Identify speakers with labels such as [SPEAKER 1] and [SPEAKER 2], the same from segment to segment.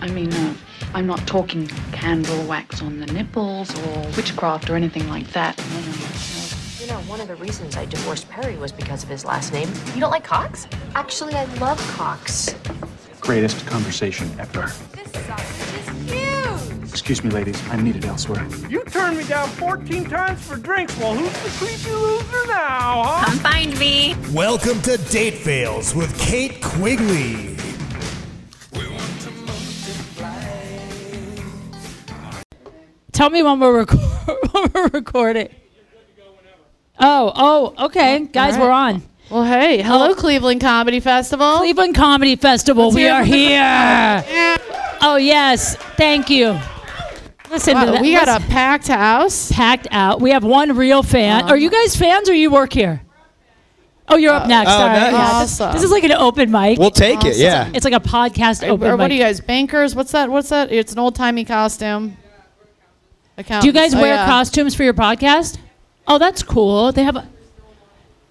[SPEAKER 1] I mean, uh, I'm not talking candle wax on the nipples or witchcraft or anything like that. No, no, no.
[SPEAKER 2] You know, one of the reasons I divorced Perry was because of his last name. You don't like Cox? Actually, I love Cox.
[SPEAKER 3] Greatest conversation ever.
[SPEAKER 4] This sausage is huge!
[SPEAKER 3] Excuse me, ladies. I'm needed elsewhere.
[SPEAKER 5] You turned me down 14 times for drinks. Well, who's the creepy loser now, huh?
[SPEAKER 4] Come find me.
[SPEAKER 6] Welcome to Date Fails with Kate Quigley.
[SPEAKER 7] Tell me when we're, record- when we're recording. Oh, oh, okay. Guys,
[SPEAKER 8] right.
[SPEAKER 7] we're on.
[SPEAKER 8] Well, hey, hello, Cleveland Comedy Festival.
[SPEAKER 7] Oh. Cleveland Comedy Festival.
[SPEAKER 8] Let's
[SPEAKER 7] we
[SPEAKER 8] hear
[SPEAKER 7] are
[SPEAKER 8] it for the-
[SPEAKER 7] here. Oh, yes. Thank you. Listen to
[SPEAKER 8] Wow,
[SPEAKER 7] that.
[SPEAKER 8] we got a
[SPEAKER 7] Listen-
[SPEAKER 8] packed house.
[SPEAKER 7] packed out. We have one real fan. are you
[SPEAKER 8] Uh-huh.
[SPEAKER 7] guys fans or you work here? Oh, you're
[SPEAKER 8] Uh,
[SPEAKER 7] up next.
[SPEAKER 9] Oh,
[SPEAKER 7] Sorry.
[SPEAKER 9] nice.
[SPEAKER 7] Yeah, this,
[SPEAKER 8] Awesome.
[SPEAKER 7] this is like an open mic.
[SPEAKER 9] We'll take it. Yeah.
[SPEAKER 7] it's like a podcast open
[SPEAKER 8] Or
[SPEAKER 7] mic.
[SPEAKER 8] what are you guys, bankers? What's that? What's that? It's an old timey costume. Accountants.
[SPEAKER 7] Do you guys
[SPEAKER 8] Oh,
[SPEAKER 7] wear
[SPEAKER 8] yeah.
[SPEAKER 7] costumes for your podcast? Oh, that's cool. They have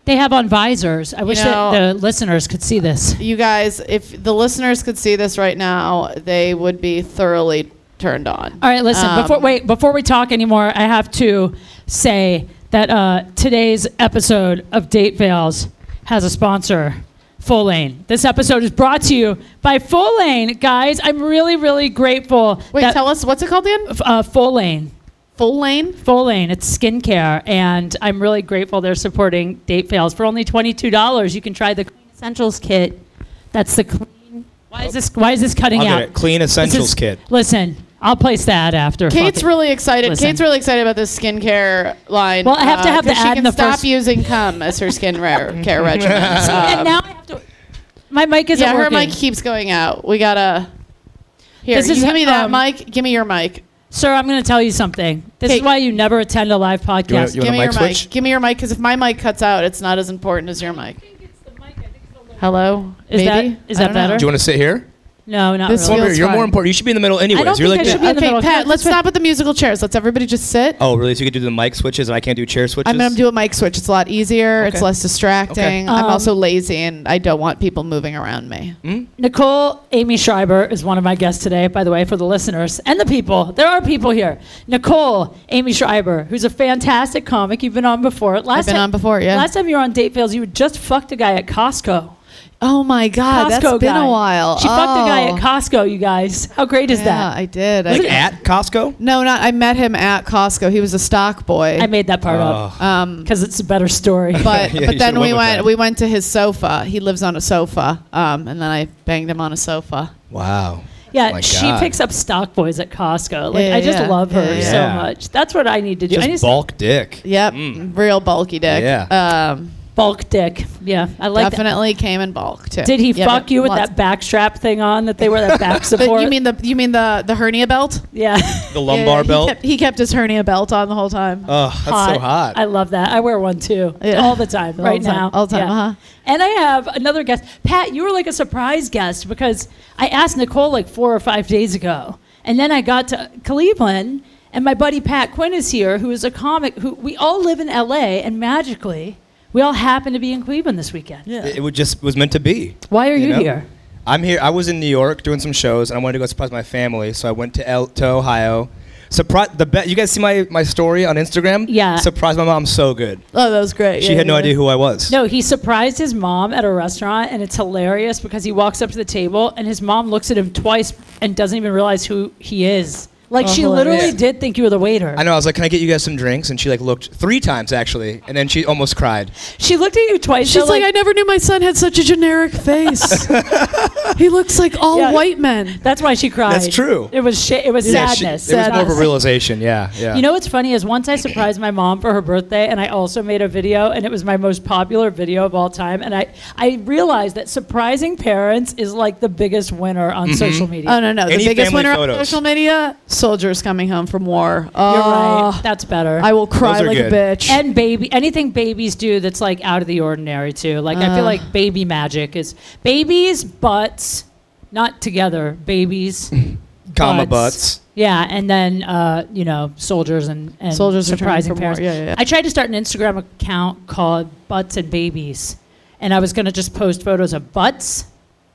[SPEAKER 7] they have on visors. I wish
[SPEAKER 8] know-
[SPEAKER 7] that the listeners could see this.
[SPEAKER 8] You guys, if the listeners could see this right now, they would be thoroughly turned on.
[SPEAKER 7] All right, listen.
[SPEAKER 8] Um,
[SPEAKER 7] before wait, before we talk anymore, I have to say that uh, today's episode of Date Veils has a sponsor, Full Lane. This episode is brought to you by Full Lane, guys. I'm really, really grateful.
[SPEAKER 8] Wait,
[SPEAKER 7] that,
[SPEAKER 8] tell us what's it called again?
[SPEAKER 7] Uh, Full Lane.
[SPEAKER 8] Full lane.
[SPEAKER 7] Full Lane, it's skincare, and I'm really grateful they're supporting Date Fails. For only $22, you can try the Clean Essentials Kit. That's the clean. Why is this? Why is this cutting
[SPEAKER 9] I'll
[SPEAKER 7] out?
[SPEAKER 9] get it. Clean
[SPEAKER 7] This
[SPEAKER 9] Essentials
[SPEAKER 7] is-
[SPEAKER 9] Kit.
[SPEAKER 7] Listen, I'll place that after.
[SPEAKER 8] Kate's
[SPEAKER 7] Fuck it.
[SPEAKER 8] really excited.
[SPEAKER 7] Listen.
[SPEAKER 8] Kate's really excited about this skincare line. uh,
[SPEAKER 7] Well, I have to have the
[SPEAKER 8] 'cause she
[SPEAKER 7] ad
[SPEAKER 8] can
[SPEAKER 7] in the
[SPEAKER 8] stop
[SPEAKER 7] first-
[SPEAKER 8] using cum as her skincare care regimen.
[SPEAKER 7] and now I have to. My mic isn't
[SPEAKER 8] yeah, her
[SPEAKER 7] working.
[SPEAKER 8] mic keeps going out. We gotta. Here,
[SPEAKER 7] This
[SPEAKER 8] you
[SPEAKER 7] is-
[SPEAKER 8] give me that
[SPEAKER 7] um,
[SPEAKER 8] mic. Give me your mic.
[SPEAKER 7] Sir, I'm going to tell you something. This
[SPEAKER 8] Okay.
[SPEAKER 7] is why you never attend a live
[SPEAKER 9] You wanna-
[SPEAKER 7] podcast.
[SPEAKER 9] you
[SPEAKER 8] Give
[SPEAKER 9] wanna
[SPEAKER 8] me your
[SPEAKER 9] mic
[SPEAKER 8] mic.
[SPEAKER 9] switch?
[SPEAKER 8] Give me your mic because if my mic cuts out, it's not as important as your mic. Hello.
[SPEAKER 7] Is that-
[SPEAKER 8] Maybe?
[SPEAKER 7] is
[SPEAKER 8] I
[SPEAKER 7] that
[SPEAKER 8] don't know.
[SPEAKER 7] better?
[SPEAKER 9] Do you want to sit here?
[SPEAKER 7] no, not
[SPEAKER 8] This
[SPEAKER 7] really.
[SPEAKER 8] feels-
[SPEAKER 9] You're,
[SPEAKER 8] That's
[SPEAKER 9] you're more
[SPEAKER 8] fine.
[SPEAKER 9] important. You should be in the middle anyways.
[SPEAKER 7] I don't
[SPEAKER 9] you're
[SPEAKER 7] think
[SPEAKER 9] like
[SPEAKER 7] I
[SPEAKER 9] the-
[SPEAKER 7] should be in the
[SPEAKER 8] Okay,
[SPEAKER 7] middle.
[SPEAKER 8] Pat. Let's
[SPEAKER 7] That's
[SPEAKER 8] stop with the musical chairs. Let's everybody just sit.
[SPEAKER 9] Oh, really? So you could do the mic switches and I can't do chair switches?
[SPEAKER 8] I'm gonna do a mic switch. It's a lot easier. It's
[SPEAKER 9] Okay.
[SPEAKER 8] less distracting.
[SPEAKER 9] Okay.
[SPEAKER 8] I'm
[SPEAKER 7] Um,
[SPEAKER 8] also lazy and I don't want people moving around me.
[SPEAKER 9] Hmm?
[SPEAKER 7] Nicole Amy Schreiber is one of my guests today, by the way, for the listeners and the people. There are people here. Nicole Amy Schreiber, who's a fantastic comic. You've been on before. Last
[SPEAKER 8] been
[SPEAKER 7] ti-
[SPEAKER 8] on before, yeah.
[SPEAKER 7] Last time you were on Date Fails, you had just fucked a guy at Costco.
[SPEAKER 8] Oh my
[SPEAKER 7] Costco
[SPEAKER 8] God, that's been
[SPEAKER 7] guy.
[SPEAKER 8] a while.
[SPEAKER 7] She fucked a guy
[SPEAKER 8] Oh.
[SPEAKER 7] at Costco, you guys. How great is
[SPEAKER 8] Yeah,
[SPEAKER 7] that?
[SPEAKER 8] I did. I
[SPEAKER 9] Like
[SPEAKER 8] did.
[SPEAKER 9] at Costco?
[SPEAKER 8] No, not. I met him at Costco. He was a stock boy.
[SPEAKER 7] I made that part
[SPEAKER 9] Ah.
[SPEAKER 7] up
[SPEAKER 8] um,
[SPEAKER 7] because it's a better story.
[SPEAKER 8] but
[SPEAKER 9] Yeah, you
[SPEAKER 8] but then
[SPEAKER 9] should've went
[SPEAKER 8] we
[SPEAKER 9] with
[SPEAKER 8] went
[SPEAKER 9] that.
[SPEAKER 8] we went to his sofa. He lives on a sofa. Um, and then I banged him on a sofa.
[SPEAKER 9] Wow.
[SPEAKER 7] Yeah,
[SPEAKER 9] Oh My
[SPEAKER 7] she
[SPEAKER 9] God.
[SPEAKER 7] picks up stock boys at Costco. Like
[SPEAKER 8] Yeah,
[SPEAKER 7] I just
[SPEAKER 8] yeah.
[SPEAKER 7] love her
[SPEAKER 8] Yeah,
[SPEAKER 9] yeah.
[SPEAKER 7] so
[SPEAKER 9] Yeah.
[SPEAKER 7] much. That's what I need to do. I need
[SPEAKER 9] Just
[SPEAKER 7] to-
[SPEAKER 9] bulk dick.
[SPEAKER 8] Yep, real bulky dick.
[SPEAKER 9] Mm. Yeah.
[SPEAKER 8] Um,
[SPEAKER 7] bulk dick. Yeah, I like that.
[SPEAKER 8] definitely came in bulk too.
[SPEAKER 7] Did he
[SPEAKER 8] Yeah,
[SPEAKER 7] fuck
[SPEAKER 8] but
[SPEAKER 7] you with
[SPEAKER 8] lots-
[SPEAKER 7] that back strap thing on that they wear that back
[SPEAKER 8] But
[SPEAKER 7] support?
[SPEAKER 8] you mean the you mean the the hernia belt?
[SPEAKER 7] yeah,
[SPEAKER 9] The lumbar
[SPEAKER 8] Yeah, he
[SPEAKER 9] belt.
[SPEAKER 8] Kept, he kept his hernia belt on the whole time.
[SPEAKER 9] oh, that's so hot.
[SPEAKER 7] I love that. I wear one too
[SPEAKER 8] Yeah.
[SPEAKER 7] all the time
[SPEAKER 8] All
[SPEAKER 7] right
[SPEAKER 8] the time,
[SPEAKER 7] now.
[SPEAKER 8] all the time, uh-huh.
[SPEAKER 7] And I have another guest, Pat. You were like a surprise guest because I asked Nicole like four or five days ago, and then I got to Cleveland, and my buddy Pat Quinn is here, who is a comic. Who we all live in L.A. and magically. We all happen to be in Cleveland this weekend.
[SPEAKER 9] it it would just was meant to be.
[SPEAKER 7] Why are you,
[SPEAKER 9] know?
[SPEAKER 7] here?
[SPEAKER 9] I'm here. I was in New York doing some shows, and I wanted to go surprise my family, so I went to El- to Ohio. Surprise! The be- you guys see my, my story on Instagram?
[SPEAKER 7] Yeah.
[SPEAKER 9] Surprise! My mom's so good.
[SPEAKER 8] oh, that was great.
[SPEAKER 9] She
[SPEAKER 8] Yeah,
[SPEAKER 9] had no
[SPEAKER 8] yeah.
[SPEAKER 9] idea who I was.
[SPEAKER 7] No, he surprised his mom at a restaurant, and it's hilarious because he walks up to the table and his mom looks at him twice and doesn't even realize who he is. Oh, Like she literally
[SPEAKER 9] hilarious.
[SPEAKER 7] did think you were the waiter.
[SPEAKER 9] I know. I was like, "Can I get you guys some drinks?" And she like looked three times actually, and then she almost cried.
[SPEAKER 7] She looked at you twice.
[SPEAKER 8] She's
[SPEAKER 7] so,
[SPEAKER 8] like, I never knew my son had such a generic face. he looks like all
[SPEAKER 7] Yeah.
[SPEAKER 8] white men.
[SPEAKER 7] That's why she cried.
[SPEAKER 9] That's true.
[SPEAKER 7] It was sh- it was
[SPEAKER 9] she-
[SPEAKER 7] sadness.
[SPEAKER 9] it was more of
[SPEAKER 7] Sadness.
[SPEAKER 9] a realization. Yeah, yeah.
[SPEAKER 7] You know what's funny is once I surprised my mom for her birthday, and I also made a video, and it was my most popular video of all time. And I, I realized that surprising parents is like the biggest winner on social media.
[SPEAKER 8] Oh no no!
[SPEAKER 9] Mm-hmm. Any
[SPEAKER 8] the biggest
[SPEAKER 9] family
[SPEAKER 8] winner
[SPEAKER 9] photos.
[SPEAKER 8] on social media: soldiers coming home from war. Oh,
[SPEAKER 7] You're right. That's better.
[SPEAKER 8] I will cry
[SPEAKER 9] Those are
[SPEAKER 8] like
[SPEAKER 9] good.
[SPEAKER 8] a bitch.
[SPEAKER 7] and baby anything babies do that's like out of the ordinary too like i feel like baby magic is babies butts not together babies
[SPEAKER 9] comma
[SPEAKER 7] butts.
[SPEAKER 9] butts.
[SPEAKER 7] yeah and then uh, you know soldiers and, and
[SPEAKER 8] Soldiers returning
[SPEAKER 7] surprising
[SPEAKER 8] from war.
[SPEAKER 7] parents
[SPEAKER 8] Yeah, yeah, yeah.
[SPEAKER 7] i tried to start an instagram account called butts and babies and i was going to just post photos of butts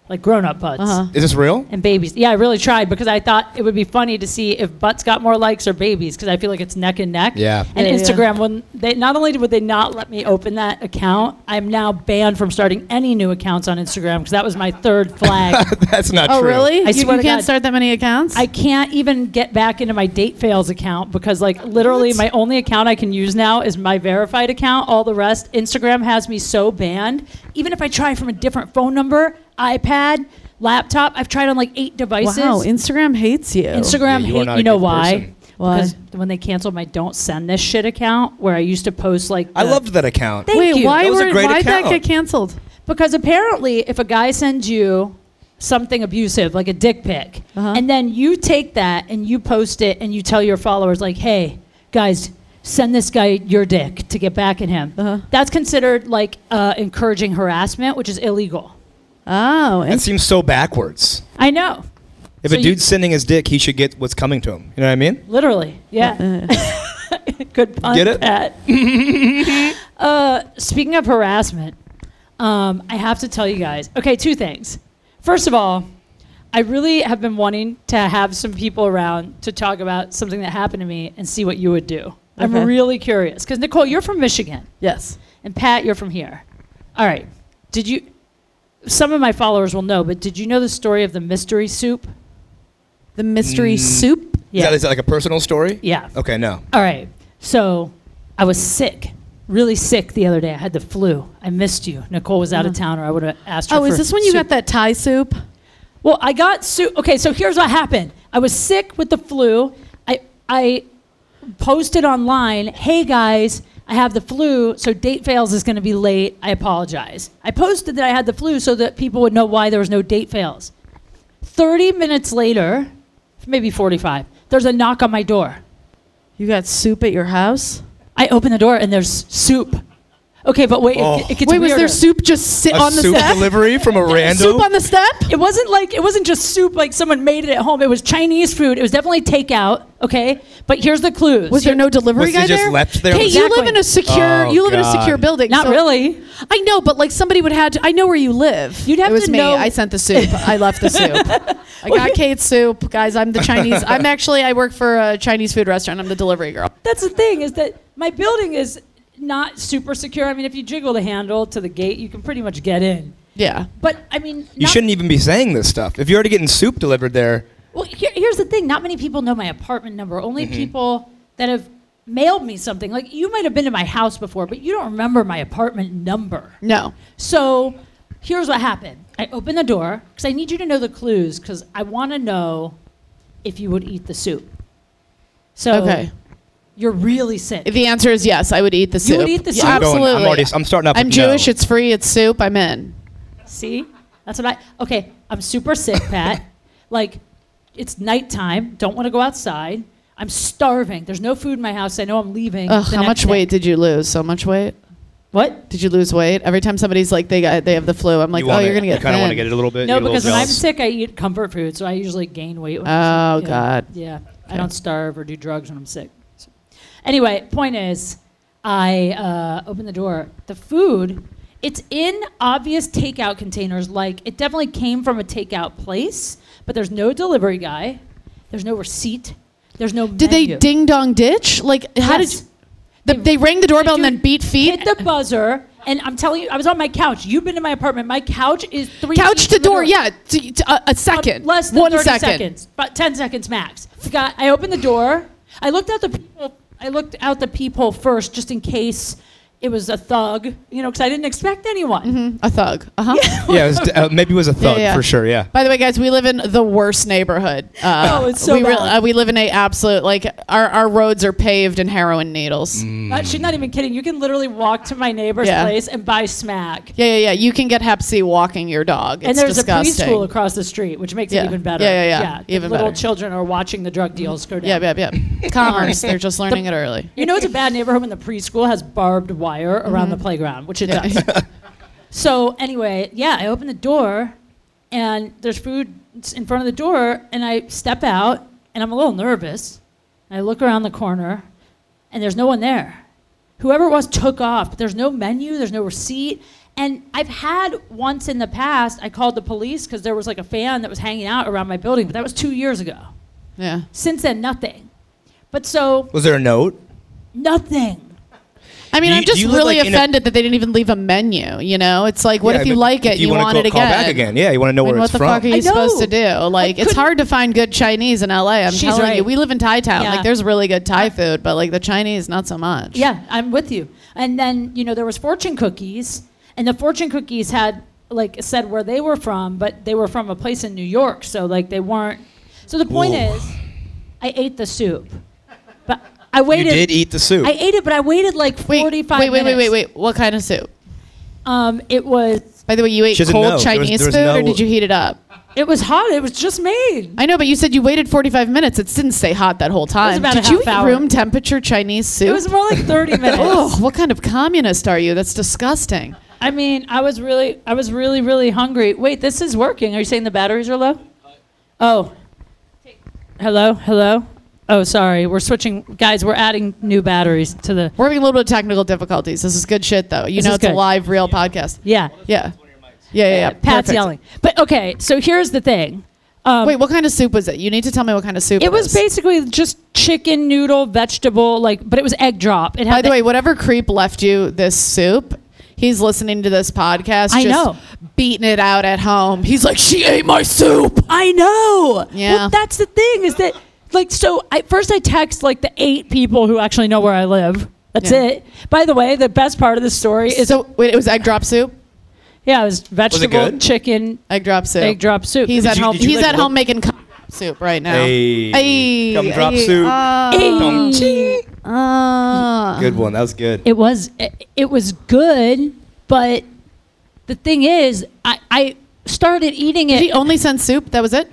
[SPEAKER 7] like grown-up butts
[SPEAKER 8] Uh-huh.
[SPEAKER 9] Is this real?
[SPEAKER 7] and babies. Yeah, I really tried because I thought it would be funny to see if butts got more likes or babies because I feel like it's neck and neck.
[SPEAKER 9] Yeah.
[SPEAKER 7] And
[SPEAKER 8] Yeah, yeah.
[SPEAKER 7] Instagram, when they not only would they not let me open that account, I'm now banned from starting any new accounts on Instagram because that was my third flag.
[SPEAKER 9] That's not
[SPEAKER 8] Oh,
[SPEAKER 9] true.
[SPEAKER 8] really?
[SPEAKER 7] I
[SPEAKER 8] you,
[SPEAKER 7] swear
[SPEAKER 8] you
[SPEAKER 7] to
[SPEAKER 8] can't
[SPEAKER 7] God.
[SPEAKER 8] start that many accounts?
[SPEAKER 7] I can't even get back into my date fails account because like literally my only account I can use now is my verified account. All the rest Instagram has me so banned. Even if I try from a different phone number, iPad, laptop, I've tried on like eight devices.
[SPEAKER 8] wow, Instagram hates you.
[SPEAKER 7] Instagram
[SPEAKER 9] Oh. Yeah, you are
[SPEAKER 7] hate
[SPEAKER 9] not
[SPEAKER 7] you
[SPEAKER 9] a
[SPEAKER 7] know
[SPEAKER 9] good
[SPEAKER 7] why?
[SPEAKER 9] person.
[SPEAKER 8] Why?
[SPEAKER 7] Because when they canceled my don't send this shit account where I used to post like
[SPEAKER 9] I
[SPEAKER 7] the-
[SPEAKER 9] loved that account.
[SPEAKER 7] Thank
[SPEAKER 8] Wait,
[SPEAKER 7] you.
[SPEAKER 8] why
[SPEAKER 9] That was a
[SPEAKER 8] were
[SPEAKER 9] great
[SPEAKER 8] why'd that
[SPEAKER 9] account.
[SPEAKER 8] get canceled?
[SPEAKER 7] because apparently if a guy sends you something abusive like a dick pic and then you take that and you post it and you tell your followers like hey guys send this guy your dick to get back at him that's considered like uh, encouraging harassment which is illegal
[SPEAKER 8] Oh,
[SPEAKER 9] That
[SPEAKER 8] and
[SPEAKER 9] seems so backwards.
[SPEAKER 7] i know
[SPEAKER 9] If
[SPEAKER 7] So
[SPEAKER 9] a
[SPEAKER 7] you-
[SPEAKER 9] dude's sending his dick, he should get what's coming to him. You know what I mean?
[SPEAKER 7] Literally, yeah. Good pun,
[SPEAKER 9] Get it?
[SPEAKER 7] Pat. uh, speaking of harassment, um, I have to tell you guys. Okay, two things. First of all, I really have been wanting to have some people around to talk about something that happened to me and see what you would do. I'm
[SPEAKER 8] Okay.
[SPEAKER 7] really curious because Nicole, you're from Michigan,
[SPEAKER 8] yes.
[SPEAKER 7] and Pat, you're from here. All right. Did you? Some of my followers will know, but did you know the story of the mystery soup?
[SPEAKER 8] The
[SPEAKER 9] Hmm.
[SPEAKER 8] mystery soup.
[SPEAKER 9] Is that- is that like a personal story?
[SPEAKER 7] yeah.
[SPEAKER 9] Okay, no.
[SPEAKER 7] All right. So I was sick, really sick the other day. I had the flu. I missed you. Nicole was out of town, or I would have asked her.
[SPEAKER 8] Uh-huh. Oh, is
[SPEAKER 7] for
[SPEAKER 8] this when you
[SPEAKER 7] soup.
[SPEAKER 8] got that Thai soup?
[SPEAKER 7] Well, I got soup. Okay, so here's what happened. I was sick with the flu. I I posted online, "Hey guys, I have the flu, so date fails is going to be late. I apologize." I posted that I had the flu so that people would know why there was no date fails. 30 minutes later, maybe 45, there's a knock on my door.
[SPEAKER 8] You got soup at your house?
[SPEAKER 7] I open the door and there's soup. Okay, but wait,
[SPEAKER 9] Oh.
[SPEAKER 7] it, it gets
[SPEAKER 8] Wait, was
[SPEAKER 7] weirder.
[SPEAKER 8] there soup just sit
[SPEAKER 9] A
[SPEAKER 8] on the
[SPEAKER 9] soup
[SPEAKER 8] step?
[SPEAKER 9] delivery from a rando?
[SPEAKER 8] Soup on the step?
[SPEAKER 7] It wasn't like it wasn't just soup like someone made it at home. It was Chinese food. It was definitely takeout. Okay, but here's the clues.
[SPEAKER 8] Was there no delivery
[SPEAKER 9] Was it
[SPEAKER 8] guy
[SPEAKER 9] just
[SPEAKER 8] there?
[SPEAKER 9] left there?
[SPEAKER 8] Hey, you
[SPEAKER 7] Exactly.
[SPEAKER 8] live in a secure
[SPEAKER 9] Oh,
[SPEAKER 8] you live in
[SPEAKER 9] God.
[SPEAKER 8] a secure building.
[SPEAKER 7] Not
[SPEAKER 8] so-
[SPEAKER 7] really.
[SPEAKER 8] I know, but like somebody would have to. I know where you live.
[SPEAKER 7] You'd have
[SPEAKER 8] it was
[SPEAKER 7] to
[SPEAKER 8] me.
[SPEAKER 7] know-
[SPEAKER 8] I sent the soup. I left the soup. I got Kate's soup, guys. I'm the Chinese. I'm actually. I work for a Chinese food restaurant. I'm the delivery girl.
[SPEAKER 7] That's the thing is that my building is not super secure. I mean, if you jiggle the handle to the gate, you can pretty much get in.
[SPEAKER 8] Yeah.
[SPEAKER 7] But I mean,
[SPEAKER 9] You
[SPEAKER 7] not-
[SPEAKER 9] shouldn't even be saying this stuff. If you're already getting soup delivered there,
[SPEAKER 7] Well, here, here's the thing: not many people know my apartment number. Only
[SPEAKER 9] Mm-hmm.
[SPEAKER 7] people that have mailed me something. Like you might have been to my house before, but you don't remember my apartment number.
[SPEAKER 8] No.
[SPEAKER 7] So here's what happened. I opened the door because I need you to know the clues because I want to know if you would eat the soup. So
[SPEAKER 8] Okay.
[SPEAKER 7] you're really sick.
[SPEAKER 8] The answer is yes. I would eat the soup.
[SPEAKER 7] You would eat the
[SPEAKER 8] Yeah,
[SPEAKER 7] soup?
[SPEAKER 9] I'm going- I'm
[SPEAKER 8] Absolutely.
[SPEAKER 9] already- I'm starting off
[SPEAKER 8] I'm
[SPEAKER 9] with
[SPEAKER 8] Jewish.
[SPEAKER 9] no.
[SPEAKER 8] It's free. It's soup. I'm in.
[SPEAKER 7] See? That's what I. Okay, I'm super sick, Pat. like, it's nighttime. Don't want to go outside. I'm starving. There's no food in my house. I know I'm leaving.
[SPEAKER 8] Ugh,
[SPEAKER 7] the
[SPEAKER 8] how
[SPEAKER 7] next
[SPEAKER 8] much
[SPEAKER 7] day.
[SPEAKER 8] weight did you lose? So much weight.
[SPEAKER 7] What?
[SPEAKER 8] Did you lose weight? Every time somebody's like they got they have the flu, I'm like,
[SPEAKER 9] you
[SPEAKER 8] oh,
[SPEAKER 9] want
[SPEAKER 8] you're gonna get.
[SPEAKER 9] you kind of want to
[SPEAKER 8] thin.
[SPEAKER 9] get it a little bit.
[SPEAKER 7] No,
[SPEAKER 9] you're a little
[SPEAKER 7] because when I'm
[SPEAKER 9] jealous.
[SPEAKER 7] sick, I eat comfort food, so I usually gain weight. When
[SPEAKER 8] Oh,
[SPEAKER 7] I'm sick. Yeah.
[SPEAKER 8] God.
[SPEAKER 7] Yeah, I don't starve or do drugs when I'm sick. So- Anyway, point is, I uh, open the door. The food, it's in obvious takeout containers. Like it definitely came from a takeout place, but there's no delivery guy. There's no receipt. There's no.
[SPEAKER 8] Did they ding dong ditch? Like how
[SPEAKER 7] Yes.
[SPEAKER 8] did? You, the, they rang the doorbell and
[SPEAKER 7] Dude,
[SPEAKER 8] then beat feet.
[SPEAKER 7] Hit the buzzer, and I'm telling you, I was on my couch. You've been to my apartment. My couch is three.
[SPEAKER 8] couch
[SPEAKER 7] feet
[SPEAKER 8] to
[SPEAKER 7] from the
[SPEAKER 8] door. Yeah, t- t- a, a second.
[SPEAKER 7] Um, less than
[SPEAKER 8] One
[SPEAKER 7] 30
[SPEAKER 8] second.
[SPEAKER 7] seconds. About 10 seconds max. The guy- I opened the door. I looked out the peephole. I looked out the peephole first just in case it was a thug, you know, because I didn't expect anyone.
[SPEAKER 8] A thug. Uh huh.
[SPEAKER 9] yeah, it was, d- uh, maybe it was a thug for sure. Yeah.
[SPEAKER 8] By the way, guys, we live in the worst neighborhood. Uh,
[SPEAKER 7] Oh, it's so
[SPEAKER 8] we real-
[SPEAKER 7] bad.
[SPEAKER 8] uh, we live in a absolute like our, our roads are paved in heroin needles.
[SPEAKER 9] Mm-hmm.
[SPEAKER 7] Uh, she's not even kidding. You can literally walk to my neighbor's
[SPEAKER 8] Mm-hmm. Yeah.
[SPEAKER 7] place and buy smack.
[SPEAKER 8] Yeah, yeah, yeah. You can get Hep C walking your dog. It's
[SPEAKER 7] and there's
[SPEAKER 8] disgusting.
[SPEAKER 7] a preschool across the street, which makes
[SPEAKER 8] Yeah.
[SPEAKER 7] it even better.
[SPEAKER 8] Yeah, yeah, yeah.
[SPEAKER 7] the
[SPEAKER 8] Even
[SPEAKER 7] little
[SPEAKER 8] better.
[SPEAKER 7] children are watching the drug deals go down.
[SPEAKER 8] yeah, yeah, yeah. Commerce. They're just learning it early.
[SPEAKER 7] You know it's a bad neighborhood when the preschool has barbed wire around
[SPEAKER 8] Mm-hmm.
[SPEAKER 7] the playground, which it does. so anyway, yeah, I open the door and there's food s- in front of the door and I step out and I'm a little nervous. And I look around the corner and there's no one there. Whoever it was took off, but there's no menu, there's no receipt. And I've had once in the past, I called the police because there was like a fan that was hanging out around my building, but that was two years ago.
[SPEAKER 8] Yeah.
[SPEAKER 7] Since then, nothing. But so,
[SPEAKER 9] Was there a note?
[SPEAKER 7] nothing.
[SPEAKER 8] I mean,
[SPEAKER 9] You-
[SPEAKER 8] I'm just
[SPEAKER 9] you look
[SPEAKER 8] really
[SPEAKER 9] like in a-
[SPEAKER 8] offended that they didn't even leave a menu. You know, it's like, what
[SPEAKER 9] Yeah,
[SPEAKER 8] if you
[SPEAKER 9] but
[SPEAKER 8] like it,
[SPEAKER 9] You,
[SPEAKER 8] you,
[SPEAKER 9] wanna
[SPEAKER 8] want
[SPEAKER 9] call,
[SPEAKER 8] it again?
[SPEAKER 9] Call back again. Yeah, you want to know
[SPEAKER 8] I mean,
[SPEAKER 9] where
[SPEAKER 8] what
[SPEAKER 9] it's
[SPEAKER 8] the
[SPEAKER 9] from.
[SPEAKER 8] fuck are
[SPEAKER 7] I
[SPEAKER 8] you supposed to do?
[SPEAKER 7] know.
[SPEAKER 8] Like,
[SPEAKER 7] I
[SPEAKER 8] it's
[SPEAKER 7] couldn't-
[SPEAKER 8] hard to find good Chinese in LA. I'm
[SPEAKER 7] She's
[SPEAKER 8] telling you,
[SPEAKER 7] right.
[SPEAKER 8] we live in Thai town.
[SPEAKER 7] Yeah.
[SPEAKER 8] Like, there's really good Thai food, but like the Chinese, not so much.
[SPEAKER 7] Yeah, I'm with you. And then you know there was fortune cookies, and the fortune cookies had like said where they were from, but they were from a place in New York, so like they weren't. So the point
[SPEAKER 9] Ooh.
[SPEAKER 7] is, I ate the soup, but I waited.
[SPEAKER 9] did eat the soup.
[SPEAKER 7] I ate it, but I waited like
[SPEAKER 8] Wait,
[SPEAKER 7] 45
[SPEAKER 8] wait, wait,
[SPEAKER 7] minutes.
[SPEAKER 8] wait, wait, wait. What kind of soup?
[SPEAKER 7] Um, it was
[SPEAKER 8] By the way, you ate
[SPEAKER 9] She doesn't
[SPEAKER 8] cold
[SPEAKER 9] know. There was-
[SPEAKER 8] Chinese
[SPEAKER 9] there was
[SPEAKER 8] food,
[SPEAKER 9] no-
[SPEAKER 8] or did you heat it up?
[SPEAKER 7] it was hot. It was just made.
[SPEAKER 8] I know, but you said you waited 45 minutes. It didn't stay hot that whole time.
[SPEAKER 7] about a
[SPEAKER 8] did you
[SPEAKER 7] half
[SPEAKER 8] eat
[SPEAKER 7] hour.
[SPEAKER 8] room temperature Chinese soup?
[SPEAKER 7] It was more like 30 minutes.
[SPEAKER 8] Oh, what kind of communist are you? That's disgusting.
[SPEAKER 7] I mean, I was really, I was really, really hungry. Wait, this is working. Are you saying the batteries are low? Oh. Hello, hello. Oh, sorry. We're switching, guys. We're adding new batteries to the.
[SPEAKER 8] We're having a little bit of technical difficulties. This is good shit, though. You
[SPEAKER 7] This
[SPEAKER 8] know,
[SPEAKER 7] is
[SPEAKER 8] it's a
[SPEAKER 7] good.
[SPEAKER 8] live, real podcast.
[SPEAKER 7] Yeah.
[SPEAKER 8] Yeah. Yeah, yeah, yeah.
[SPEAKER 7] Pat's
[SPEAKER 8] Perfect.
[SPEAKER 7] yelling. But okay, so here's the thing. Um,
[SPEAKER 8] Wait, what kind of soup was it? You need to tell me what kind of soup
[SPEAKER 7] it was
[SPEAKER 8] is.
[SPEAKER 7] basically just chicken noodle vegetable, like, but it was egg drop. It had
[SPEAKER 8] By the way, whatever creep left you this soup, he's listening to this podcast.
[SPEAKER 7] I
[SPEAKER 8] just
[SPEAKER 7] know.
[SPEAKER 8] Beating it out at home. He's like, she ate my soup.
[SPEAKER 7] I know.
[SPEAKER 8] Yeah.
[SPEAKER 7] Well, that's the thing is that like so I first I text like the eight people who actually know where I live. That's
[SPEAKER 8] Yeah.
[SPEAKER 7] it. By the way, the best part of the story is
[SPEAKER 8] so, wait, it was egg drop soup?
[SPEAKER 7] yeah, it was vegetable,
[SPEAKER 9] good?
[SPEAKER 7] chicken.
[SPEAKER 8] Egg drop soup.
[SPEAKER 7] Egg drop soup.
[SPEAKER 8] He's
[SPEAKER 7] Did
[SPEAKER 8] at
[SPEAKER 9] you-
[SPEAKER 8] home.
[SPEAKER 9] did you,
[SPEAKER 8] He's
[SPEAKER 9] like,
[SPEAKER 8] at home
[SPEAKER 9] look-
[SPEAKER 8] making cum soup right now.
[SPEAKER 9] Hey.
[SPEAKER 8] Hey.
[SPEAKER 9] Cum drop
[SPEAKER 8] Hey.
[SPEAKER 9] soup.
[SPEAKER 8] Oh.
[SPEAKER 9] Dum chee.
[SPEAKER 8] Ah.
[SPEAKER 9] Good one. That was good.
[SPEAKER 7] It was it, it was good, but the thing is, I I started eating
[SPEAKER 8] Did
[SPEAKER 7] it.
[SPEAKER 8] he only send soup? That was it?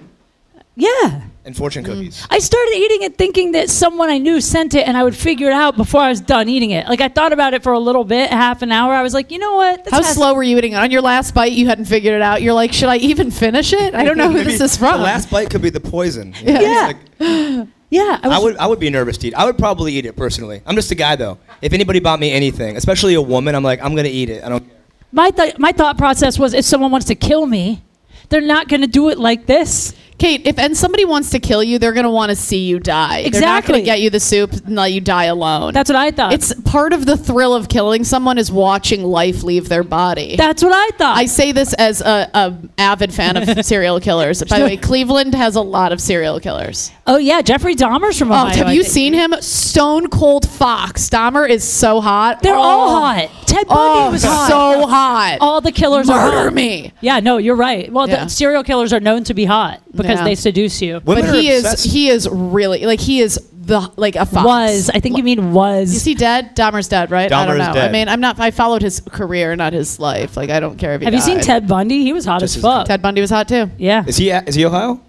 [SPEAKER 7] yeah.
[SPEAKER 9] and
[SPEAKER 8] Mm.
[SPEAKER 9] fortune cookies.
[SPEAKER 7] I started eating it thinking that someone I knew sent it and I would figure it out before I was done eating it. Like I thought about it for a little bit, half an hour. I was like, you know what? This
[SPEAKER 8] How
[SPEAKER 7] has-
[SPEAKER 8] slow were you eating it? On your last bite, you hadn't figured it out. You're like, should I even finish it? I don't know who
[SPEAKER 9] Maybe
[SPEAKER 8] this is from.
[SPEAKER 9] The last bite could be the poison. You know,
[SPEAKER 8] Yeah.
[SPEAKER 9] it's like-
[SPEAKER 7] Yeah.
[SPEAKER 9] I would I would be nervous to eat. I would probably eat it personally. I'm just a guy though. If anybody bought me anything, especially a woman, I'm like I'm gonna eat it. I don't. care.
[SPEAKER 7] My, th- my thought process was if someone wants to kill me, they're not going to do it like this.
[SPEAKER 8] Kate, if and somebody wants to kill you, they're gonna want to see you die. They're not
[SPEAKER 7] Exactly.
[SPEAKER 8] gonna get you the soup and let you die alone.
[SPEAKER 7] That's what I thought.
[SPEAKER 8] it's part of the thrill of killing someone is watching life leave their body.
[SPEAKER 7] That's what I thought.
[SPEAKER 8] I say this as a, a avid fan of serial killers. By the way, Cleveland has a lot of serial killers.
[SPEAKER 7] oh, yeah. Jeffrey Dahmer's from
[SPEAKER 8] Oh,
[SPEAKER 7] Ohio.
[SPEAKER 8] have
[SPEAKER 7] I
[SPEAKER 8] you
[SPEAKER 7] think.
[SPEAKER 8] seen him? Stone Cold Fox. Dahmer is so hot.
[SPEAKER 7] They're all
[SPEAKER 8] Oh.
[SPEAKER 7] hot. Ted Bundy
[SPEAKER 8] Oh,
[SPEAKER 7] was hot.
[SPEAKER 8] so hot.
[SPEAKER 7] all the killers are
[SPEAKER 8] Murder
[SPEAKER 7] hot.
[SPEAKER 8] me.
[SPEAKER 7] Yeah, no, you're right. Well,
[SPEAKER 8] Yeah.
[SPEAKER 7] the serial killers are known to be hot because
[SPEAKER 8] Yeah.
[SPEAKER 7] they seduce you.
[SPEAKER 9] Women
[SPEAKER 8] but
[SPEAKER 9] are
[SPEAKER 8] he is
[SPEAKER 9] obsessed.
[SPEAKER 8] he is really like he is the like a fox.
[SPEAKER 7] Was. I think you mean was.
[SPEAKER 8] Is he dead? Dahmer's dead, right? I
[SPEAKER 9] Dahmer
[SPEAKER 8] don't
[SPEAKER 9] is
[SPEAKER 8] know. I
[SPEAKER 9] dead.
[SPEAKER 8] mean, I'm not. I followed his career, not his life. Like, I don't care if he.
[SPEAKER 7] have you seen
[SPEAKER 8] died.
[SPEAKER 7] Ted Bundy? He was hot
[SPEAKER 9] Just
[SPEAKER 7] as
[SPEAKER 9] as-
[SPEAKER 7] fuck.
[SPEAKER 8] Ted Bundy was hot too.
[SPEAKER 7] yeah.
[SPEAKER 9] Is he is he Ohio?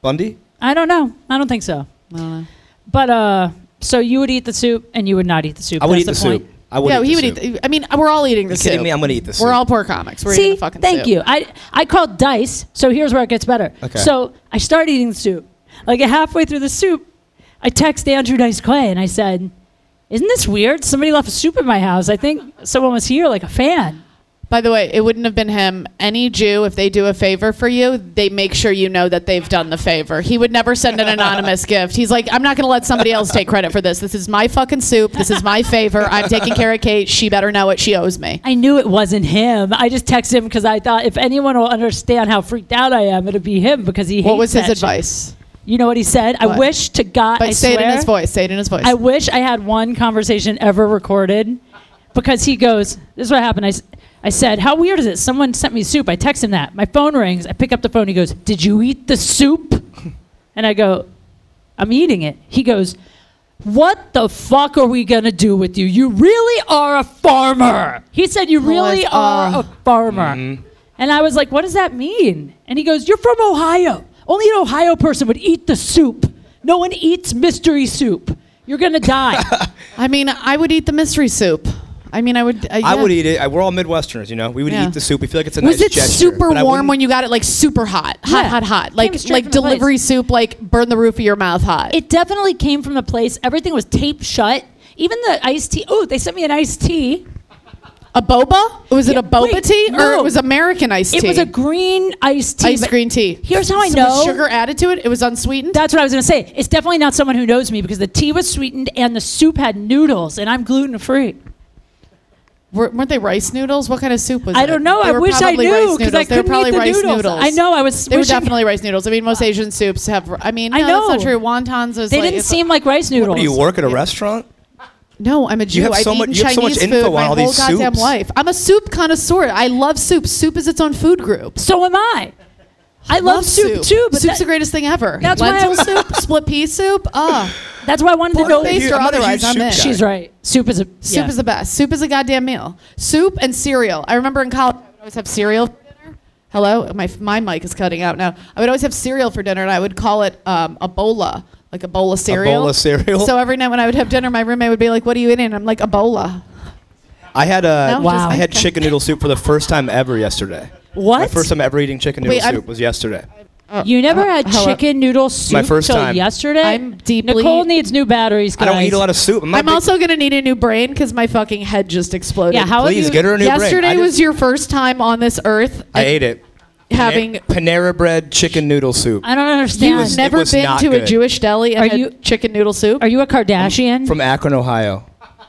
[SPEAKER 9] Bundy?
[SPEAKER 7] I don't know. I don't think so. But, uh, so you would eat the soup and you would not eat the soup.
[SPEAKER 9] I would
[SPEAKER 7] That's
[SPEAKER 9] eat the,
[SPEAKER 7] point.
[SPEAKER 9] soup. I would.
[SPEAKER 8] yeah,
[SPEAKER 9] eat
[SPEAKER 8] he
[SPEAKER 9] the
[SPEAKER 8] would
[SPEAKER 9] soup.
[SPEAKER 8] eat. I mean, we're all eating the
[SPEAKER 9] You kidding
[SPEAKER 8] soup.
[SPEAKER 9] me? I'm gonna eat the soup.
[SPEAKER 8] We're all poor comics. We're eating
[SPEAKER 7] See,
[SPEAKER 8] the fucking
[SPEAKER 7] thank
[SPEAKER 8] soup.
[SPEAKER 7] you. I I called dice. So here's where it gets better.
[SPEAKER 9] Okay.
[SPEAKER 7] So I start eating the soup. Like halfway through the soup, I text Andrew Dice Clay and I said, "Isn't this weird? Somebody left a soup in my house. I think someone was here, like a fan."
[SPEAKER 8] By the way, it wouldn't have been him. Any Jew, if they do a favor for you, they make sure you know that they've done the favor. He would never send an anonymous gift. He's like, I'm not going to let somebody else take credit for this. This is my fucking soup. This is my favor. I'm taking care of Kate. She better know it. She owes me.
[SPEAKER 7] I knew it wasn't him. I just texted him because I thought if anyone will understand how freaked out I am, it'll be him because he.
[SPEAKER 8] What
[SPEAKER 7] hates
[SPEAKER 8] was his
[SPEAKER 7] that shit.
[SPEAKER 8] advice?
[SPEAKER 7] You know what he said? I
[SPEAKER 8] What?
[SPEAKER 7] wish to God.
[SPEAKER 8] But
[SPEAKER 7] I
[SPEAKER 8] say it in
[SPEAKER 7] swear-
[SPEAKER 8] his voice. Say it in his voice.
[SPEAKER 7] I wish I had one conversation ever recorded because he goes, This is what happened. I, s- I said, How weird is it? Someone sent me soup. I text him that. My phone rings. I pick up the phone. He goes, Did you eat the soup? And I go, I'm eating it. He goes, What the fuck are we going to do with you? You really are a farmer. He said, You really
[SPEAKER 8] it's-
[SPEAKER 7] are
[SPEAKER 8] uh,
[SPEAKER 7] a farmer. And I was like, What does that mean? And he goes, You're from Ohio. Only an Ohio person would eat the soup. No one eats mystery soup. You're going to die.
[SPEAKER 8] I mean, I would eat the mystery soup. I mean, I would. Uh,
[SPEAKER 9] I
[SPEAKER 8] yeah.
[SPEAKER 9] would eat it. I- We're all Midwesterners, you know. We would
[SPEAKER 8] Yeah.
[SPEAKER 9] eat the soup. We feel like it's a
[SPEAKER 8] Was
[SPEAKER 9] nice
[SPEAKER 8] it
[SPEAKER 9] gesture.
[SPEAKER 8] super
[SPEAKER 9] but I
[SPEAKER 8] warm
[SPEAKER 9] wouldn't-
[SPEAKER 8] when you got it? Like super hot,
[SPEAKER 7] Yeah.
[SPEAKER 8] hot, hot, hot.
[SPEAKER 7] Came
[SPEAKER 8] Like
[SPEAKER 7] straight
[SPEAKER 8] like
[SPEAKER 7] from the place.
[SPEAKER 8] delivery soup, like burn the roof of your mouth hot.
[SPEAKER 7] it definitely came from the place. Everything was taped shut. Even the iced tea. Oh, they sent me an iced tea.
[SPEAKER 8] A boba? Was it a boba
[SPEAKER 7] Wait,
[SPEAKER 8] tea or
[SPEAKER 7] no.
[SPEAKER 8] it was American iced tea?
[SPEAKER 7] It was a green iced tea.
[SPEAKER 8] iced
[SPEAKER 7] but
[SPEAKER 8] green tea.
[SPEAKER 7] Here's how I
[SPEAKER 8] So
[SPEAKER 7] know.
[SPEAKER 8] Was sugar added to it? It was unsweetened.
[SPEAKER 7] That's what I was going to say. It's definitely not someone who knows me because the tea was sweetened and the soup had noodles, and I'm gluten free.
[SPEAKER 8] Were, weren't they rice noodles? What kind of soup was it?
[SPEAKER 7] I don't know.
[SPEAKER 8] They
[SPEAKER 7] I
[SPEAKER 8] were
[SPEAKER 7] wish I
[SPEAKER 8] probably rice
[SPEAKER 7] knew because I
[SPEAKER 8] noodles. They were
[SPEAKER 7] couldn't
[SPEAKER 8] probably
[SPEAKER 7] eat the
[SPEAKER 8] rice
[SPEAKER 7] noodles.
[SPEAKER 8] noodles.
[SPEAKER 7] I know. I was.
[SPEAKER 8] They were
[SPEAKER 7] wishing- Uh,
[SPEAKER 8] definitely rice noodles. I mean, most Asian soups have. I mean, no,
[SPEAKER 7] I
[SPEAKER 8] that's not
[SPEAKER 7] know.
[SPEAKER 8] true. Wontons is.
[SPEAKER 7] They
[SPEAKER 8] like,
[SPEAKER 7] didn't
[SPEAKER 8] it's-
[SPEAKER 7] seem like rice noodles.
[SPEAKER 9] What, do you work at a restaurant?
[SPEAKER 8] No, I'm a Jew.
[SPEAKER 9] have
[SPEAKER 8] I've
[SPEAKER 9] so much-
[SPEAKER 8] eaten
[SPEAKER 9] you have
[SPEAKER 8] Chinese
[SPEAKER 9] so much
[SPEAKER 8] food
[SPEAKER 9] info on
[SPEAKER 8] my
[SPEAKER 9] all
[SPEAKER 8] whole
[SPEAKER 9] these
[SPEAKER 8] goddamn
[SPEAKER 9] soups.
[SPEAKER 8] life. I'm a soup connoisseur. I love soup. Soup is its own food group.
[SPEAKER 7] So am I. I love, soup, too, but
[SPEAKER 8] soup's
[SPEAKER 7] that-
[SPEAKER 8] the greatest thing ever.
[SPEAKER 7] That's why
[SPEAKER 8] Lentil
[SPEAKER 7] I'm-
[SPEAKER 8] soup, split pea soup. Ah,
[SPEAKER 7] that's why I wanted to know.
[SPEAKER 8] Pork-based
[SPEAKER 9] Huge-
[SPEAKER 8] or
[SPEAKER 9] I'm not a huge
[SPEAKER 8] otherwise, I'm
[SPEAKER 9] soup
[SPEAKER 8] in.
[SPEAKER 9] guy.
[SPEAKER 7] She's right. Soup is a
[SPEAKER 8] soup is the best. Soup is a goddamn meal. Soup and cereal. I remember in college, I would always have cereal for dinner. Hello, my my mic is cutting out now. I would always have cereal for dinner, and I would call it um, a bola, like a bola cereal.
[SPEAKER 9] bowl of cereal.
[SPEAKER 8] So every night when I would have dinner, my roommate would be like, "What are you eating?" And I'm like, "A bola."
[SPEAKER 9] I had a
[SPEAKER 8] No, Wow.
[SPEAKER 9] I had chicken noodle soup for the first time ever yesterday.
[SPEAKER 7] What?
[SPEAKER 9] My first time ever eating chicken noodle
[SPEAKER 8] Wait, I'm-
[SPEAKER 9] soup was yesterday.
[SPEAKER 7] You never had
[SPEAKER 8] hello.
[SPEAKER 7] chicken noodle soup
[SPEAKER 9] first
[SPEAKER 7] till
[SPEAKER 9] time.
[SPEAKER 7] yesterday.
[SPEAKER 8] I'm deeply-
[SPEAKER 7] Nicole needs new batteries.
[SPEAKER 9] I
[SPEAKER 7] Guys.
[SPEAKER 9] don't eat a lot of soup. not
[SPEAKER 8] I'm
[SPEAKER 9] a big-
[SPEAKER 8] also gonna need a new brain because my fucking head just exploded.
[SPEAKER 7] Yeah, how have
[SPEAKER 9] Please
[SPEAKER 7] you-
[SPEAKER 9] get her a new brain.
[SPEAKER 8] Yesterday
[SPEAKER 9] I just-
[SPEAKER 8] was your first time on this earth.
[SPEAKER 9] I
[SPEAKER 8] and
[SPEAKER 9] ate it.
[SPEAKER 8] having.
[SPEAKER 9] Panera bread chicken noodle soup
[SPEAKER 7] I don't understand.
[SPEAKER 8] You've
[SPEAKER 9] was-
[SPEAKER 8] never
[SPEAKER 9] was
[SPEAKER 8] been
[SPEAKER 9] not
[SPEAKER 8] to a
[SPEAKER 9] good.
[SPEAKER 8] Jewish deli and
[SPEAKER 7] Are
[SPEAKER 8] had
[SPEAKER 7] you-
[SPEAKER 8] chicken noodle soup.
[SPEAKER 7] Are you a Kardashian?
[SPEAKER 9] from Akron, Ohio.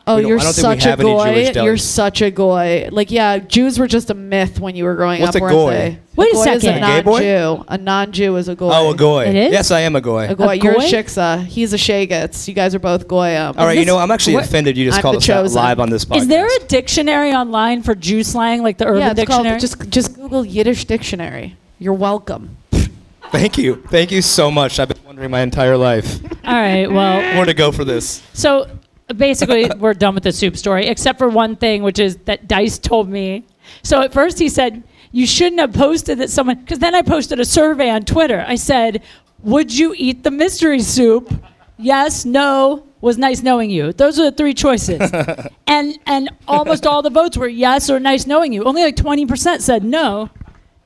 [SPEAKER 8] oh,
[SPEAKER 9] we don't-
[SPEAKER 8] you're
[SPEAKER 9] I don't think we
[SPEAKER 8] such a
[SPEAKER 9] have any
[SPEAKER 8] goy.
[SPEAKER 9] Jewish delis.
[SPEAKER 8] You're such a goy. Like, yeah, Jews were just a myth when you were growing
[SPEAKER 9] What's
[SPEAKER 8] up.
[SPEAKER 9] a
[SPEAKER 8] weren't
[SPEAKER 9] goy?
[SPEAKER 8] they?
[SPEAKER 7] Wait a
[SPEAKER 8] goy Is a
[SPEAKER 7] second. A
[SPEAKER 9] gay boy?
[SPEAKER 8] non-Jew. A non-Jew is a goy.
[SPEAKER 9] Oh, a goy.
[SPEAKER 7] It is?
[SPEAKER 9] Yes, I am a goy.
[SPEAKER 8] A goy. You're a
[SPEAKER 7] goy?
[SPEAKER 8] shiksa. He's a shagitz. You guys are both um, goyim.
[SPEAKER 9] All right, you
[SPEAKER 7] this-
[SPEAKER 9] know, I'm actually
[SPEAKER 7] what-
[SPEAKER 9] offended you just
[SPEAKER 8] I'm
[SPEAKER 9] called
[SPEAKER 8] the
[SPEAKER 9] us out
[SPEAKER 8] chosen.
[SPEAKER 9] live on this podcast.
[SPEAKER 7] is there a dictionary online for Jew slang, like the Urban
[SPEAKER 8] Yeah, it's
[SPEAKER 7] Dictionary?
[SPEAKER 8] called just just Google Yiddish dictionary. You're welcome.
[SPEAKER 9] Thank you. Thank you so much. I've been wondering my entire life
[SPEAKER 7] All right. Well,
[SPEAKER 9] where to go for this.
[SPEAKER 7] so basically, we're done with the soup story, except for one thing, which is that Dice told me. So at first, he said you shouldn't have posted that someone, because then I posted a survey on Twitter. I said, "Would you eat the mystery soup?" Yes. No. Was nice knowing you. Those are the three choices, and and almost all the votes were yes or nice knowing you. Only like twenty percent said no.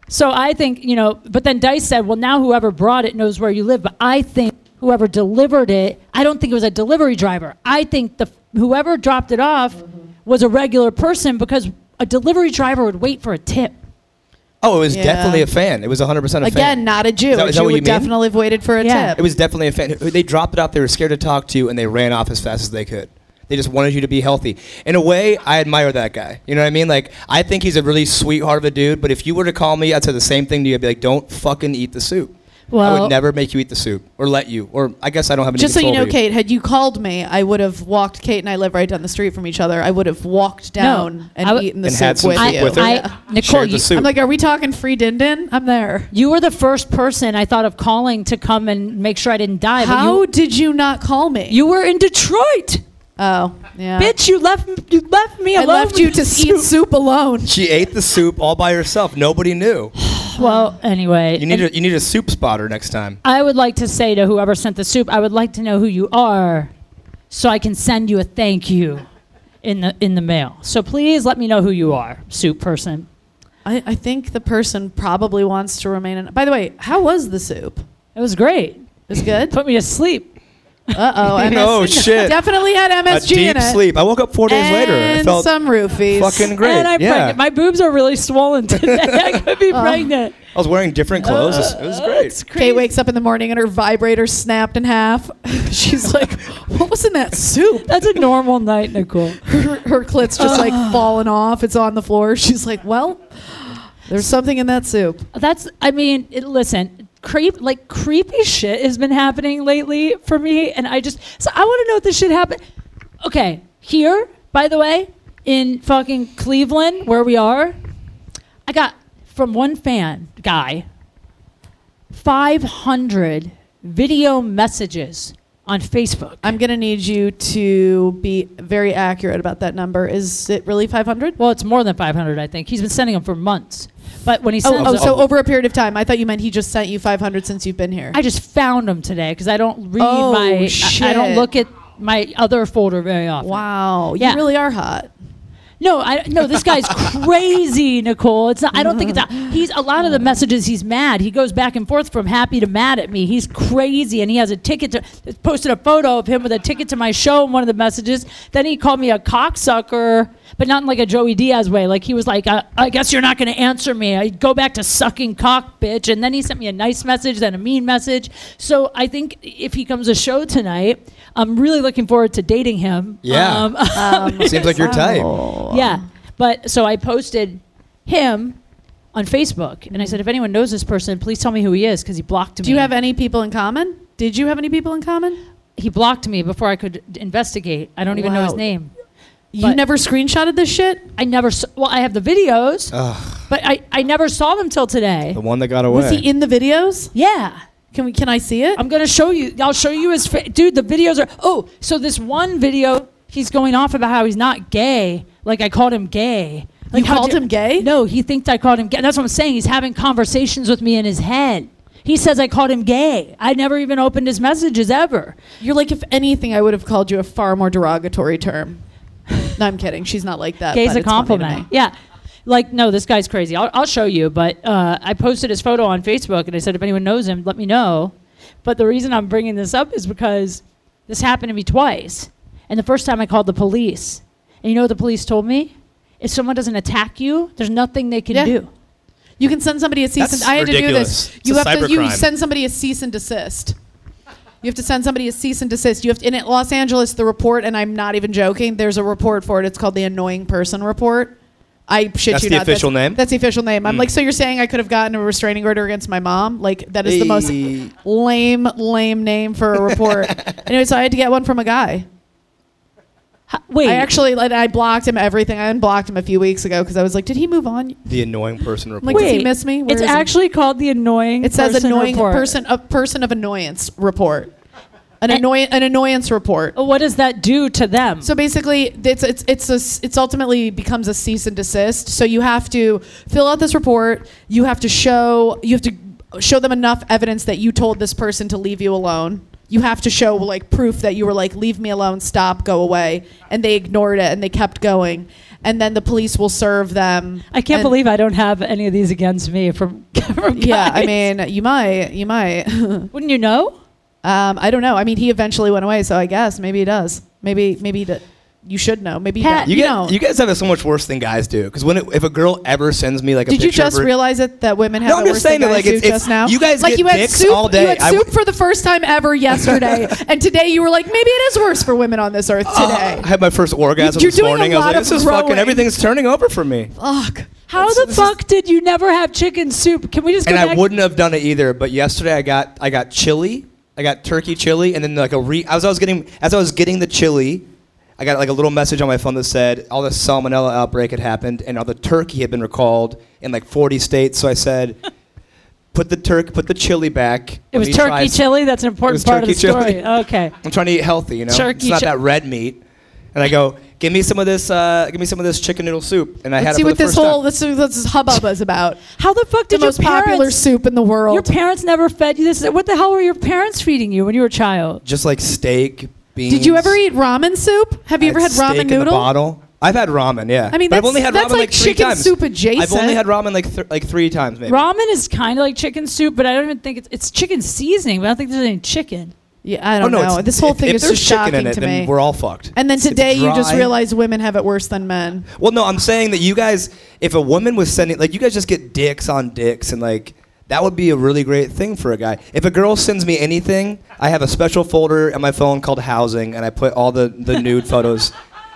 [SPEAKER 7] So I think, you know, but then Dice said, well, now whoever brought it knows where you live. But I think whoever delivered it, I don't think it was a delivery driver. I think the whoever dropped it off was a regular person because a delivery driver would wait for a tip.
[SPEAKER 9] Oh, it was
[SPEAKER 8] Yeah.
[SPEAKER 9] definitely a fan. It was 100% a fan.
[SPEAKER 8] Again, not a Jew.
[SPEAKER 9] Is that-
[SPEAKER 8] a
[SPEAKER 9] is
[SPEAKER 8] Jew
[SPEAKER 9] that what
[SPEAKER 8] would
[SPEAKER 9] you mean?
[SPEAKER 8] definitely have waited for a
[SPEAKER 7] Yeah.
[SPEAKER 8] tip.
[SPEAKER 9] It was definitely a fan. They dropped it off. They were scared to talk to you, and they ran off as fast as they could. They just wanted you to be healthy. In a way, I admire that guy. You know what I mean? Like, I think he's a really sweetheart of a dude. But if you were to call me, I'd say the same thing to you. I'd be like, "Don't fucking eat the soup." I
[SPEAKER 7] Well-
[SPEAKER 9] would never make you eat the soup, or let you, or I guess I don't have any
[SPEAKER 8] Just so you
[SPEAKER 9] control
[SPEAKER 8] know,
[SPEAKER 9] over
[SPEAKER 8] Kate, had you called me, I would have walked. Kate and I live right down the street from each other. I would have walked down and
[SPEAKER 7] I would-
[SPEAKER 8] eaten the
[SPEAKER 9] And
[SPEAKER 8] soup
[SPEAKER 9] had some
[SPEAKER 8] with
[SPEAKER 9] soup
[SPEAKER 8] you. uh,
[SPEAKER 9] with her.
[SPEAKER 7] I,
[SPEAKER 9] Yeah.
[SPEAKER 7] Nicole,
[SPEAKER 9] Shared the
[SPEAKER 7] you,
[SPEAKER 9] soup.
[SPEAKER 8] I'm like, are we talking free din din? I'm there.
[SPEAKER 7] you were the first person I thought of calling to come and make sure I didn't die. but
[SPEAKER 8] How
[SPEAKER 7] You,
[SPEAKER 8] did you not call me?
[SPEAKER 7] you were in Detroit.
[SPEAKER 8] oh yeah,
[SPEAKER 7] Bitch, you left, you left me
[SPEAKER 8] I
[SPEAKER 7] alone.
[SPEAKER 8] left
[SPEAKER 7] with
[SPEAKER 8] you
[SPEAKER 7] the
[SPEAKER 8] to eat soup alone.
[SPEAKER 9] She ate the soup all by herself. Nobody knew.
[SPEAKER 7] Well, anyway.
[SPEAKER 9] You need a, you need a soup spotter next time.
[SPEAKER 7] I would like to say to whoever sent the soup, I would like to know who you are so I can send you a thank you in the in the mail. So please let me know who you are, soup person.
[SPEAKER 8] I, I think the person probably wants to remain. In, by the way, how was the soup?
[SPEAKER 7] It was great.
[SPEAKER 8] It's good.
[SPEAKER 7] Put me to sleep.
[SPEAKER 8] Uh oh.
[SPEAKER 9] No shit.
[SPEAKER 8] Definitely had
[SPEAKER 9] A
[SPEAKER 8] MSG
[SPEAKER 9] deep
[SPEAKER 8] in it.
[SPEAKER 9] sleep. I woke up four days
[SPEAKER 8] and
[SPEAKER 9] later. I felt
[SPEAKER 8] some roofies.
[SPEAKER 9] fucking great.
[SPEAKER 7] And I'm
[SPEAKER 9] yeah. Oh.
[SPEAKER 7] pregnant. My boobs are really swollen today. I could be pregnant.
[SPEAKER 9] I was wearing different clothes. It was- it was great.
[SPEAKER 7] It's crazy.
[SPEAKER 8] Kate wakes up in the morning and her vibrator snapped in half. She's like, "What was in that soup?"
[SPEAKER 7] That's a normal night, Nicole.
[SPEAKER 8] Her, her clit's just like falling off. It's on the floor. She's like, "Well, there's something in that soup."
[SPEAKER 7] That's I mean, it, listen, creep like creepy shit has been happening lately for me, and I just so I want to know if this shit happened. Okay, here, by the way, in fucking Cleveland, where we are, I got from one fan guy five hundred video messages on Facebook.
[SPEAKER 8] I'm gonna need you to be very accurate about that number. Is it really 500?
[SPEAKER 7] Well, it's more than five hundred, I think. He's been sending them for months, but when he
[SPEAKER 8] Oh,
[SPEAKER 7] sends
[SPEAKER 8] oh,
[SPEAKER 7] them,
[SPEAKER 8] so over a period of time. I thought you meant he just sent you 500 since you've been here.
[SPEAKER 7] I just found them today because I don't read
[SPEAKER 8] Oh,
[SPEAKER 7] my. I- I,
[SPEAKER 8] shit.
[SPEAKER 7] don't look at my other folder very often.
[SPEAKER 8] wow,
[SPEAKER 7] Yeah.
[SPEAKER 8] you really are hot.
[SPEAKER 7] No, I no. This guy's crazy, Nicole. It's not. I don't think it's. Not, he's a lot of the messages. He's mad. He goes back and forth from happy to mad at me. He's crazy, and he has a ticket to. Posted a photo of him with a ticket to my show in one of the messages. Then he called me a cocksucker but not in like a Joey Diaz way. Like he was like, I, I guess you're not going to answer me. I go back to sucking cock, bitch. And then he sent me a nice message, then a mean message. So I think if he comes to show tonight, I'm really looking forward to dating him.
[SPEAKER 9] Yeah.
[SPEAKER 7] Um,
[SPEAKER 9] Seems like your type.
[SPEAKER 7] yeah. But so I posted him on Facebook, and I said, if anyone knows this person, please tell me who he is, because he blocked me.
[SPEAKER 8] Do you have any people in common? Did you have any people in common?
[SPEAKER 7] He blocked me before I could d- investigate. I don't even know his
[SPEAKER 8] Wow.
[SPEAKER 7] name.
[SPEAKER 8] You
[SPEAKER 7] But-
[SPEAKER 8] never screenshotted this shit?
[SPEAKER 7] I never. s well, I have the videos, but I, I never saw them till today.
[SPEAKER 9] The one that got away.
[SPEAKER 8] Was he in the videos?
[SPEAKER 7] Yeah.
[SPEAKER 8] Can we? Can I see it?
[SPEAKER 7] I'm gonna show you. I'll show you his fa- dude. The videos are. Oh, so this one video, he's going off about how he's not gay. Like I called him gay. Like
[SPEAKER 8] You
[SPEAKER 7] how
[SPEAKER 8] called him gay?
[SPEAKER 7] No, he thinks I called him gay. That's what I'm saying. He's having conversations with me in his head. He says I called him gay. I never even opened his messages ever.
[SPEAKER 8] You're like, if anything, I would have called you a far more derogatory term. No, I'm kidding. She's not like that.
[SPEAKER 7] Gay's
[SPEAKER 8] Uh, but
[SPEAKER 7] a
[SPEAKER 8] it's funny to
[SPEAKER 7] compliment.
[SPEAKER 8] me.
[SPEAKER 7] Yeah. Like, no, this guy's crazy. I'll, I'll show you. But uh, I posted his photo on Facebook and I said, if anyone knows him, let me know. But the reason I'm bringing this up is because this happened to me twice. And the first time I called the police. And you know what the police told me? If someone doesn't attack you, there's nothing they can
[SPEAKER 8] Yeah.
[SPEAKER 7] do.
[SPEAKER 8] You can send somebody a cease.
[SPEAKER 10] That's
[SPEAKER 8] and I had
[SPEAKER 10] ridiculous.
[SPEAKER 8] to do this.
[SPEAKER 10] It's
[SPEAKER 8] you
[SPEAKER 10] a
[SPEAKER 8] have to. You
[SPEAKER 10] cybercrime.
[SPEAKER 8] send somebody a cease and desist. You have to send somebody a cease and desist. You have to, in Los Angeles, the report, and I'm not even joking. There's a report for it. It's called the annoying person report. I shit
[SPEAKER 9] That's
[SPEAKER 8] you
[SPEAKER 9] the
[SPEAKER 8] not.
[SPEAKER 9] official name? Hmm.
[SPEAKER 8] That's the official name. I'm like, so you're saying I could have gotten a restraining order against my mom? Like that is the most
[SPEAKER 9] Hey.
[SPEAKER 8] lame, lame name for a report. anyway, so I had to get one from a guy.
[SPEAKER 7] Ha- wait.
[SPEAKER 8] I actually like I blocked him everything. I unblocked him a few weeks ago because I was like, did he move on?
[SPEAKER 9] the annoying person report.
[SPEAKER 8] Like, does he miss me? Where
[SPEAKER 7] it's
[SPEAKER 8] is he?
[SPEAKER 7] actually called the annoying.
[SPEAKER 8] It says
[SPEAKER 7] person
[SPEAKER 8] annoying
[SPEAKER 7] report.
[SPEAKER 8] person a person of annoyance report. An annoy an annoyance report.
[SPEAKER 7] What does that do to them?
[SPEAKER 8] So basically, it's it's it's a, s- it's ultimately becomes a cease and desist. So you have to fill out this report. You have to show you have to show them enough evidence that you told this person to leave you alone. You have to show like proof that you were like leave me alone, stop, go away, and they ignored it and they kept going. And then the police will serve them.
[SPEAKER 7] I can't
[SPEAKER 8] And-
[SPEAKER 7] believe I don't have any of these against me from, from
[SPEAKER 8] Yeah, I
[SPEAKER 7] guys.
[SPEAKER 8] mean, you might, you might.
[SPEAKER 7] wouldn't you know?
[SPEAKER 8] Um, I don't know. I mean, he eventually went away, so I guess maybe he does. Maybe maybe he d- you should know. Maybe
[SPEAKER 7] Pat,
[SPEAKER 8] you,
[SPEAKER 9] you,
[SPEAKER 8] do
[SPEAKER 9] get,
[SPEAKER 8] know.
[SPEAKER 9] you guys have it so much worse than guys do. Because when it, if a girl ever sends me like a
[SPEAKER 8] Did you
[SPEAKER 9] picture
[SPEAKER 8] just
[SPEAKER 9] of her,
[SPEAKER 8] realize it that women have
[SPEAKER 9] No,
[SPEAKER 8] the
[SPEAKER 9] I'm just
[SPEAKER 8] worst than
[SPEAKER 9] saying that,
[SPEAKER 8] guys
[SPEAKER 9] like,
[SPEAKER 8] do
[SPEAKER 9] it's- it's-
[SPEAKER 8] just now?
[SPEAKER 9] you guys
[SPEAKER 8] like
[SPEAKER 9] get
[SPEAKER 8] you had
[SPEAKER 9] dicks
[SPEAKER 8] soup,
[SPEAKER 9] all
[SPEAKER 8] You
[SPEAKER 9] day.
[SPEAKER 8] had
[SPEAKER 9] I
[SPEAKER 8] soup
[SPEAKER 9] w-
[SPEAKER 8] for the first time ever yesterday, and today you were like, maybe it is worse for women on this earth today.
[SPEAKER 9] "Ah, I had my first orgasm
[SPEAKER 8] You're
[SPEAKER 9] this
[SPEAKER 8] doing a
[SPEAKER 9] morning. I was
[SPEAKER 8] lot
[SPEAKER 9] like,
[SPEAKER 8] of
[SPEAKER 9] this is
[SPEAKER 8] growing.
[SPEAKER 9] fucking everything's turning over for me.
[SPEAKER 8] Fuck.
[SPEAKER 7] How the fuck did you never have chicken soup? Can we just go
[SPEAKER 9] and
[SPEAKER 7] back?
[SPEAKER 9] I wouldn't have done it either. But yesterday I got I got chili, I got turkey chili, and then like a re as I was getting as I was getting the chili, I got like a little message on my phone that said all the salmonella outbreak had happened and all the turkey had been recalled in like 40 states. So I said, put the turk put the chili back.
[SPEAKER 7] it
[SPEAKER 9] Let
[SPEAKER 7] was
[SPEAKER 9] me
[SPEAKER 7] turkey
[SPEAKER 9] try s-
[SPEAKER 7] chili. That's an
[SPEAKER 9] It
[SPEAKER 7] important
[SPEAKER 9] was
[SPEAKER 7] part of the
[SPEAKER 9] turkey
[SPEAKER 7] story.
[SPEAKER 9] chili.
[SPEAKER 7] Okay.
[SPEAKER 9] I'm trying to eat healthy, you know.
[SPEAKER 7] Turkey
[SPEAKER 9] it's not
[SPEAKER 7] chi-
[SPEAKER 9] that red meat. And I go, give me some of this, uh, give me some of this chicken noodle soup. And I had it
[SPEAKER 8] Let's see
[SPEAKER 9] for
[SPEAKER 8] what
[SPEAKER 9] the
[SPEAKER 8] this
[SPEAKER 9] first
[SPEAKER 8] whole
[SPEAKER 9] time.
[SPEAKER 8] let's see what this hubbub is about.
[SPEAKER 7] How the fuck
[SPEAKER 8] the
[SPEAKER 7] did your
[SPEAKER 8] most popular
[SPEAKER 7] parents-
[SPEAKER 8] soup in the world.
[SPEAKER 7] Your parents never fed you this. What the hell were your parents feeding you when you were a child?
[SPEAKER 9] Just like steak, beans.
[SPEAKER 8] Did you ever eat ramen soup? Have you ever
[SPEAKER 9] I
[SPEAKER 8] had
[SPEAKER 9] steak
[SPEAKER 8] ramen
[SPEAKER 9] In the
[SPEAKER 8] noodle?
[SPEAKER 9] bottle. I've had ramen, yeah.
[SPEAKER 8] I mean,
[SPEAKER 9] But I've
[SPEAKER 8] that's-
[SPEAKER 9] only had
[SPEAKER 8] that's
[SPEAKER 9] ramen like,
[SPEAKER 8] like
[SPEAKER 9] three
[SPEAKER 8] chicken
[SPEAKER 9] times.
[SPEAKER 8] soup adjacent.
[SPEAKER 9] I've only had ramen like th- like three times, maybe.
[SPEAKER 7] Ramen is kind of like chicken soup, but I don't even think it's, it's chicken seasoning. But I don't think there's any chicken.
[SPEAKER 8] Yeah, I
[SPEAKER 9] Oh
[SPEAKER 8] don't
[SPEAKER 9] no,
[SPEAKER 8] know.
[SPEAKER 9] it's-
[SPEAKER 8] This whole
[SPEAKER 9] if-
[SPEAKER 8] thing
[SPEAKER 9] if
[SPEAKER 8] is
[SPEAKER 9] there's
[SPEAKER 8] just
[SPEAKER 9] chicken
[SPEAKER 8] shocking
[SPEAKER 9] in it,
[SPEAKER 8] to
[SPEAKER 9] then
[SPEAKER 8] me.
[SPEAKER 9] We're all fucked.
[SPEAKER 8] And then
[SPEAKER 9] It's
[SPEAKER 8] today you just
[SPEAKER 9] dry.
[SPEAKER 8] realize women have it worse than men.
[SPEAKER 9] Well, no, I'm saying that you guys, if a woman was sending, like, you guys just get dicks on dicks, and like, that would be a really great thing for a guy. If a girl sends me anything, I have a special folder on my phone called housing, and I put all the the nude photos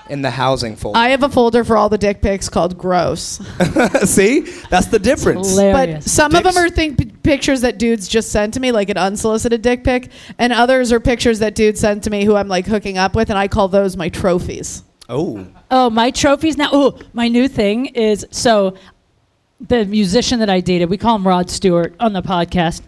[SPEAKER 9] in the housing folder.
[SPEAKER 8] I have a folder for all the dick pics called gross.
[SPEAKER 9] See, that's the difference.
[SPEAKER 8] But
[SPEAKER 7] Hilarious.
[SPEAKER 8] some of them
[SPEAKER 9] Dicks.
[SPEAKER 8] are think p- pictures that dudes just sent to me, like an unsolicited dick pic, and others are pictures that dudes sent to me who I'm like hooking up with, and I call those my trophies.
[SPEAKER 9] Oh,
[SPEAKER 7] oh, my trophies now. Oh, my new thing is so the musician that I dated, we call him Rod Stewart on the podcast.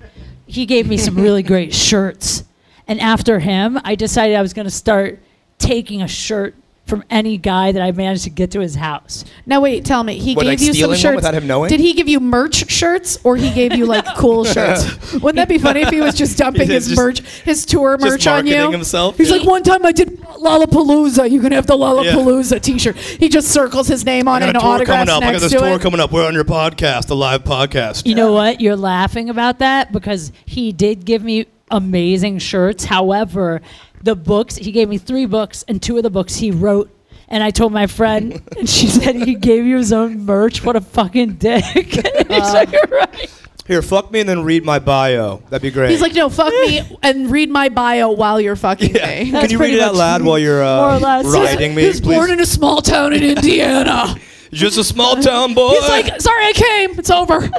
[SPEAKER 7] He gave me some really great shirts. And after him, I decided I was going to start taking a shirt from any guy that I managed to get to his house.
[SPEAKER 8] Now wait, tell me, he
[SPEAKER 9] What,
[SPEAKER 8] gave
[SPEAKER 9] like
[SPEAKER 8] you some
[SPEAKER 9] stealing one
[SPEAKER 8] shirts
[SPEAKER 9] without him knowing?
[SPEAKER 8] Did he give you merch shirts, or he gave you like cool shirts? Wouldn't that be funny if he was just dumping
[SPEAKER 9] Yeah,
[SPEAKER 8] his
[SPEAKER 9] just-
[SPEAKER 8] merch, his tour
[SPEAKER 9] just
[SPEAKER 8] merch on you?
[SPEAKER 9] marketing himself,
[SPEAKER 8] He's
[SPEAKER 9] yeah.
[SPEAKER 8] like, one time I did Lollapalooza. You can have the Lollapalooza T-shirt. He just circles his name on it and autographs next to it.
[SPEAKER 10] coming up. We're on your podcast, a live podcast.
[SPEAKER 7] You know what? You're laughing about that because he did give me amazing shirts. However, the books, he gave me three books, and two of the books he wrote. And I told my friend, and she said he gave you his own merch. What a fucking dick!
[SPEAKER 8] Uh,
[SPEAKER 7] And he's like, "You're right."
[SPEAKER 9] Here, fuck me and then read my bio. That'd be great.
[SPEAKER 8] He's like, no, fuck me and read my bio while you're fucking me.
[SPEAKER 9] Can you read
[SPEAKER 7] pretty
[SPEAKER 9] it out
[SPEAKER 7] much
[SPEAKER 9] loud while you're
[SPEAKER 7] more or
[SPEAKER 9] uh,
[SPEAKER 7] less.
[SPEAKER 9] riding me?
[SPEAKER 8] He was born in a small town in Indiana.
[SPEAKER 9] Just a small town boy.
[SPEAKER 8] He's like, sorry, I came. It's over.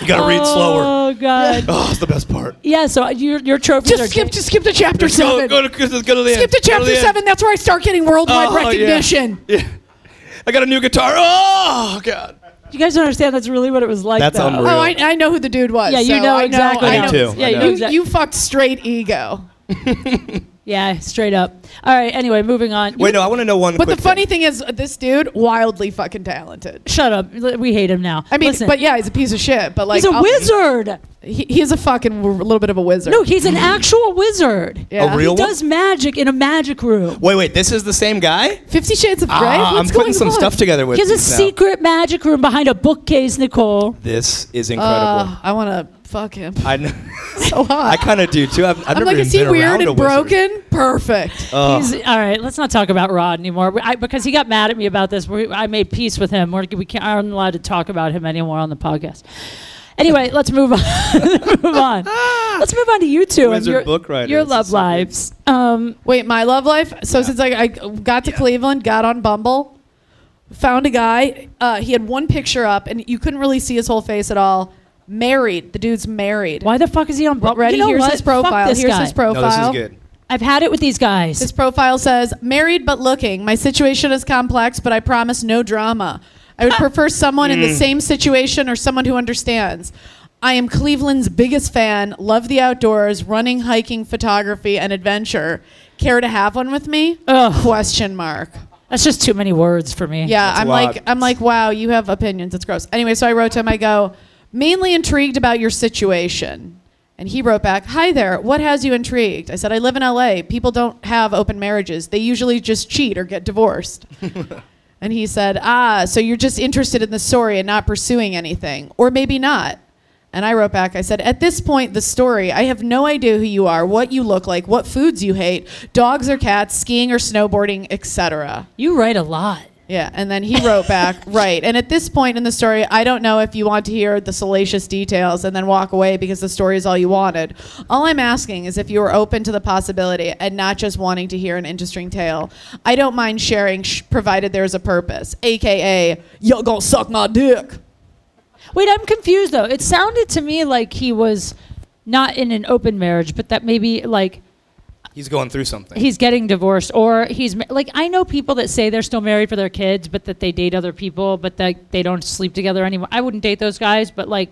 [SPEAKER 10] You gotta read slower.
[SPEAKER 8] uh,
[SPEAKER 7] Oh god.
[SPEAKER 10] Oh, it's the best part.
[SPEAKER 7] Yeah. So uh, your your trophies are
[SPEAKER 8] Just skip, just skip to chapter
[SPEAKER 10] Go,
[SPEAKER 8] seven.
[SPEAKER 10] go, to, go to the end.
[SPEAKER 8] skip
[SPEAKER 10] Go
[SPEAKER 8] to chapter
[SPEAKER 10] the end.
[SPEAKER 8] seven. That's where I start getting worldwide
[SPEAKER 10] Oh, yeah.
[SPEAKER 8] recognition.
[SPEAKER 10] Yeah. I got a new guitar. Oh God.
[SPEAKER 7] You guys don't understand. That's really what it was like.
[SPEAKER 9] That's
[SPEAKER 7] though.
[SPEAKER 9] unreal.
[SPEAKER 8] Oh, I, I know who the dude was.
[SPEAKER 7] Yeah, you
[SPEAKER 8] so
[SPEAKER 7] know
[SPEAKER 8] I
[SPEAKER 7] exactly.
[SPEAKER 9] Me
[SPEAKER 8] I know.
[SPEAKER 9] too.
[SPEAKER 7] Yeah,
[SPEAKER 9] I
[SPEAKER 7] you,
[SPEAKER 9] know.
[SPEAKER 7] exact-
[SPEAKER 8] You fucked straight ego.
[SPEAKER 7] yeah, straight up. All right. Anyway, moving on.
[SPEAKER 9] Wait, no, I want to know one.
[SPEAKER 8] But the
[SPEAKER 9] quick
[SPEAKER 8] funny
[SPEAKER 9] thing.
[SPEAKER 8] thing is, this dude wildly fucking talented.
[SPEAKER 7] Shut up. L- We hate him now.
[SPEAKER 8] I mean,
[SPEAKER 7] Listen,
[SPEAKER 8] but yeah, he's a piece of shit. But like,
[SPEAKER 7] he's a
[SPEAKER 8] I'll-
[SPEAKER 7] wizard.
[SPEAKER 8] He, he's a fucking w- little bit of a wizard.
[SPEAKER 7] No, he's an actual wizard.
[SPEAKER 8] yeah.
[SPEAKER 9] A real
[SPEAKER 7] He
[SPEAKER 9] one?
[SPEAKER 7] does magic in a magic room.
[SPEAKER 9] Wait, wait. This is the same guy.
[SPEAKER 8] Fifty Shades of Grey.
[SPEAKER 9] Ah,
[SPEAKER 8] What's
[SPEAKER 9] I'm putting
[SPEAKER 8] going
[SPEAKER 9] some
[SPEAKER 8] on?
[SPEAKER 9] stuff together with
[SPEAKER 7] He has a
[SPEAKER 9] these now.
[SPEAKER 7] secret magic room behind a bookcase, Nicole.
[SPEAKER 9] This is incredible.
[SPEAKER 8] Uh, I want to fuck him
[SPEAKER 9] I know.
[SPEAKER 8] so
[SPEAKER 9] I
[SPEAKER 8] hot.
[SPEAKER 9] kind of do too. I've, I've
[SPEAKER 8] I'm
[SPEAKER 9] never
[SPEAKER 8] like,
[SPEAKER 9] even
[SPEAKER 8] is he
[SPEAKER 9] been around Uh,
[SPEAKER 8] weird
[SPEAKER 9] a
[SPEAKER 8] and
[SPEAKER 9] wizard.
[SPEAKER 8] broken? Perfect.
[SPEAKER 7] He's, all right, let's not talk about Rod anymore I, because he got mad at me about this. We, I made peace with him. We're, we can't, I'm not allowed to talk about him anymore on the podcast. Anyway, let's move on. move on. Let's move on to you two and
[SPEAKER 9] Wizard
[SPEAKER 7] your,
[SPEAKER 9] book writer.
[SPEAKER 7] your
[SPEAKER 9] This is
[SPEAKER 7] love
[SPEAKER 9] so good.
[SPEAKER 7] lives. Um,
[SPEAKER 8] Wait, my love life. So since I, I got to Cleveland, got on Bumble, found a guy. Uh, he had one picture up, and you couldn't really see his whole face at all. Married. The dude's married.
[SPEAKER 7] why the fuck is he on? Bro-
[SPEAKER 8] Ready?
[SPEAKER 7] You know
[SPEAKER 8] Here's
[SPEAKER 7] what?
[SPEAKER 8] his
[SPEAKER 7] Fuck
[SPEAKER 8] profile.
[SPEAKER 7] this
[SPEAKER 8] Here's
[SPEAKER 7] guy.
[SPEAKER 8] his profile.
[SPEAKER 9] No, this is good.
[SPEAKER 7] I've had it with these guys.
[SPEAKER 8] His profile says, married but looking. My situation is complex, but I promise no drama. I would prefer someone in the same situation or someone who understands. I am Cleveland's biggest fan, love the outdoors, running, hiking, photography, and adventure. Care to have one with me?
[SPEAKER 7] Ugh.
[SPEAKER 8] Question mark.
[SPEAKER 7] That's just too many words for me.
[SPEAKER 8] Yeah, I'm
[SPEAKER 9] lot.
[SPEAKER 8] like I'm like, wow, you have opinions. It's gross. Anyway, so I wrote to him, I go, mainly intrigued about your situation. And he wrote back, Hi there, what has you intrigued? I said, I live in LA. People don't have open marriages. They usually just cheat or get divorced. and he said, Ah, so you're just interested in the story and not pursuing anything. Or maybe not. And I wrote back, I said, At this point, the story, I have no idea who you are, what you look like, what foods you hate, dogs or cats, skiing or snowboarding, etc.
[SPEAKER 7] You write a lot.
[SPEAKER 8] Yeah, and then he wrote back, right. And at this point in the story, I don't know if you want to hear the salacious details and then walk away because the story is all you wanted. All I'm asking is if you are open to the possibility and not just wanting to hear an interesting tale. I don't mind sharing, sh- provided there's a purpose, aka y'all gonna suck my dick.
[SPEAKER 7] Wait, I'm confused though. It sounded to me like he was not in an open marriage, but that maybe like
[SPEAKER 9] He's going through something.
[SPEAKER 7] he's getting divorced or he's ma- like I know people that say they're still married for their kids, but that they date other people, but that they don't sleep together anymore. I wouldn't date those guys, but like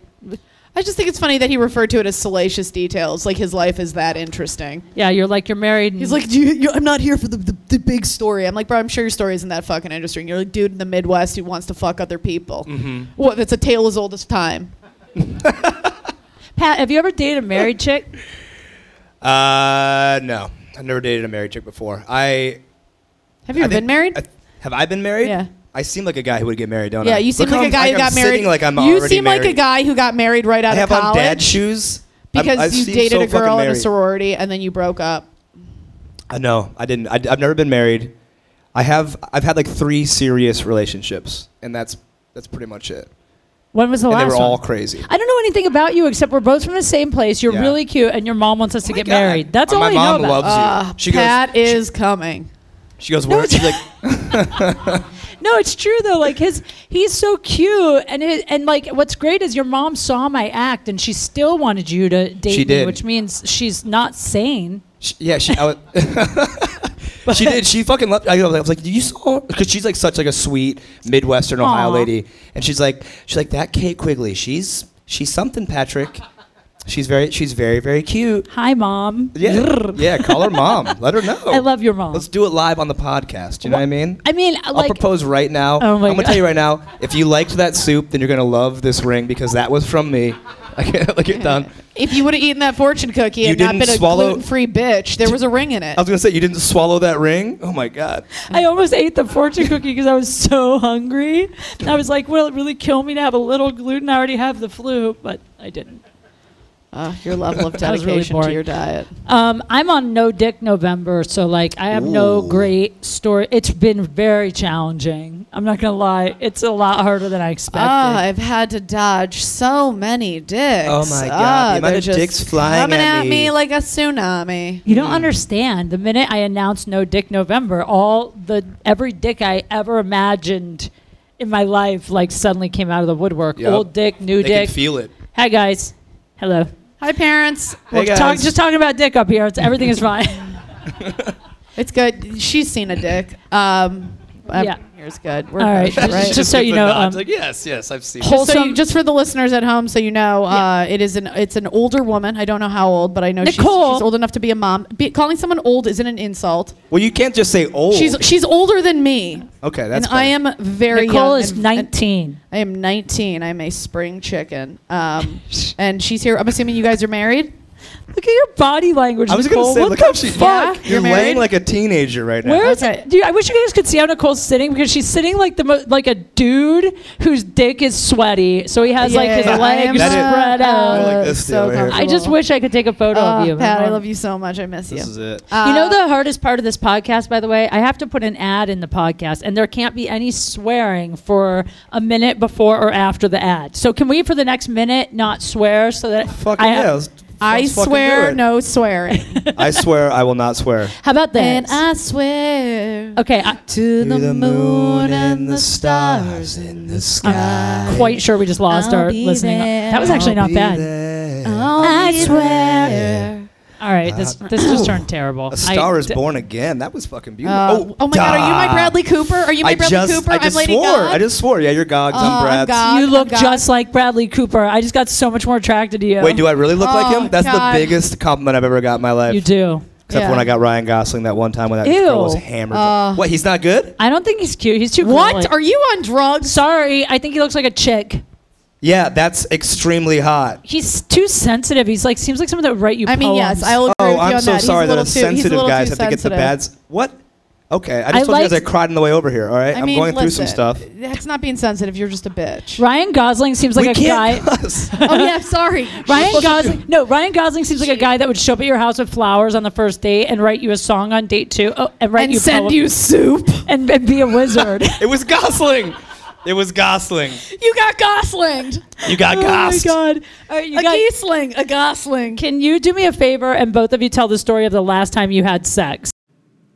[SPEAKER 8] I just think it's funny that he referred to it as salacious details, like his life is that interesting.
[SPEAKER 7] yeah, you're like you're married. And
[SPEAKER 8] He's like, you, you, I'm not here for the, the, the big story. I'm like, bro, I'm sure your story isn't that fucking interesting. You're like, dude in the Midwest who wants to fuck other people.
[SPEAKER 9] Mm-hmm.
[SPEAKER 8] What? That's a tale as old as time.
[SPEAKER 7] Pat, have you ever dated a married chick?
[SPEAKER 9] Uh, no, I've never dated a married chick before. I
[SPEAKER 8] Have you
[SPEAKER 9] I think-
[SPEAKER 8] ever been married?
[SPEAKER 9] I- have I been married?
[SPEAKER 8] Yeah.
[SPEAKER 9] I seem like a guy who would get married, don't I?
[SPEAKER 8] yeah, you seem
[SPEAKER 9] Look
[SPEAKER 8] like
[SPEAKER 9] how
[SPEAKER 8] a guy
[SPEAKER 9] I'm-
[SPEAKER 8] who got
[SPEAKER 9] I'm
[SPEAKER 8] married.
[SPEAKER 9] Sitting like I'm
[SPEAKER 8] you
[SPEAKER 9] already
[SPEAKER 8] seem like a
[SPEAKER 9] married.
[SPEAKER 8] guy who got married right out
[SPEAKER 9] I have
[SPEAKER 8] of
[SPEAKER 9] on
[SPEAKER 8] college
[SPEAKER 9] dad shoes. I'm-
[SPEAKER 8] because
[SPEAKER 9] I
[SPEAKER 8] you
[SPEAKER 9] seem
[SPEAKER 8] dated
[SPEAKER 9] so
[SPEAKER 8] a girl
[SPEAKER 9] fucking
[SPEAKER 8] in a
[SPEAKER 9] married.
[SPEAKER 8] sorority and then you broke up.
[SPEAKER 9] Uh, no, I didn't. I, have never been married. I have. I've had like three serious relationships, and that's that's pretty much it.
[SPEAKER 7] When was the
[SPEAKER 9] And
[SPEAKER 7] last
[SPEAKER 9] they were
[SPEAKER 7] one?
[SPEAKER 9] all crazy.
[SPEAKER 7] I don't know anything about you except we're both from the same place. You're
[SPEAKER 9] Yeah.
[SPEAKER 7] really cute, and your mom wants us to
[SPEAKER 9] my
[SPEAKER 7] get
[SPEAKER 9] God.
[SPEAKER 7] married. That's
[SPEAKER 9] Uh,
[SPEAKER 7] all
[SPEAKER 9] my
[SPEAKER 7] I
[SPEAKER 9] mom
[SPEAKER 7] know about.
[SPEAKER 9] loves
[SPEAKER 8] Uh,
[SPEAKER 9] you. She
[SPEAKER 8] Pat
[SPEAKER 9] goes.
[SPEAKER 8] is coming.
[SPEAKER 9] She, she goes. Where? She's like.
[SPEAKER 7] No, it's true though. Like his, he's so cute, and his, and like what's great is your mom saw my act, and she still wanted you to date
[SPEAKER 9] She
[SPEAKER 7] me,
[SPEAKER 9] did.
[SPEAKER 7] which means she's not sane.
[SPEAKER 9] She, yeah, she. I was, she did. She fucking loved. I was like, you saw because she's like such like a sweet Midwestern Ohio
[SPEAKER 7] Aw.
[SPEAKER 9] lady, and she's like, she's like that Kate Quigley. She's she's something, Patrick. She's very she's very very cute.
[SPEAKER 7] Hi, mom.
[SPEAKER 9] Yeah,
[SPEAKER 7] Grr.
[SPEAKER 9] yeah. Call her mom. Let her know.
[SPEAKER 7] I love your mom.
[SPEAKER 9] Let's do it live on the podcast. You know what I mean?
[SPEAKER 7] I mean,
[SPEAKER 9] I'll
[SPEAKER 7] like-
[SPEAKER 9] propose right now.
[SPEAKER 7] Oh my
[SPEAKER 9] I'm gonna
[SPEAKER 7] God.
[SPEAKER 9] tell you right now. If you liked that soup, then you're gonna love this ring because that was from me. I can't look it down.
[SPEAKER 8] If you would have eaten that fortune cookie and not
[SPEAKER 9] didn't
[SPEAKER 8] been a
[SPEAKER 9] swallow-
[SPEAKER 8] gluten-free bitch, there was a ring in it.
[SPEAKER 9] I was gonna say you didn't swallow that ring. Oh my god.
[SPEAKER 7] I almost ate the fortune cookie because I was so hungry. And I was like, "Will it really kill me to have a little gluten? I already have the flu, but I didn't."
[SPEAKER 8] Uh, your level of
[SPEAKER 11] That was really
[SPEAKER 8] dedication to
[SPEAKER 11] boring.
[SPEAKER 8] your diet.
[SPEAKER 11] Um, I'm on No Dick November, so like I have no great story. It's been very challenging. I'm not gonna lie; it's a lot harder than I expected.
[SPEAKER 8] Ah, I've had to dodge so many dicks.
[SPEAKER 9] Oh my God, the
[SPEAKER 8] Ah,
[SPEAKER 9] amount
[SPEAKER 8] they're
[SPEAKER 9] of
[SPEAKER 8] just
[SPEAKER 9] dicks flying
[SPEAKER 8] coming
[SPEAKER 9] at
[SPEAKER 8] at me.
[SPEAKER 9] me.
[SPEAKER 8] like a tsunami.
[SPEAKER 11] you don't understand. The minute I announced No Dick November, all the every dick I ever imagined in my life like suddenly came out of the woodwork.
[SPEAKER 9] Yep.
[SPEAKER 11] Old dick, new
[SPEAKER 9] They
[SPEAKER 11] dick.
[SPEAKER 9] can feel it.
[SPEAKER 11] Hi guys, hello.
[SPEAKER 8] Hi, parents.
[SPEAKER 11] We're
[SPEAKER 9] guys.
[SPEAKER 11] talk- just talking about dick up here. It's, everything is fine.
[SPEAKER 8] It's good. She's seen a dick. Um, um,
[SPEAKER 11] Yeah.
[SPEAKER 8] Here's good. We're
[SPEAKER 11] all right,
[SPEAKER 8] kosher,
[SPEAKER 11] just, just so
[SPEAKER 7] With
[SPEAKER 11] you
[SPEAKER 7] the
[SPEAKER 11] know,
[SPEAKER 7] nods,
[SPEAKER 11] um,
[SPEAKER 7] like, yes, yes, I've seen. it.
[SPEAKER 8] Just so
[SPEAKER 11] wholesome.
[SPEAKER 8] you- just for the listeners at home, so you know, uh, it is an it's an older woman. I don't know how old, but I know she's, she's
[SPEAKER 11] Nicole.
[SPEAKER 8] old enough to be a mom. Be, calling someone old isn't an insult.
[SPEAKER 9] Well, you can't just say old.
[SPEAKER 8] She's she's older than me,
[SPEAKER 9] okay, that's.
[SPEAKER 8] and I
[SPEAKER 9] better.
[SPEAKER 8] am very
[SPEAKER 11] Nicole
[SPEAKER 8] young
[SPEAKER 11] is
[SPEAKER 8] and- and-
[SPEAKER 11] 19.
[SPEAKER 8] I am 19. I'm a spring chicken, um, and she's here. I'm assuming you guys are married.
[SPEAKER 11] Look at your body language.
[SPEAKER 9] I was
[SPEAKER 11] Nicole.
[SPEAKER 9] gonna say,
[SPEAKER 11] What
[SPEAKER 9] look
[SPEAKER 11] the
[SPEAKER 9] how she.
[SPEAKER 11] fuck?
[SPEAKER 8] Yeah.
[SPEAKER 9] You're
[SPEAKER 8] You're
[SPEAKER 9] laying
[SPEAKER 8] married?
[SPEAKER 9] like a teenager right now.
[SPEAKER 11] Where is
[SPEAKER 8] Okay.
[SPEAKER 11] it? Dude, I wish you guys could see how Nicole's sitting because she's sitting like the mo- like a dude whose dick is sweaty, so he has like his
[SPEAKER 8] Yeah, I am
[SPEAKER 11] legs
[SPEAKER 9] That is-
[SPEAKER 11] spread
[SPEAKER 8] uh,
[SPEAKER 11] out.
[SPEAKER 9] like this
[SPEAKER 8] so
[SPEAKER 9] deal right here.
[SPEAKER 11] I just wish I could take a photo
[SPEAKER 8] Oh,
[SPEAKER 11] of you.
[SPEAKER 8] Pat, I love you so much. I miss
[SPEAKER 9] This
[SPEAKER 8] you. Uh,
[SPEAKER 9] is it.
[SPEAKER 11] You know the hardest part of this podcast, by the way, I have to put an ad in the podcast, and there can't be any swearing for a minute before or after the ad. So can we, for the next minute, not swear so that
[SPEAKER 9] Fuck
[SPEAKER 11] I
[SPEAKER 9] yeah. let's-
[SPEAKER 8] I
[SPEAKER 9] let's fucking do
[SPEAKER 8] swear,
[SPEAKER 9] it.
[SPEAKER 8] no swearing.
[SPEAKER 9] I swear I will not swear.
[SPEAKER 11] How about that?
[SPEAKER 8] and I swear
[SPEAKER 11] okay, I,
[SPEAKER 8] to the, moon and the
[SPEAKER 9] stars in the sky.
[SPEAKER 11] quite sure we just lost
[SPEAKER 8] I'll
[SPEAKER 11] our
[SPEAKER 8] be
[SPEAKER 11] listening.
[SPEAKER 8] there.
[SPEAKER 11] That was actually not bad.
[SPEAKER 8] I
[SPEAKER 9] swear.
[SPEAKER 11] All right, this this just turned terrible.
[SPEAKER 9] Uh, A star
[SPEAKER 11] I-
[SPEAKER 9] is
[SPEAKER 11] d-
[SPEAKER 9] born again. That was fucking beautiful.
[SPEAKER 8] Uh, oh, my God, are you my
[SPEAKER 9] duh.
[SPEAKER 8] Bradley Cooper? Are you my
[SPEAKER 9] I
[SPEAKER 8] Bradley
[SPEAKER 9] just,
[SPEAKER 8] Cooper?
[SPEAKER 9] I just
[SPEAKER 8] I'm Lady
[SPEAKER 9] swore.
[SPEAKER 8] God.
[SPEAKER 9] I just swore. Yeah, you're Gogs.
[SPEAKER 8] Oh, I'm
[SPEAKER 9] I'm Brad's.
[SPEAKER 8] God.
[SPEAKER 11] You look
[SPEAKER 8] God.
[SPEAKER 11] just like Bradley Cooper. I just got so much more attracted to you.
[SPEAKER 9] Wait, do I really look like
[SPEAKER 8] Oh,
[SPEAKER 9] him? That's
[SPEAKER 8] God.
[SPEAKER 9] the biggest compliment I've ever got in my life.
[SPEAKER 11] You do.
[SPEAKER 9] Except
[SPEAKER 8] Yeah. Uh.
[SPEAKER 9] for when I got Ryan Gosling that one time when that
[SPEAKER 11] Ew.
[SPEAKER 9] girl was hammered. what? He's not good?
[SPEAKER 11] I don't think he's cute. He's too.
[SPEAKER 8] what?
[SPEAKER 11] girly.
[SPEAKER 8] Are you on drugs?
[SPEAKER 11] Sorry, I think he looks like a chick.
[SPEAKER 9] Yeah, that's extremely hot.
[SPEAKER 11] He's too sensitive. He's like seems like someone that would write you.
[SPEAKER 8] I mean,
[SPEAKER 11] poems.
[SPEAKER 8] yes, I will agree with
[SPEAKER 9] Oh,
[SPEAKER 8] you
[SPEAKER 9] I'm
[SPEAKER 8] on
[SPEAKER 9] so
[SPEAKER 8] that. He's
[SPEAKER 9] sorry
[SPEAKER 8] a
[SPEAKER 9] that
[SPEAKER 8] little
[SPEAKER 9] a
[SPEAKER 8] too- he's a
[SPEAKER 9] sensitive
[SPEAKER 8] little
[SPEAKER 9] guys
[SPEAKER 8] too
[SPEAKER 9] have to get the
[SPEAKER 8] sensitive.
[SPEAKER 9] bad. s- What? Okay, I just
[SPEAKER 11] I
[SPEAKER 9] told you guys I
[SPEAKER 11] liked-
[SPEAKER 9] cried on the way over here. All right,
[SPEAKER 8] I mean,
[SPEAKER 9] I'm going through some
[SPEAKER 8] listen,
[SPEAKER 9] stuff.
[SPEAKER 8] That's not being sensitive. You're just a bitch.
[SPEAKER 11] Ryan Gosling seems like
[SPEAKER 9] we
[SPEAKER 11] a
[SPEAKER 9] can't
[SPEAKER 11] guy.
[SPEAKER 9] cuss.
[SPEAKER 8] oh yeah, sorry.
[SPEAKER 11] Ryan Gosling. No, Ryan Gosling seems like a guy that would show up at your house with flowers on the first date and write you a song on date two. Oh, and write
[SPEAKER 8] and
[SPEAKER 11] you
[SPEAKER 8] send
[SPEAKER 11] poem-
[SPEAKER 8] you soup.
[SPEAKER 11] and, and be a wizard. Oh
[SPEAKER 7] It was Gosling. It was Gosling.
[SPEAKER 8] you got goslinged.
[SPEAKER 7] You got
[SPEAKER 11] oh my
[SPEAKER 7] gossed.
[SPEAKER 11] god! All right, you
[SPEAKER 8] A
[SPEAKER 11] guys-
[SPEAKER 8] geesling. A gosling.
[SPEAKER 11] Can you do me a favor and both of you tell the story of the last time you had sex?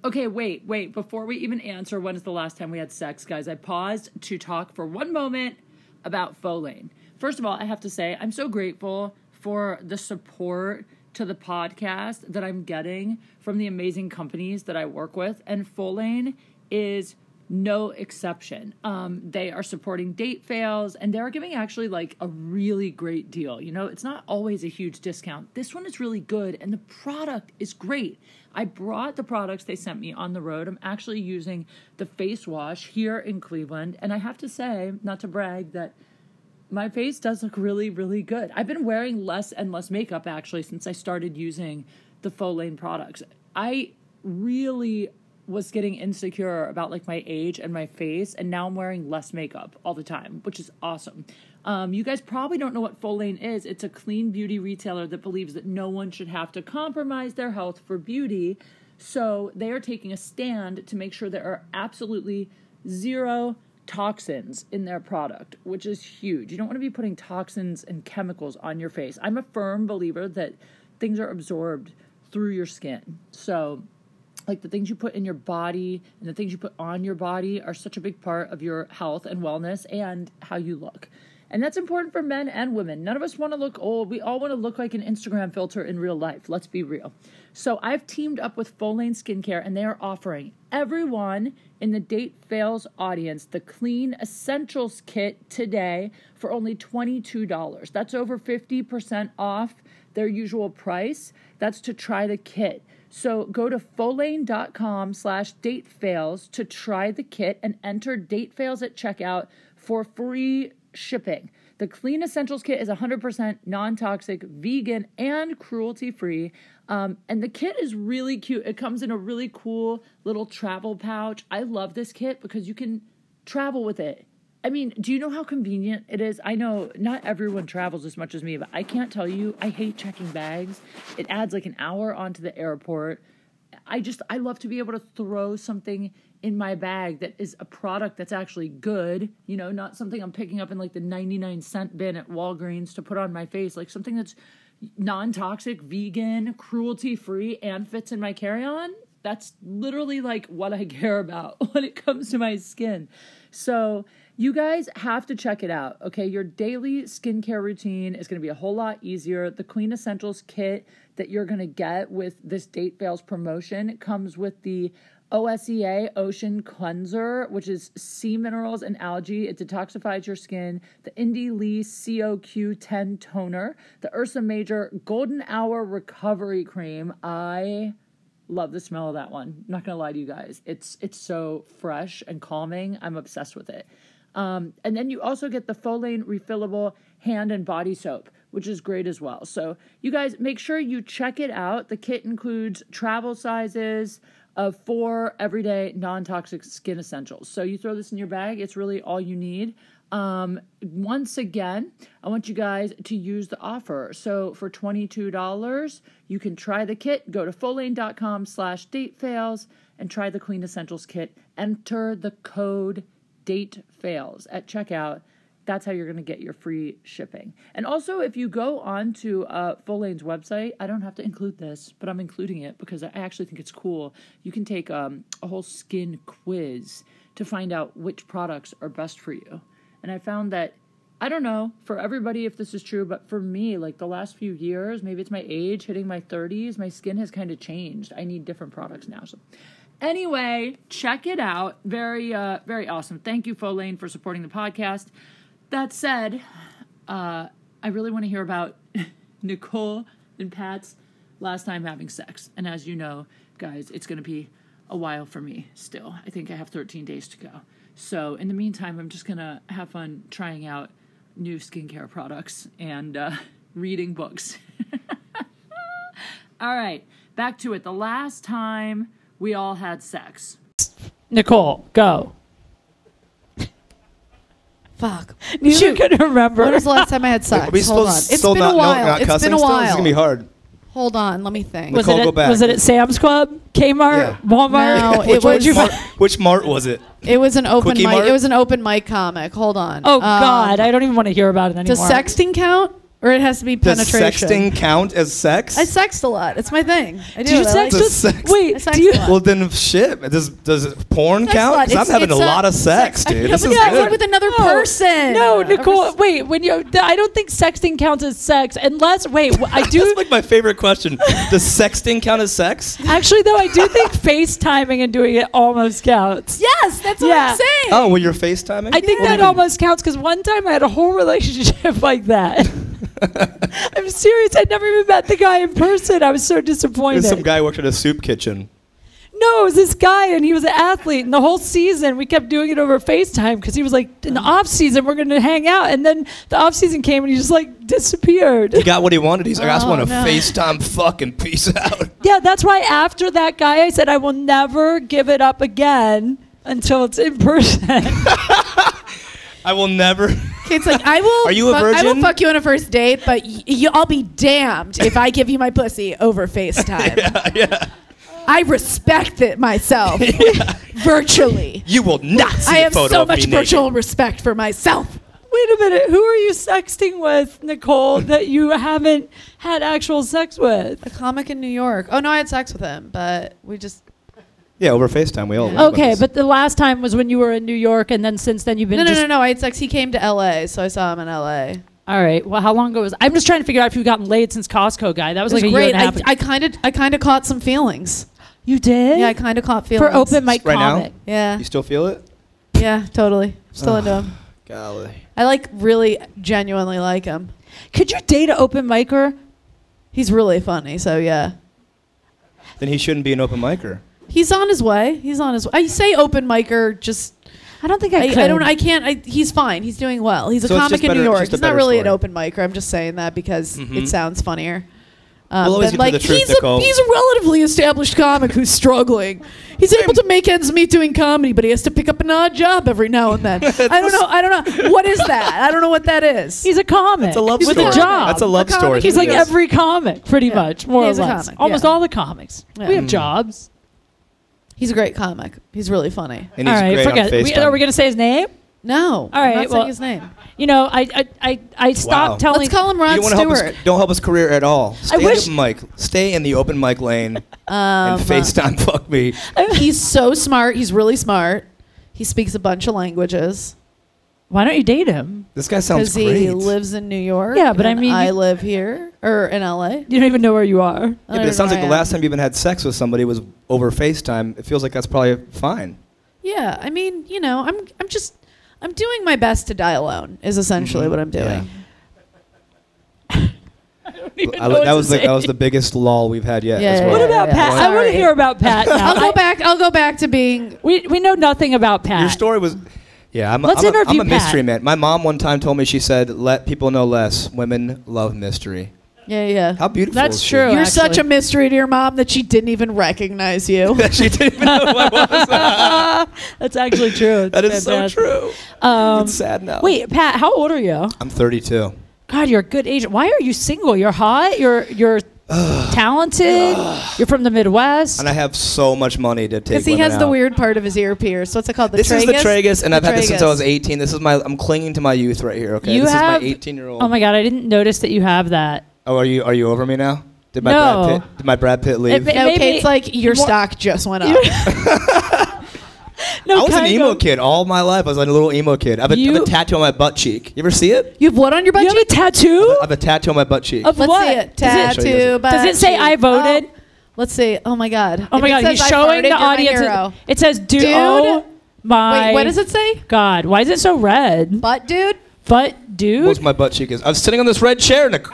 [SPEAKER 11] Okay, wait, wait. Before we even answer when is the last time we had sex, guys, I paused to talk for one moment about Folane. First of all, I have to say I'm so grateful for the support to the podcast that I'm getting from the amazing companies that I work with, and Folane is no exception. Um, they are supporting date fails and they're giving actually like a really great deal. You know, it's not always a huge discount. This one is really good and the product is great. I brought the products they sent me on the road. I'm actually using the face wash here in Cleveland. And I have to say, not to brag, that my face does look really, really good. I've been wearing less and less makeup actually since I started using the Folane products. I really was getting insecure about like my age and my face, and now I'm wearing less makeup all the time, which is awesome. Um, you guys probably don't know what Folane is. It's a clean beauty retailer that believes that no one should have to compromise their health for beauty. So they are taking a stand to make sure there are absolutely zero toxins in their product, which is huge. You don't want to be putting toxins and chemicals on your face. I'm a firm believer that things are absorbed through your skin. So, like the things you put in your body and the things you put on your body are such a big part of your health and wellness and how you look. And that's important for men and women. None of us want to look old. We all want to look like an Instagram filter in real life. Let's be real. So I've teamed up with Folane Skincare, and they are offering everyone in the Date Fails audience the Clean Essentials Kit today for only $22. That's over 50% off their usual price. That's to try the kit. So go to folane.com slash datefails to try the kit and enter datefails at checkout for free shipping. The Clean Essentials Kit is 100% non toxic, vegan, and cruelty free. Um, and the kit is really cute. It comes in a really cool little travel pouch. I love this kit because you can travel with it I mean, do you know how convenient it is? I know not everyone travels as much as me, but I can't tell you. I hate checking bags. It adds like an hour onto the airport. I just I love to be able to throw something in my bag that is a product that's actually good, you know, not something I'm picking up in like the 99 cent bin at Walgreens to put on my face, like something that's non-toxic, vegan, cruelty-free and fits in my carry-on. That's literally like what I care about when it comes to my skin. So, you guys have to check it out. Okay, your daily skincare routine is going to be a whole lot easier. The Queen Essentials kit that you're going to get with this Date Fails promotion comes with the OSEA Ocean Cleanser, which is sea minerals and algae. It detoxifies your skin. The Indie Lee COQ10 toner, the Ursa Major Golden Hour Recovery Cream. I love the smell of that one. Not gonna lie to you guys, it's it's so fresh and calming. I'm obsessed with it. Um, and then you also get the Folane refillable hand and body soap, which is great as well. So you guys make sure you check it out. The kit includes travel sizes of four everyday non-toxic skin essentials. So you throw this in your bag. It's really all you need. Um, once again, I want you guys to use the offer. So for $22, you can try the kit. Go to folane.com slash date fails and try the Queen Essentials kit. Enter the code date fails at checkout. That's how you're going to get your free shipping. And also, if you go on to uh, Folane's website, I don't have to include this, but I'm including it because I actually think it's cool. You can take um, a whole skin quiz to find out which products are best for you. And I found that, I don't know for everybody if this is true, but for me, like the last few years, maybe it's my age, hitting my 30s, my skin has kind of changed. I need different products now. So, anyway, check it out. Very, uh, very awesome. Thank you, Folane, for supporting the podcast. That said, uh, I really want to hear about Nicole and Pat's last time having sex. And as you know, guys, it's going to be a while for me still. I think I have 13 days to go. So, in the meantime, I'm just going to have fun trying out new skincare products and uh, reading books. all right, back to it. The last time we all had sex.
[SPEAKER 7] Nicole, go.
[SPEAKER 8] Fuck.
[SPEAKER 7] She couldn't remember.
[SPEAKER 8] When was the last time I had sex?
[SPEAKER 9] Are we
[SPEAKER 8] Hold on.
[SPEAKER 9] supposed to
[SPEAKER 8] It's
[SPEAKER 9] still
[SPEAKER 8] been
[SPEAKER 9] not,
[SPEAKER 8] a
[SPEAKER 9] no-
[SPEAKER 8] while.
[SPEAKER 9] not
[SPEAKER 8] it's
[SPEAKER 9] cussing
[SPEAKER 8] been a
[SPEAKER 9] still?
[SPEAKER 8] while.
[SPEAKER 9] This is gonna be hard.
[SPEAKER 8] Hold on, let me think.
[SPEAKER 7] Was
[SPEAKER 9] Nicole,
[SPEAKER 7] it,
[SPEAKER 9] go
[SPEAKER 7] at,
[SPEAKER 9] back.
[SPEAKER 7] was it at Sam's Club, Kmart,
[SPEAKER 9] Yeah.
[SPEAKER 7] Walmart?
[SPEAKER 8] No, it was.
[SPEAKER 9] Which mart, which mart was it?
[SPEAKER 8] It was an open
[SPEAKER 9] Quickie
[SPEAKER 8] mic.
[SPEAKER 9] Mart?
[SPEAKER 8] It was an open mic comic. Hold on.
[SPEAKER 7] Oh
[SPEAKER 8] Um,
[SPEAKER 7] God, I don't even want to hear about it anymore.
[SPEAKER 8] Does sexting count, or it has to be
[SPEAKER 9] Does
[SPEAKER 8] penetration?
[SPEAKER 9] sexting count as sex?
[SPEAKER 8] I sext a lot. It's my thing. I do.
[SPEAKER 7] Did you
[SPEAKER 8] I
[SPEAKER 7] sex
[SPEAKER 8] like-
[SPEAKER 9] The
[SPEAKER 7] us?
[SPEAKER 9] sex-
[SPEAKER 7] Wait,
[SPEAKER 8] I
[SPEAKER 7] do you?
[SPEAKER 8] sexed a lot.
[SPEAKER 9] well, then shit. Does does porn
[SPEAKER 8] Sex
[SPEAKER 9] count?
[SPEAKER 8] lot.
[SPEAKER 9] 'Cause I'm
[SPEAKER 8] It's-
[SPEAKER 9] having a
[SPEAKER 8] it's
[SPEAKER 9] lot
[SPEAKER 8] a-
[SPEAKER 9] of sex,
[SPEAKER 8] sex-
[SPEAKER 9] dude.
[SPEAKER 8] Yeah,
[SPEAKER 9] This
[SPEAKER 8] but
[SPEAKER 9] is
[SPEAKER 8] yeah,
[SPEAKER 9] good.
[SPEAKER 8] with another person.
[SPEAKER 7] No,
[SPEAKER 8] Ever
[SPEAKER 7] Nicole.
[SPEAKER 8] s-
[SPEAKER 7] Wait, when you, th- I don't think sexting counts as sex unless. Wait, wh- I do.
[SPEAKER 9] That's like my favorite question. Does sexting count as sex?
[SPEAKER 7] actually, though, I do think FaceTiming and doing it almost counts.
[SPEAKER 8] Yes, that's what
[SPEAKER 7] Yeah.
[SPEAKER 8] I'm saying.
[SPEAKER 9] Oh, well, you're FaceTiming?
[SPEAKER 7] I
[SPEAKER 9] What
[SPEAKER 7] think
[SPEAKER 9] do you
[SPEAKER 7] that
[SPEAKER 9] mean?
[SPEAKER 7] almost counts because one time I had a whole relationship like that. I'm serious. I never even met the guy in person. I was so disappointed.
[SPEAKER 9] There's some guy worked at a soup kitchen.
[SPEAKER 7] No, it was this guy, and he was an athlete. And the whole season, we kept doing it over FaceTime because he was like, in the off season, we're going to hang out. And then the off season came, and he just like disappeared.
[SPEAKER 9] He got what he wanted. He's like, I just
[SPEAKER 8] Oh,
[SPEAKER 9] want to
[SPEAKER 8] no.
[SPEAKER 9] FaceTime fucking peace out.
[SPEAKER 7] Yeah, that's why after that guy, I said I will never give it up again until it's in person.
[SPEAKER 9] I will never.
[SPEAKER 8] It's like I will.
[SPEAKER 9] Are you a
[SPEAKER 8] fuck, I will
[SPEAKER 9] virgin?
[SPEAKER 8] fuck you on a first date, but y- y- I'll be damned if I give you my pussy over Facetime.
[SPEAKER 9] yeah.
[SPEAKER 8] I respect it myself virtually.
[SPEAKER 9] You will not see
[SPEAKER 8] I
[SPEAKER 9] a
[SPEAKER 8] have
[SPEAKER 9] photo
[SPEAKER 8] so
[SPEAKER 9] of me
[SPEAKER 8] much
[SPEAKER 9] naked.
[SPEAKER 8] virtual respect for myself.
[SPEAKER 7] Wait a minute, who are you sexting with, Nicole, that you haven't had actual sex with?
[SPEAKER 8] A comic in New York. Oh no, I had sex with him, but we just
[SPEAKER 9] Yeah, over FaceTime. We all. know about
[SPEAKER 7] Okay,
[SPEAKER 9] this.
[SPEAKER 7] but the last time was when you were in New York, and then since then you've been
[SPEAKER 8] no, no,
[SPEAKER 7] just.
[SPEAKER 8] no, no. I had sex. He came to L.A., so I saw him in L.A.
[SPEAKER 7] All right, well, how long ago was? I'm just trying to figure out if you've gotten laid since Costco guy. That was,
[SPEAKER 8] It was
[SPEAKER 7] like a
[SPEAKER 8] great.
[SPEAKER 7] year and a half.
[SPEAKER 8] I kind of, I kind of caught some feelings.
[SPEAKER 7] you did?
[SPEAKER 8] Yeah, I kind of caught feelings
[SPEAKER 7] Eh? for open mic
[SPEAKER 9] Right now?
[SPEAKER 7] comic.
[SPEAKER 8] Yeah,
[SPEAKER 9] You still feel it?
[SPEAKER 8] yeah, totally. Still into him.
[SPEAKER 9] Golly.
[SPEAKER 8] I like really genuinely like him.
[SPEAKER 7] Could you date an open micer?
[SPEAKER 8] He's really funny. So yeah,
[SPEAKER 9] Then he shouldn't be an open micer.
[SPEAKER 8] he's on his way. He's on his. way. I say open micer just
[SPEAKER 7] I don't think I,
[SPEAKER 8] I,
[SPEAKER 7] could.
[SPEAKER 8] I don't. I can't. I, he's fine. He's doing well. He's a
[SPEAKER 9] So it's
[SPEAKER 8] comic
[SPEAKER 9] just
[SPEAKER 8] in
[SPEAKER 9] better-
[SPEAKER 8] New York.
[SPEAKER 9] just a
[SPEAKER 8] He's not
[SPEAKER 9] better
[SPEAKER 8] really an
[SPEAKER 9] story.
[SPEAKER 8] open micer. I'm just saying that because it sounds funnier. Um,
[SPEAKER 9] We'll always get
[SPEAKER 8] but,
[SPEAKER 9] to
[SPEAKER 8] like
[SPEAKER 9] the truth,
[SPEAKER 8] he's a
[SPEAKER 9] Nicole.
[SPEAKER 8] he's a relatively established comic who's struggling. He's able to make ends meet doing comedy, but he has to pick up an odd job every now and then. I don't know. I don't know what is that. I don't know what that is.
[SPEAKER 7] He's a comic.
[SPEAKER 8] It's a love
[SPEAKER 7] He's
[SPEAKER 8] story.
[SPEAKER 7] With a job.
[SPEAKER 8] That's a love
[SPEAKER 7] comic.
[SPEAKER 8] story.
[SPEAKER 7] He's like
[SPEAKER 8] Yes.
[SPEAKER 7] every comic, pretty
[SPEAKER 8] Yeah.
[SPEAKER 7] much, more or
[SPEAKER 8] He's a
[SPEAKER 7] less.
[SPEAKER 8] comic,
[SPEAKER 7] Almost
[SPEAKER 8] yeah.
[SPEAKER 7] all the comics.
[SPEAKER 8] Yeah.
[SPEAKER 7] We have
[SPEAKER 8] Mm.
[SPEAKER 7] jobs.
[SPEAKER 8] He's a great comic. He's really funny.
[SPEAKER 7] all right, forget. We, are we going to say his name?
[SPEAKER 8] No.
[SPEAKER 7] All
[SPEAKER 8] I'm
[SPEAKER 7] right,
[SPEAKER 8] not saying
[SPEAKER 7] well,
[SPEAKER 8] his name.
[SPEAKER 7] You know, I I I, I stopped
[SPEAKER 9] Wow.
[SPEAKER 7] telling.
[SPEAKER 8] Let's call him
[SPEAKER 9] you
[SPEAKER 8] Rod
[SPEAKER 9] don't wanna Help
[SPEAKER 8] Stewart.
[SPEAKER 9] his, don't help his career at all. Stay in
[SPEAKER 8] wish-
[SPEAKER 9] the mic. Stay in the open mic lane
[SPEAKER 8] Um,
[SPEAKER 9] and FaceTime fuck me.
[SPEAKER 8] he's so smart. He's really smart. He speaks a bunch of languages.
[SPEAKER 7] Why don't you date him?
[SPEAKER 9] This guy sounds great.
[SPEAKER 8] he lives in New York.
[SPEAKER 7] Yeah, but I
[SPEAKER 8] and
[SPEAKER 7] mean-
[SPEAKER 8] I live here or in LA.
[SPEAKER 7] You don't even know where you are.
[SPEAKER 9] Yeah, but it sounds like the last time you even had sex with somebody was over FaceTime. It feels like that's probably fine.
[SPEAKER 8] Yeah, I mean, you know, I'm I'm just I'm doing my best to die alone is essentially
[SPEAKER 9] Mm-hmm.
[SPEAKER 8] what I'm doing.
[SPEAKER 9] I- that was the, that was the biggest lull we've had yet.
[SPEAKER 8] Yeah,
[SPEAKER 9] as
[SPEAKER 8] yeah,
[SPEAKER 9] well.
[SPEAKER 8] What about
[SPEAKER 7] Pat, I want to hear about Pat. Now.
[SPEAKER 8] I'll go back. I'll go back to being.
[SPEAKER 7] We we know nothing about
[SPEAKER 9] Your
[SPEAKER 7] Pat.
[SPEAKER 9] story was. Yeah, I'm, a-
[SPEAKER 7] Let's
[SPEAKER 9] I'm a, I'm
[SPEAKER 7] interview
[SPEAKER 9] a mystery
[SPEAKER 7] Pat.
[SPEAKER 9] man. My mom one time told me she said, "Let people know less. Women love mystery."
[SPEAKER 8] Yeah, yeah.
[SPEAKER 9] How beautiful.
[SPEAKER 7] That's
[SPEAKER 9] is she?
[SPEAKER 7] true.
[SPEAKER 8] You're
[SPEAKER 7] actually.
[SPEAKER 8] such a mystery to your mom that she didn't even recognize you.
[SPEAKER 9] she didn't even know who I was.
[SPEAKER 7] That's actually true.
[SPEAKER 9] that
[SPEAKER 7] It's
[SPEAKER 9] is so
[SPEAKER 7] fantastic.
[SPEAKER 9] true.
[SPEAKER 7] Um,
[SPEAKER 9] it's sad now.
[SPEAKER 7] Wait, Pat, how old are you?
[SPEAKER 9] I'm 32.
[SPEAKER 7] God, you're a good agent. Why are you single? You're hot. You're you're talented. you're from the Midwest.
[SPEAKER 9] And I have so much money to take.
[SPEAKER 8] Because he
[SPEAKER 9] women
[SPEAKER 8] has the
[SPEAKER 9] out.
[SPEAKER 8] weird part of his ear pierced. What's it called? The
[SPEAKER 9] This
[SPEAKER 8] tragus?
[SPEAKER 9] is the tragus, and
[SPEAKER 8] The
[SPEAKER 9] I've had this since I
[SPEAKER 8] tragus.
[SPEAKER 9] was 18. This is my. I'm clinging to my youth right here. Okay,
[SPEAKER 7] You
[SPEAKER 9] this
[SPEAKER 7] have-
[SPEAKER 9] is my 18 year old.
[SPEAKER 7] oh my God, I didn't notice that you have that.
[SPEAKER 9] Oh, are you are you over me now? Did my
[SPEAKER 7] No.
[SPEAKER 9] Brad Pitt? Did my Brad Pitt leave?
[SPEAKER 7] It- it
[SPEAKER 8] No,
[SPEAKER 7] made
[SPEAKER 8] Kate's
[SPEAKER 7] me-
[SPEAKER 8] like your
[SPEAKER 7] More-
[SPEAKER 8] stock just went up.
[SPEAKER 7] No,
[SPEAKER 9] I was an
[SPEAKER 7] kind
[SPEAKER 9] emo
[SPEAKER 7] of.
[SPEAKER 9] kid all my life. I was like a little emo kid. I have a, I have a
[SPEAKER 7] You-
[SPEAKER 9] tattoo on my butt cheek. You ever see it?
[SPEAKER 8] You have what on your butt
[SPEAKER 7] You have a
[SPEAKER 8] cheek?
[SPEAKER 7] tattoo
[SPEAKER 9] I have a tattoo on my butt cheek.
[SPEAKER 7] of
[SPEAKER 8] Let's
[SPEAKER 7] what?
[SPEAKER 8] see it.
[SPEAKER 7] Does
[SPEAKER 9] Show you
[SPEAKER 8] Tattoo.
[SPEAKER 9] guys.
[SPEAKER 8] butt
[SPEAKER 7] Does it say
[SPEAKER 8] cheek.
[SPEAKER 7] I voted?
[SPEAKER 8] Oh, let's see. Oh my god.
[SPEAKER 7] Oh my
[SPEAKER 8] If it
[SPEAKER 7] God,
[SPEAKER 8] says
[SPEAKER 7] he's
[SPEAKER 8] I
[SPEAKER 7] showing
[SPEAKER 8] farted,
[SPEAKER 7] the
[SPEAKER 8] you're my
[SPEAKER 7] audience.
[SPEAKER 8] hero.
[SPEAKER 7] It, it says, dude,
[SPEAKER 8] Dude.
[SPEAKER 7] oh my
[SPEAKER 8] Wait, what does it say?
[SPEAKER 7] God, why is it so red?
[SPEAKER 8] Butt, dude.
[SPEAKER 7] But, dude,
[SPEAKER 9] Most of my butt cheek is. I was sitting on this red chair, Nic-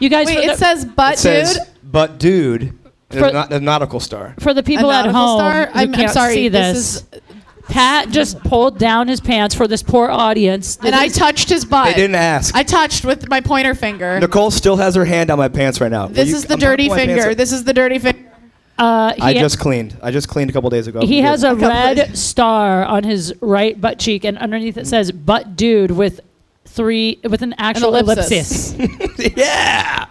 [SPEAKER 7] you guys,
[SPEAKER 8] Wait,
[SPEAKER 7] for, the,
[SPEAKER 8] it says butt,
[SPEAKER 9] It says,
[SPEAKER 8] dude.
[SPEAKER 9] but dude, there's
[SPEAKER 7] For-
[SPEAKER 9] not a nautical star.
[SPEAKER 7] for the people
[SPEAKER 8] A
[SPEAKER 7] at
[SPEAKER 8] nautical
[SPEAKER 7] home
[SPEAKER 8] star?
[SPEAKER 7] who
[SPEAKER 8] I'm- I'm
[SPEAKER 7] can't
[SPEAKER 8] sorry,
[SPEAKER 7] see this,
[SPEAKER 8] this
[SPEAKER 7] Pat just pulled down his pants for this poor audience.
[SPEAKER 8] And I touched his butt.
[SPEAKER 9] They didn't ask.
[SPEAKER 8] I touched with my pointer finger.
[SPEAKER 9] Nicole still has her hand on my pants right now. Will
[SPEAKER 8] this
[SPEAKER 9] you-
[SPEAKER 8] is the
[SPEAKER 9] I'm not
[SPEAKER 8] dirty
[SPEAKER 9] pulling my pants
[SPEAKER 8] finger.
[SPEAKER 9] up.
[SPEAKER 8] This is the dirty finger.
[SPEAKER 7] uh, he,
[SPEAKER 9] I just cleaned. I just cleaned a couple days ago.
[SPEAKER 7] he
[SPEAKER 9] I'm
[SPEAKER 7] has
[SPEAKER 9] good.
[SPEAKER 7] a red
[SPEAKER 8] days.
[SPEAKER 7] star on his right butt cheek, and underneath it says "butt dude" with three with an actual
[SPEAKER 8] ellipsis.
[SPEAKER 7] ellipsis.
[SPEAKER 9] yeah.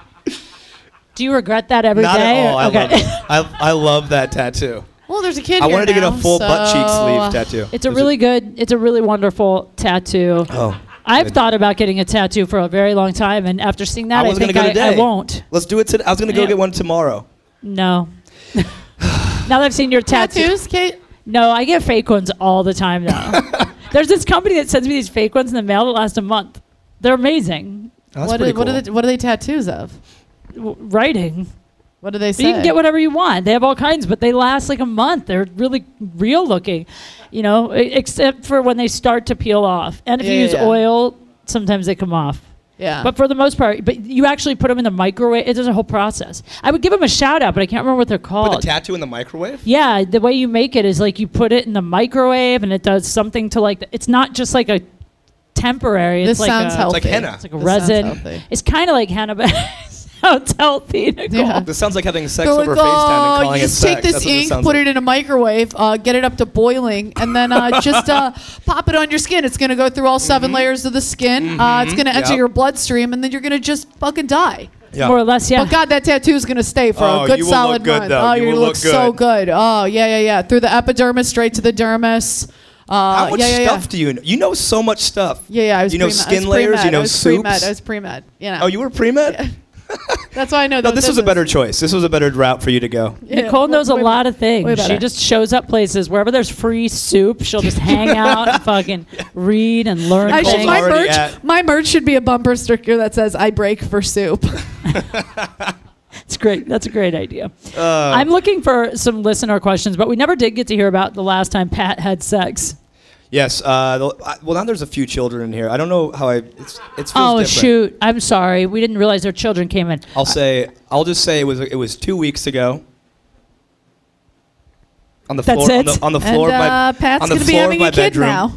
[SPEAKER 7] Do you regret that every day?
[SPEAKER 9] Not at all. I
[SPEAKER 7] Okay.
[SPEAKER 9] love it. I, I love that tattoo.
[SPEAKER 8] Well, there's a kid
[SPEAKER 9] I
[SPEAKER 8] here
[SPEAKER 9] wanted to get a
[SPEAKER 8] now,
[SPEAKER 9] full butt cheek
[SPEAKER 8] so-
[SPEAKER 9] sleeve tattoo.
[SPEAKER 7] It's a
[SPEAKER 9] Is
[SPEAKER 7] really
[SPEAKER 9] it-
[SPEAKER 7] good. It's a really wonderful tattoo.
[SPEAKER 9] Oh.
[SPEAKER 7] I've
[SPEAKER 9] good.
[SPEAKER 7] thought about getting a tattoo for a very long time, and after seeing that,
[SPEAKER 9] I
[SPEAKER 7] I,
[SPEAKER 9] was gonna
[SPEAKER 7] think
[SPEAKER 9] go
[SPEAKER 7] I,
[SPEAKER 9] today.
[SPEAKER 7] I won't.
[SPEAKER 9] Let's do it today. I was gonna go
[SPEAKER 7] Yeah.
[SPEAKER 9] get one tomorrow. Oh,
[SPEAKER 7] No. now that I've seen your tattoo,
[SPEAKER 8] Tattoos, Kate.
[SPEAKER 9] Oh,
[SPEAKER 7] no, I get fake ones all the time though. There's this company that sends me these fake ones in the mail that last a month. They're amazing.
[SPEAKER 9] Oh, that's
[SPEAKER 8] what,
[SPEAKER 9] pretty
[SPEAKER 8] are, what
[SPEAKER 9] cool.
[SPEAKER 8] are the, what are they tattoos of?
[SPEAKER 7] W- writing.
[SPEAKER 8] What do they
[SPEAKER 7] But
[SPEAKER 8] say?
[SPEAKER 7] you can get whatever you want. They have all kinds, but they last like a month. They're really real looking, you know, e- except for when they start to peel off. And if you
[SPEAKER 8] Yeah, yeah,
[SPEAKER 7] use
[SPEAKER 8] yeah.
[SPEAKER 7] oil, sometimes they come off.
[SPEAKER 8] Yeah.
[SPEAKER 7] But for the most part, but you actually put them in the microwave. It's a whole process. I would give them a shout out, but I can't remember what they're
[SPEAKER 9] Put the
[SPEAKER 7] called.
[SPEAKER 9] tattoo in the microwave.
[SPEAKER 7] yeah, the way you make it is like you put it in the microwave and it does something to like, it's not just like a temporary. It's
[SPEAKER 8] This
[SPEAKER 7] like
[SPEAKER 8] sounds
[SPEAKER 7] a,
[SPEAKER 8] healthy.
[SPEAKER 9] It's like henna.
[SPEAKER 7] It's like a
[SPEAKER 8] This sounds
[SPEAKER 7] resin.
[SPEAKER 8] healthy.
[SPEAKER 7] It's kind of like henna, but it sounds healthy. Nicole.
[SPEAKER 8] Yeah.
[SPEAKER 9] This sounds like having sex
[SPEAKER 8] They're
[SPEAKER 9] over
[SPEAKER 8] like,
[SPEAKER 9] FaceTime and
[SPEAKER 8] "Oh,
[SPEAKER 9] calling
[SPEAKER 8] you
[SPEAKER 9] it
[SPEAKER 8] just take
[SPEAKER 9] sex.
[SPEAKER 8] this
[SPEAKER 9] That's what
[SPEAKER 8] ink,
[SPEAKER 9] sounds
[SPEAKER 8] put
[SPEAKER 9] like.
[SPEAKER 8] it in a microwave, uh, get it up to boiling, and then uh, just uh, pop it on your skin. It's gonna go through all 7 layers of the skin. Uh, it's gonna enter
[SPEAKER 9] Mm-hmm. Yep.
[SPEAKER 8] your bloodstream, and then you're gonna just fucking die.
[SPEAKER 9] Yeah.
[SPEAKER 7] More or less, yeah.
[SPEAKER 8] But God, that tattoo is gonna stay for
[SPEAKER 9] Oh,
[SPEAKER 8] a good
[SPEAKER 9] you will
[SPEAKER 8] solid
[SPEAKER 9] look good,
[SPEAKER 8] month.
[SPEAKER 9] though.
[SPEAKER 8] Oh,
[SPEAKER 9] You
[SPEAKER 8] you're
[SPEAKER 9] will
[SPEAKER 8] gonna
[SPEAKER 9] look
[SPEAKER 8] look so
[SPEAKER 9] good.
[SPEAKER 8] good. Oh yeah, yeah, yeah. Through the epidermis, straight to the dermis. Uh,
[SPEAKER 9] How much
[SPEAKER 8] yeah, yeah,
[SPEAKER 9] stuff
[SPEAKER 8] yeah.
[SPEAKER 9] do you know? You know so much stuff.
[SPEAKER 8] Yeah, yeah. I was
[SPEAKER 9] you know
[SPEAKER 8] pre-med. I
[SPEAKER 9] skin
[SPEAKER 8] was
[SPEAKER 9] layers.
[SPEAKER 8] pre-med.
[SPEAKER 9] You
[SPEAKER 8] I
[SPEAKER 9] know
[SPEAKER 8] was pre-med.
[SPEAKER 9] soups.
[SPEAKER 8] I was pre-med. You know.
[SPEAKER 9] Oh, you were pre med.
[SPEAKER 8] That's why I know.
[SPEAKER 9] No,
[SPEAKER 8] that
[SPEAKER 9] this was a better choice. This was a better route for you to go.
[SPEAKER 8] Yeah,
[SPEAKER 7] Nicole knows a
[SPEAKER 8] way
[SPEAKER 7] lot
[SPEAKER 8] better.
[SPEAKER 7] of things.
[SPEAKER 8] Way
[SPEAKER 7] She
[SPEAKER 8] better.
[SPEAKER 7] just shows up places wherever there's free soup. She'll just hang out and fucking read and learn
[SPEAKER 8] I should,
[SPEAKER 7] things.
[SPEAKER 8] my
[SPEAKER 9] already
[SPEAKER 8] merch,
[SPEAKER 9] at-
[SPEAKER 8] my merch should be a bumper sticker that says "I break for soup."
[SPEAKER 7] It's great. That's a great idea.
[SPEAKER 8] Uh.
[SPEAKER 7] I'm looking for some listener questions, but we never did get to hear about the last time Pat had sex.
[SPEAKER 9] Yes. Uh, the, I, well, now there's a few children in here. I don't know how I. It's, it feels
[SPEAKER 7] oh
[SPEAKER 9] different.
[SPEAKER 7] shoot! I'm sorry. We didn't realize their children came in.
[SPEAKER 9] I'll say. I'll just say it was. It was two weeks ago. On the
[SPEAKER 7] That's
[SPEAKER 9] floor. On
[SPEAKER 7] it?
[SPEAKER 9] the, on the
[SPEAKER 8] and
[SPEAKER 9] floor of my.
[SPEAKER 8] uh, Pat's
[SPEAKER 9] on the
[SPEAKER 8] gonna be
[SPEAKER 9] floor of
[SPEAKER 8] having
[SPEAKER 9] my
[SPEAKER 8] a kid
[SPEAKER 9] bedroom.
[SPEAKER 8] now.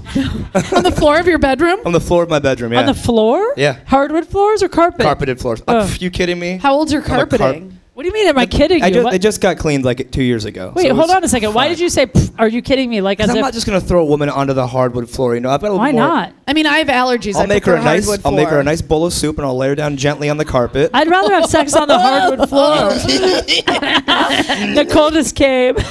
[SPEAKER 8] on the floor of your bedroom?
[SPEAKER 9] On the floor of my bedroom. Yeah.
[SPEAKER 7] On the floor?
[SPEAKER 9] Yeah.
[SPEAKER 7] Hardwood floors or carpet?
[SPEAKER 9] carpeted floors.
[SPEAKER 7] Oh.
[SPEAKER 9] Are you kidding me?
[SPEAKER 8] How old's your
[SPEAKER 9] On the carp-
[SPEAKER 8] carpeting?
[SPEAKER 7] What do you mean? Am I kidding
[SPEAKER 9] I
[SPEAKER 7] you?
[SPEAKER 9] ju-
[SPEAKER 7] What-
[SPEAKER 9] they just got cleaned like two years ago.
[SPEAKER 7] Wait,
[SPEAKER 9] so
[SPEAKER 7] hold
[SPEAKER 9] it's-
[SPEAKER 7] on a second. Why did you say? "Pff, Are you kidding me? Like as
[SPEAKER 9] I'm
[SPEAKER 7] if
[SPEAKER 9] not just gonna throw a woman onto the hardwood floor. You know, I've got a
[SPEAKER 7] why
[SPEAKER 9] little more-
[SPEAKER 7] not?
[SPEAKER 8] I mean, I have allergies.
[SPEAKER 9] I'll
[SPEAKER 8] I
[SPEAKER 9] make her a
[SPEAKER 8] prefer
[SPEAKER 9] nice.
[SPEAKER 8] hardwood
[SPEAKER 9] I'll make her a
[SPEAKER 8] floor.
[SPEAKER 9] nice bowl of soup, and I'll lay her down gently on the carpet.
[SPEAKER 7] I'd rather have sex on the hardwood
[SPEAKER 9] Oh.
[SPEAKER 7] floor. the coldest came.
[SPEAKER 8] But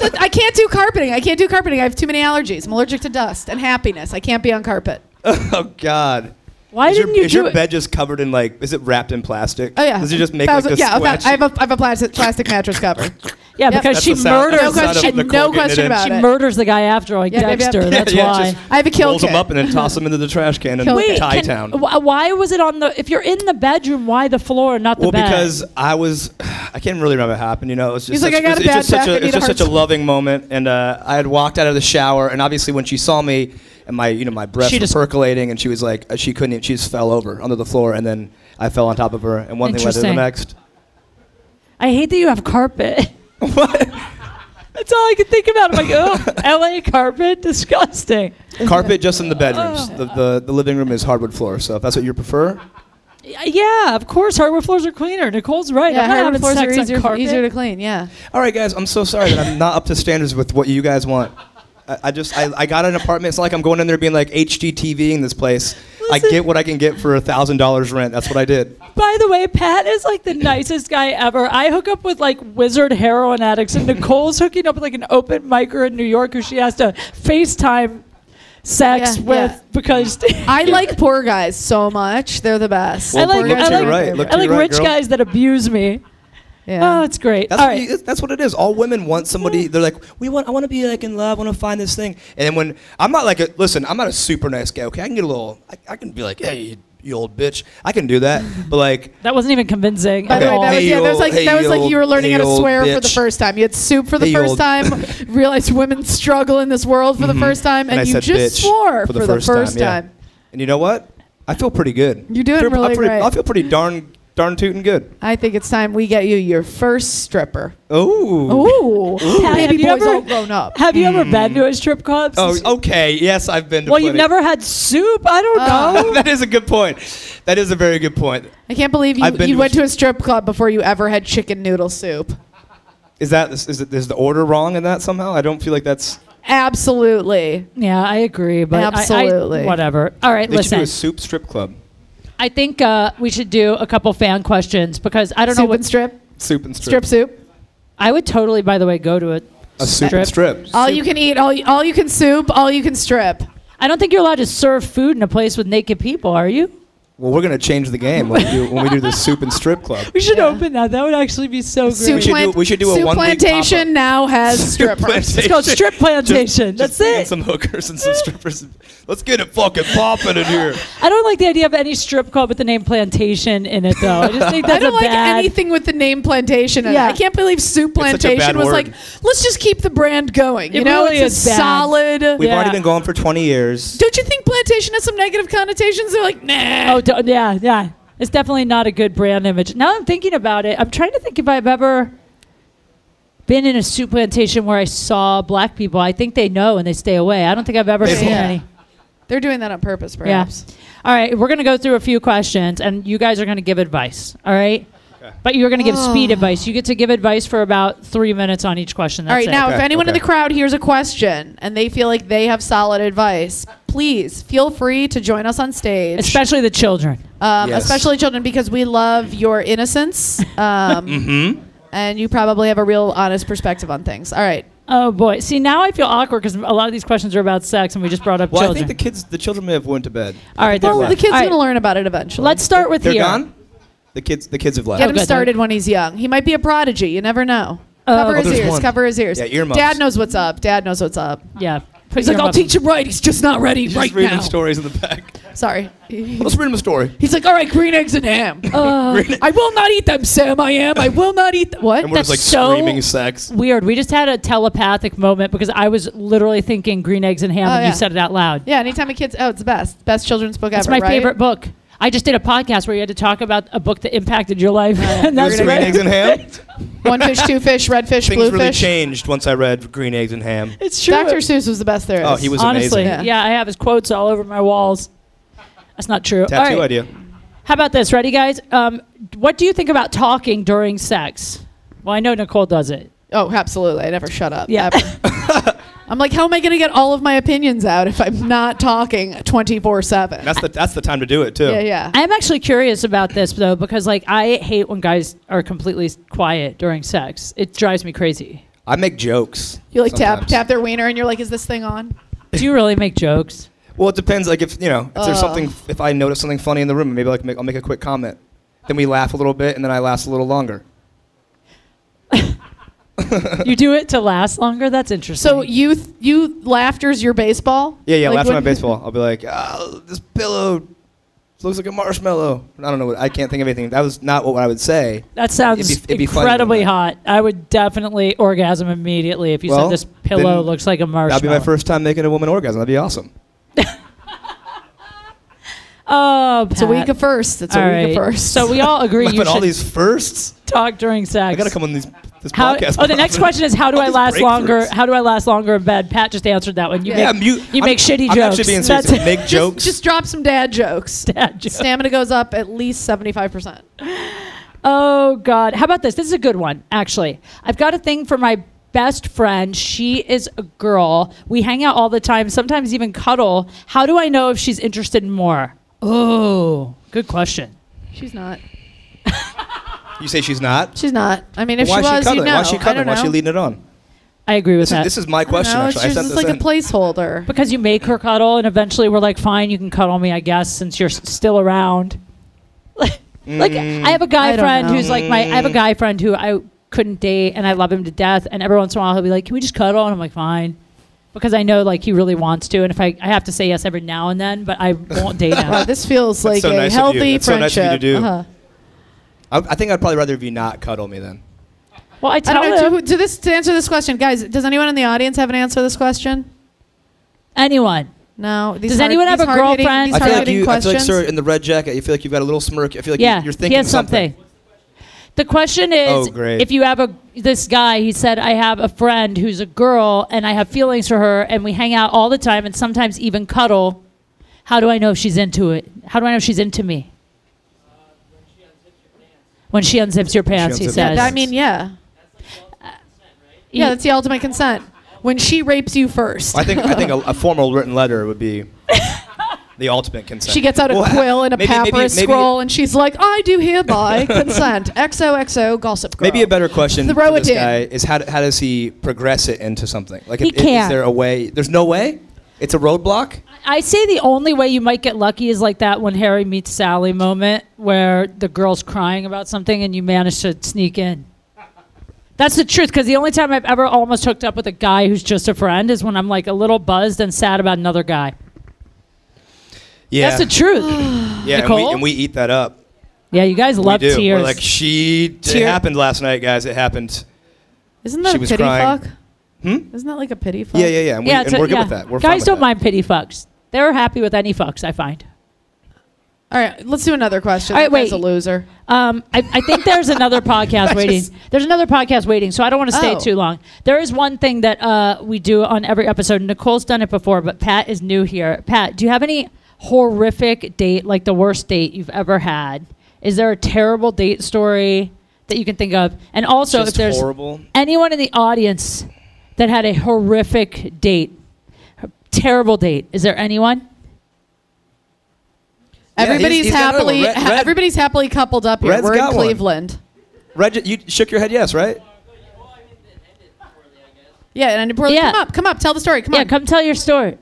[SPEAKER 8] the, I can't do carpeting. I can't do carpeting. I have too many allergies. I'm allergic to dust and happiness. I can't be on carpet.
[SPEAKER 9] oh God.
[SPEAKER 7] Why
[SPEAKER 9] is
[SPEAKER 7] didn't
[SPEAKER 9] your,
[SPEAKER 7] you
[SPEAKER 9] is
[SPEAKER 7] do
[SPEAKER 9] your
[SPEAKER 7] it-
[SPEAKER 9] bed just covered in like? Is it wrapped in plastic?
[SPEAKER 8] Oh yeah.
[SPEAKER 9] Does it just make
[SPEAKER 8] Thousand-
[SPEAKER 9] like a
[SPEAKER 8] yeah,
[SPEAKER 9] sweat?
[SPEAKER 8] I have a, I have a plastic, plastic mattress cover.
[SPEAKER 7] Yeah,
[SPEAKER 8] Yep.
[SPEAKER 7] because
[SPEAKER 8] That's
[SPEAKER 7] she
[SPEAKER 9] the sound-
[SPEAKER 7] murders.
[SPEAKER 9] that's the sound
[SPEAKER 7] she,
[SPEAKER 9] of the Nicole
[SPEAKER 8] no
[SPEAKER 9] getting it
[SPEAKER 8] question
[SPEAKER 9] in.
[SPEAKER 8] about
[SPEAKER 7] she
[SPEAKER 8] it.
[SPEAKER 7] murders the guy after, like
[SPEAKER 8] Yeah, maybe
[SPEAKER 7] Dexter.
[SPEAKER 8] I'm-
[SPEAKER 7] That's
[SPEAKER 9] yeah,
[SPEAKER 7] why.
[SPEAKER 9] just
[SPEAKER 8] I have a kill
[SPEAKER 9] rolls
[SPEAKER 8] kit.
[SPEAKER 9] them up and then toss them into the trash can in
[SPEAKER 8] Kill
[SPEAKER 7] Wait,
[SPEAKER 8] kit.
[SPEAKER 9] Thai
[SPEAKER 7] can-
[SPEAKER 9] Town.
[SPEAKER 7] wh- why was it on the? If you're in the bedroom, why the floor and not the
[SPEAKER 9] Well,
[SPEAKER 7] bed?
[SPEAKER 9] because I was, I can't really remember what happened. You know, it was just
[SPEAKER 8] He's
[SPEAKER 9] such,
[SPEAKER 8] like, "I got a
[SPEAKER 9] it's just such
[SPEAKER 8] bad back, I
[SPEAKER 9] a, it's
[SPEAKER 8] need a
[SPEAKER 9] just such a
[SPEAKER 8] hard-
[SPEAKER 9] loving moment. And uh, I had walked out of the shower, and obviously when she saw me, and my, you know, my breath
[SPEAKER 7] She
[SPEAKER 9] was
[SPEAKER 7] just-
[SPEAKER 9] percolating, and she was like, uh, she couldn't, even, she just fell over onto the floor, and then I fell on top of her, and one thing led to the
[SPEAKER 7] Interesting.
[SPEAKER 9] next.
[SPEAKER 7] I hate that you have carpet. That's all I could think about. I'm like, oh, LA carpet, disgusting.
[SPEAKER 9] Carpet just in the bedrooms.
[SPEAKER 8] Oh.
[SPEAKER 9] The, the the living room is hardwood floor, so if that's what you prefer,
[SPEAKER 7] Uh, Yeah, of course, hardwood floors are cleaner. Nicole's right.
[SPEAKER 8] Yeah,
[SPEAKER 7] I'm not having
[SPEAKER 8] hardwood floors
[SPEAKER 7] sex
[SPEAKER 8] are
[SPEAKER 7] on
[SPEAKER 8] easier,
[SPEAKER 7] carpet.
[SPEAKER 8] easier to clean. Yeah.
[SPEAKER 9] All right, guys, I'm so sorry that I'm not up to standards with what you guys want. I, I just, I, I got an apartment. It's not like I'm going in there being like HGTV in this place. I
[SPEAKER 7] Listen.
[SPEAKER 9] get what I can get for $1,000 rent. That's what I did.
[SPEAKER 7] By the way, Pat is like the nicest guy ever. I hook up with like wizard heroin addicts, and Nicole's hooking up with like an open micer in New York who she has to FaceTime sex
[SPEAKER 8] Yeah,
[SPEAKER 7] with
[SPEAKER 8] yeah.
[SPEAKER 7] because
[SPEAKER 8] I like poor guys so much. They're the best.
[SPEAKER 7] I like,
[SPEAKER 9] Well, look
[SPEAKER 7] I
[SPEAKER 9] to your
[SPEAKER 7] like,
[SPEAKER 9] right, look to
[SPEAKER 7] I like
[SPEAKER 9] your right,
[SPEAKER 7] rich
[SPEAKER 9] girl.
[SPEAKER 7] guys that abuse me.
[SPEAKER 8] yeah.
[SPEAKER 7] Oh, it's great.
[SPEAKER 9] That's,
[SPEAKER 7] All
[SPEAKER 9] what
[SPEAKER 7] right.
[SPEAKER 9] you- that's what it is. All women want somebody. They're like, we want. I want to be like in love. I want to find this thing. And then when I'm not like, a, listen, I'm not a super nice guy. Okay, I can get a little. I, I can be like, hey, you, you old bitch. I can do that. But like,
[SPEAKER 7] That wasn't even convincing.
[SPEAKER 8] By the
[SPEAKER 7] at
[SPEAKER 8] way,
[SPEAKER 7] all.
[SPEAKER 8] that was,
[SPEAKER 9] Hey,
[SPEAKER 8] yeah, that was
[SPEAKER 9] you
[SPEAKER 8] like
[SPEAKER 9] old-
[SPEAKER 8] that was
[SPEAKER 9] hey,
[SPEAKER 8] like you were
[SPEAKER 9] old-
[SPEAKER 8] learning how
[SPEAKER 9] hey,
[SPEAKER 8] to
[SPEAKER 9] old
[SPEAKER 8] swear for the
[SPEAKER 9] bitch.
[SPEAKER 8] first time. You had soup for the
[SPEAKER 9] Hey,
[SPEAKER 8] first
[SPEAKER 9] old-
[SPEAKER 8] time. Realized women struggle in this world for the first time, and,
[SPEAKER 9] I
[SPEAKER 8] you
[SPEAKER 9] said
[SPEAKER 8] just
[SPEAKER 9] bitch
[SPEAKER 8] swore for the first,
[SPEAKER 9] yeah.
[SPEAKER 8] time.
[SPEAKER 9] And you know what? I feel pretty good.
[SPEAKER 8] You're doing
[SPEAKER 9] I feel- I
[SPEAKER 8] really
[SPEAKER 9] pretty-
[SPEAKER 8] great.
[SPEAKER 9] I feel pretty darn darn tootin' good.
[SPEAKER 8] I think it's time we get you your first stripper.
[SPEAKER 9] Oh.
[SPEAKER 8] Ooh,
[SPEAKER 7] Pat, have
[SPEAKER 8] baby
[SPEAKER 7] you
[SPEAKER 8] boys
[SPEAKER 7] ever-
[SPEAKER 8] all grown up.
[SPEAKER 7] Have you ever been to a strip club?
[SPEAKER 9] Mm. Oh, okay. Yes, I've been to.
[SPEAKER 7] well, you've
[SPEAKER 9] plenty.
[SPEAKER 7] never had soup. I don't
[SPEAKER 8] Uh,
[SPEAKER 7] know.
[SPEAKER 9] that is a good point. That is a very good point.
[SPEAKER 8] Oh. I can't believe you,
[SPEAKER 9] I've been
[SPEAKER 8] you
[SPEAKER 9] to a
[SPEAKER 8] went
[SPEAKER 9] stri-
[SPEAKER 8] to a strip club before you ever had chicken noodle soup.
[SPEAKER 9] Is that is, it, is the order wrong in that somehow? I don't feel like that's.
[SPEAKER 8] Absolutely.
[SPEAKER 7] Yeah, I agree. But I- I-
[SPEAKER 8] Absolutely.
[SPEAKER 7] whatever. All right,
[SPEAKER 9] They should
[SPEAKER 7] listen.
[SPEAKER 9] do a soup strip club,
[SPEAKER 7] I think uh, we should do a couple fan questions because I don't know
[SPEAKER 8] Soup
[SPEAKER 7] what
[SPEAKER 8] and strip.
[SPEAKER 9] soup and strip,
[SPEAKER 8] Strip soup.
[SPEAKER 7] I would totally, by the way, go to a,
[SPEAKER 9] a soup and strip.
[SPEAKER 8] All you can eat. All you, all you can soup. All you can strip.
[SPEAKER 7] I don't think you're allowed to serve food in a place with naked people, are you?
[SPEAKER 9] Well, we're gonna change the game when we do, when we do the soup and strip club.
[SPEAKER 7] We should open that. That would actually be so great.
[SPEAKER 8] Soup
[SPEAKER 9] should do- we should do a
[SPEAKER 8] soup
[SPEAKER 9] one-week pop-up.
[SPEAKER 8] plantation now has strippers.
[SPEAKER 7] It's called strip plantation. That's
[SPEAKER 9] bring in
[SPEAKER 7] it.
[SPEAKER 9] Some hookers and some strippers. Let's get it fucking popping in here.
[SPEAKER 7] I don't like the idea of any strip club with the name plantation in it, though. I just think that's
[SPEAKER 8] I don't
[SPEAKER 7] a
[SPEAKER 8] like
[SPEAKER 7] bad.
[SPEAKER 8] anything with the name plantation. In
[SPEAKER 7] Yeah.
[SPEAKER 8] it. I can't believe soup
[SPEAKER 9] such a bad
[SPEAKER 8] plantation was
[SPEAKER 9] word.
[SPEAKER 8] like, let's just keep the brand going.
[SPEAKER 7] It
[SPEAKER 8] you know,
[SPEAKER 7] really
[SPEAKER 8] it's
[SPEAKER 7] is
[SPEAKER 8] a
[SPEAKER 7] bad.
[SPEAKER 8] solid.
[SPEAKER 9] We've
[SPEAKER 7] Yeah.
[SPEAKER 9] already been going for 20 years.
[SPEAKER 8] Don't you think plantation has some negative connotations? They're like, nah.
[SPEAKER 7] Oh, don't- yeah, yeah. It's definitely not a good brand image. Now I'm thinking about it. I'm trying to think if I've ever been in a soup plantation where I saw black people. I think they know and they stay away. I don't think I've ever
[SPEAKER 9] They
[SPEAKER 7] seen
[SPEAKER 9] will.
[SPEAKER 7] any.
[SPEAKER 8] They're doing that on purpose,
[SPEAKER 7] Yeah.
[SPEAKER 8] perhaps.
[SPEAKER 7] All right, we're going to go through a few questions and you guys are going to give advice. All right? But you're going to give speed advice. You get to give advice for about three minutes on each question. That's
[SPEAKER 8] All right,
[SPEAKER 7] it.
[SPEAKER 8] now
[SPEAKER 9] Okay,
[SPEAKER 8] if anyone
[SPEAKER 9] okay.
[SPEAKER 8] in the crowd hears a question and they feel like they have solid advice, please feel free to join us on stage,
[SPEAKER 7] Especially the children.
[SPEAKER 8] um,
[SPEAKER 9] Yes.
[SPEAKER 8] especially children, because we love your innocence. Um,
[SPEAKER 9] Mm-hmm.
[SPEAKER 8] And you probably have a real honest perspective on things. All right.
[SPEAKER 7] Oh, boy. See, now I feel awkward because a lot of these questions are about sex and we just brought up
[SPEAKER 9] Well,
[SPEAKER 7] children.
[SPEAKER 9] I think the kids, the children may have went to bed.
[SPEAKER 7] All right,
[SPEAKER 8] Well,
[SPEAKER 7] they're-
[SPEAKER 8] the
[SPEAKER 7] All
[SPEAKER 8] kid's
[SPEAKER 7] right,
[SPEAKER 8] going to learn about it eventually.
[SPEAKER 7] Let's start with
[SPEAKER 9] They're
[SPEAKER 7] here.
[SPEAKER 9] gone. The kids, the kids have left.
[SPEAKER 8] Get
[SPEAKER 7] Oh,
[SPEAKER 8] him
[SPEAKER 7] good.
[SPEAKER 8] started when he's young. He might be a prodigy. You never know.
[SPEAKER 7] Oh.
[SPEAKER 8] cover
[SPEAKER 7] Oh,
[SPEAKER 8] his
[SPEAKER 9] there's
[SPEAKER 8] ears.
[SPEAKER 9] one.
[SPEAKER 8] Cover his ears.
[SPEAKER 9] Yeah, earmuffs.
[SPEAKER 8] Dad knows what's up. Dad knows what's up.
[SPEAKER 7] Yeah.
[SPEAKER 8] He's like, I'll teach him right. He's just not ready
[SPEAKER 9] He's
[SPEAKER 8] right
[SPEAKER 9] just reading
[SPEAKER 8] now.
[SPEAKER 9] stories in the back.
[SPEAKER 8] Sorry. Oh.
[SPEAKER 9] Let's read him a story.
[SPEAKER 8] He's like, all right, green eggs and ham. Uh, I will not eat them, Sam. I am. I will not eat them. What?
[SPEAKER 9] And we're
[SPEAKER 7] That's
[SPEAKER 9] just like
[SPEAKER 7] so-
[SPEAKER 9] screaming sex.
[SPEAKER 7] Weird. We just had a telepathic moment because I was literally thinking green eggs and ham,
[SPEAKER 8] Oh,
[SPEAKER 7] and
[SPEAKER 8] yeah.
[SPEAKER 7] you said it out loud.
[SPEAKER 8] yeah, anytime a kid's, oh, it's the best. Best children's book
[SPEAKER 7] It's
[SPEAKER 8] ever.
[SPEAKER 7] my
[SPEAKER 8] right?
[SPEAKER 7] favorite book. I just did a podcast where you had to talk about a book that impacted your life, and that's
[SPEAKER 9] Green
[SPEAKER 7] right.
[SPEAKER 9] eggs and ham.
[SPEAKER 8] One fish, two fish, red fish,
[SPEAKER 9] Things
[SPEAKER 8] blue
[SPEAKER 9] really
[SPEAKER 8] fish.
[SPEAKER 9] changed once I read Green Eggs and Ham.
[SPEAKER 7] It's true.
[SPEAKER 8] Dr. Seuss was the best there is. Uh,
[SPEAKER 9] Oh, he was
[SPEAKER 7] Honestly,
[SPEAKER 9] amazing.
[SPEAKER 7] yeah. I have his quotes all over my walls. That's not true. All
[SPEAKER 9] Tattoo
[SPEAKER 7] right.
[SPEAKER 9] idea.
[SPEAKER 7] How about this? Ready, guys? Um, what do you think about talking during sex? Well, I know Nicole does it.
[SPEAKER 8] Oh, absolutely. I never shut up. Yeah. I'm like, how am I going to get all of my opinions out if I'm not talking 24 7?
[SPEAKER 9] That's the that's the time to do it too.
[SPEAKER 8] Yeah, yeah.
[SPEAKER 7] I'm actually curious about this though because like I hate when guys are completely quiet during sex. It drives me crazy.
[SPEAKER 9] I make jokes.
[SPEAKER 8] You like tap
[SPEAKER 9] sometimes.
[SPEAKER 8] tap their wiener and you're like, is this thing on?
[SPEAKER 7] Do you really make jokes?
[SPEAKER 9] Well, it depends. Like if you know, if
[SPEAKER 8] Ugh.
[SPEAKER 9] there's something, if I notice something funny in the room, maybe like make, I'll make a quick comment. Then we laugh a little bit, and then I last a little longer.
[SPEAKER 7] you do it to last longer. That's interesting.
[SPEAKER 8] So you th- you laughter's your baseball?
[SPEAKER 9] Yeah, yeah. laugh at my
[SPEAKER 8] when-
[SPEAKER 9] baseball. I'll be like, oh, this pillow looks like a marshmallow. I don't know. What, I can't think of anything. That was not what I would say.
[SPEAKER 7] that sounds
[SPEAKER 9] It'd be- it'd be funny
[SPEAKER 7] incredibly
[SPEAKER 9] doing
[SPEAKER 7] hot. I would definitely orgasm immediately if you
[SPEAKER 9] Well,
[SPEAKER 7] said this pillow
[SPEAKER 9] then
[SPEAKER 7] looks like a marshmallow.
[SPEAKER 9] That'd be my first time making a woman orgasm. That'd be awesome.
[SPEAKER 7] Oh,
[SPEAKER 8] It's a week
[SPEAKER 7] Pat.
[SPEAKER 8] of firsts. It's a
[SPEAKER 7] All
[SPEAKER 8] week
[SPEAKER 7] right.
[SPEAKER 8] of firsts.
[SPEAKER 7] So we all agree
[SPEAKER 9] But
[SPEAKER 7] you should
[SPEAKER 9] all these firsts.
[SPEAKER 7] talk during sex.
[SPEAKER 9] I gotta come on these, this
[SPEAKER 7] How,
[SPEAKER 9] podcast.
[SPEAKER 7] oh, the next question is how do
[SPEAKER 9] All
[SPEAKER 7] I
[SPEAKER 9] these
[SPEAKER 7] last longer?
[SPEAKER 9] breakthroughs.
[SPEAKER 7] How do I last longer in bed? Pat just answered that one. You
[SPEAKER 9] Yeah,
[SPEAKER 7] make
[SPEAKER 9] mute.
[SPEAKER 7] you make
[SPEAKER 9] I'm,
[SPEAKER 7] shitty
[SPEAKER 9] I'm
[SPEAKER 7] jokes.
[SPEAKER 9] actually being serious.
[SPEAKER 7] That's it.
[SPEAKER 9] Make jokes.
[SPEAKER 8] just drop some dad jokes.
[SPEAKER 7] Dad joke.
[SPEAKER 8] Stamina goes up at least 75%.
[SPEAKER 7] Oh God! How about this? This is a good one, actually. I've got a thing for my best friend. She is a girl. We hang out all the time. Sometimes even cuddle. How do I know if she's interested in more? Oh, good question.
[SPEAKER 8] She's not.
[SPEAKER 9] you say she's not.
[SPEAKER 8] She's not. I mean, if
[SPEAKER 9] Why
[SPEAKER 8] she
[SPEAKER 9] is she
[SPEAKER 8] was,
[SPEAKER 9] cuddling?
[SPEAKER 8] you know.
[SPEAKER 9] Why is she
[SPEAKER 8] I
[SPEAKER 9] cuddling?
[SPEAKER 8] don't
[SPEAKER 9] Why is she
[SPEAKER 8] know.
[SPEAKER 9] leading it on?
[SPEAKER 7] I agree with
[SPEAKER 9] This is,
[SPEAKER 7] that.
[SPEAKER 9] this is my
[SPEAKER 8] I don't
[SPEAKER 9] question.
[SPEAKER 8] know. It's
[SPEAKER 9] actually, I
[SPEAKER 8] just
[SPEAKER 9] sent
[SPEAKER 8] it's
[SPEAKER 9] this
[SPEAKER 8] like
[SPEAKER 9] in.
[SPEAKER 8] a placeholder.
[SPEAKER 7] because you make her cuddle, and eventually we're like, "Fine, you can cuddle me, I guess," since you're s- still around. like, I have a
[SPEAKER 8] I
[SPEAKER 7] guy
[SPEAKER 8] don't
[SPEAKER 7] friend
[SPEAKER 8] know.
[SPEAKER 7] who's like my. I have a guy friend who I couldn't date, and I love him to death. And every once in a while, he'll be like, "Can we just cuddle?" And I'm like, "Fine," because I know like he really wants to, and if I I have to say yes every now and then, but I won't date
[SPEAKER 8] Wow,
[SPEAKER 7] him.
[SPEAKER 8] this feels like
[SPEAKER 9] so
[SPEAKER 8] a
[SPEAKER 9] nice of you.
[SPEAKER 8] healthy
[SPEAKER 9] That's so
[SPEAKER 8] friendship.
[SPEAKER 9] nice of you to do.
[SPEAKER 8] Uh-huh.
[SPEAKER 9] I, I think I'd probably rather if you not cuddle me then.
[SPEAKER 7] well, I
[SPEAKER 8] I
[SPEAKER 7] tell
[SPEAKER 8] don't know.
[SPEAKER 7] him
[SPEAKER 8] To, who- to this to answer this question, guys, does anyone in the audience have an answer to this question?
[SPEAKER 7] anyone.
[SPEAKER 8] No. These
[SPEAKER 7] Does
[SPEAKER 8] hard-
[SPEAKER 7] anyone
[SPEAKER 8] these
[SPEAKER 7] have a
[SPEAKER 8] hard-hitting-
[SPEAKER 7] girlfriend?
[SPEAKER 8] These
[SPEAKER 9] I feel like
[SPEAKER 8] hard-hitting
[SPEAKER 9] you. I feel like,
[SPEAKER 8] questions.
[SPEAKER 9] sir, in the red jacket, you feel like you've got a little smirk. I feel like
[SPEAKER 7] yeah,
[SPEAKER 9] you, are thinking
[SPEAKER 7] he has
[SPEAKER 9] something.
[SPEAKER 7] something. The question is,
[SPEAKER 9] Oh, great.
[SPEAKER 7] if you have a this guy, he said, I have a friend who's a girl, and I have feelings for her, and we hang out all the time, and sometimes even cuddle. How do I know if she's into it? How do I know if she's into me? When she unzips your pants, he
[SPEAKER 9] unzips
[SPEAKER 7] says.
[SPEAKER 9] your
[SPEAKER 8] I mean, yeah. Yeah, that's the ultimate consent. When she rapes you first.
[SPEAKER 9] I think I think a, a formal written letter would be the ultimate consent.
[SPEAKER 8] She gets out a
[SPEAKER 9] Well,
[SPEAKER 8] quill and a
[SPEAKER 9] maybe- maybe-
[SPEAKER 8] papyrus
[SPEAKER 9] maybe-
[SPEAKER 8] scroll, and she's like, "I do hereby consent." XOXO gossip girl.
[SPEAKER 9] Maybe a better question
[SPEAKER 8] Throw
[SPEAKER 9] for
[SPEAKER 8] it
[SPEAKER 9] this
[SPEAKER 8] in.
[SPEAKER 9] guy is how, how does he progress it into something? Like,
[SPEAKER 7] He
[SPEAKER 9] if, is
[SPEAKER 7] can't.
[SPEAKER 9] there a way? There's no way. It's a roadblock.
[SPEAKER 7] I say the only way you might get lucky is like that when Harry meets Sally moment where the girl's crying about something and you manage to sneak in. That's the truth because the only time I've ever almost hooked up with a guy who's just a friend is when I'm like a little buzzed and sad about another guy.
[SPEAKER 9] Yeah,
[SPEAKER 7] That's the truth.
[SPEAKER 9] yeah, and we,
[SPEAKER 7] Nicole?
[SPEAKER 9] and we eat that up.
[SPEAKER 7] yeah, you guys love
[SPEAKER 9] we do.
[SPEAKER 7] tears.
[SPEAKER 9] We're like, she. It
[SPEAKER 7] Tear-
[SPEAKER 9] happened last night, guys. It happened.
[SPEAKER 8] Isn't that
[SPEAKER 9] She
[SPEAKER 8] a
[SPEAKER 9] was
[SPEAKER 8] pity
[SPEAKER 9] crying. Hmm?
[SPEAKER 8] fuck? Isn't that like a pity fuck?
[SPEAKER 9] Yeah, yeah, yeah. And, we,
[SPEAKER 7] yeah,
[SPEAKER 9] and
[SPEAKER 7] it's a-
[SPEAKER 9] we're good
[SPEAKER 7] yeah.
[SPEAKER 9] with that. We're fine
[SPEAKER 7] guys
[SPEAKER 9] with
[SPEAKER 7] don't
[SPEAKER 9] that.
[SPEAKER 7] mind pity fucks. They're happy with any fucks. I find.
[SPEAKER 8] All right, let's do another question.
[SPEAKER 7] All right,
[SPEAKER 8] That guy's
[SPEAKER 7] wait.
[SPEAKER 8] a loser.
[SPEAKER 7] Um, I, I think there's another podcast waiting. There's another podcast waiting, so I don't want to stay
[SPEAKER 8] Oh.
[SPEAKER 7] too long. There is one thing that uh, we do on every episode. Nicole's done it before, but Pat is new here. Pat, do you have any horrific date, like the worst date you've ever had? Is there a terrible date story that you can think of? And also,
[SPEAKER 9] Just
[SPEAKER 7] if there's
[SPEAKER 9] horrible.
[SPEAKER 7] anyone in the audience that had a horrific date, terrible date, is there anyone?
[SPEAKER 9] he's-
[SPEAKER 8] everybody's
[SPEAKER 9] he's got another one.
[SPEAKER 8] happily,
[SPEAKER 9] Red-
[SPEAKER 8] ha-
[SPEAKER 9] Red-
[SPEAKER 8] everybody's happily coupled up here.
[SPEAKER 9] Red's
[SPEAKER 8] We're in
[SPEAKER 9] got one.
[SPEAKER 8] Cleveland.
[SPEAKER 9] Reg, you shook your head yes, right?
[SPEAKER 8] Yeah, and poorly,
[SPEAKER 7] Yeah.
[SPEAKER 8] come up, come up, tell the story. Come
[SPEAKER 7] Yeah,
[SPEAKER 8] on,
[SPEAKER 7] come tell your story.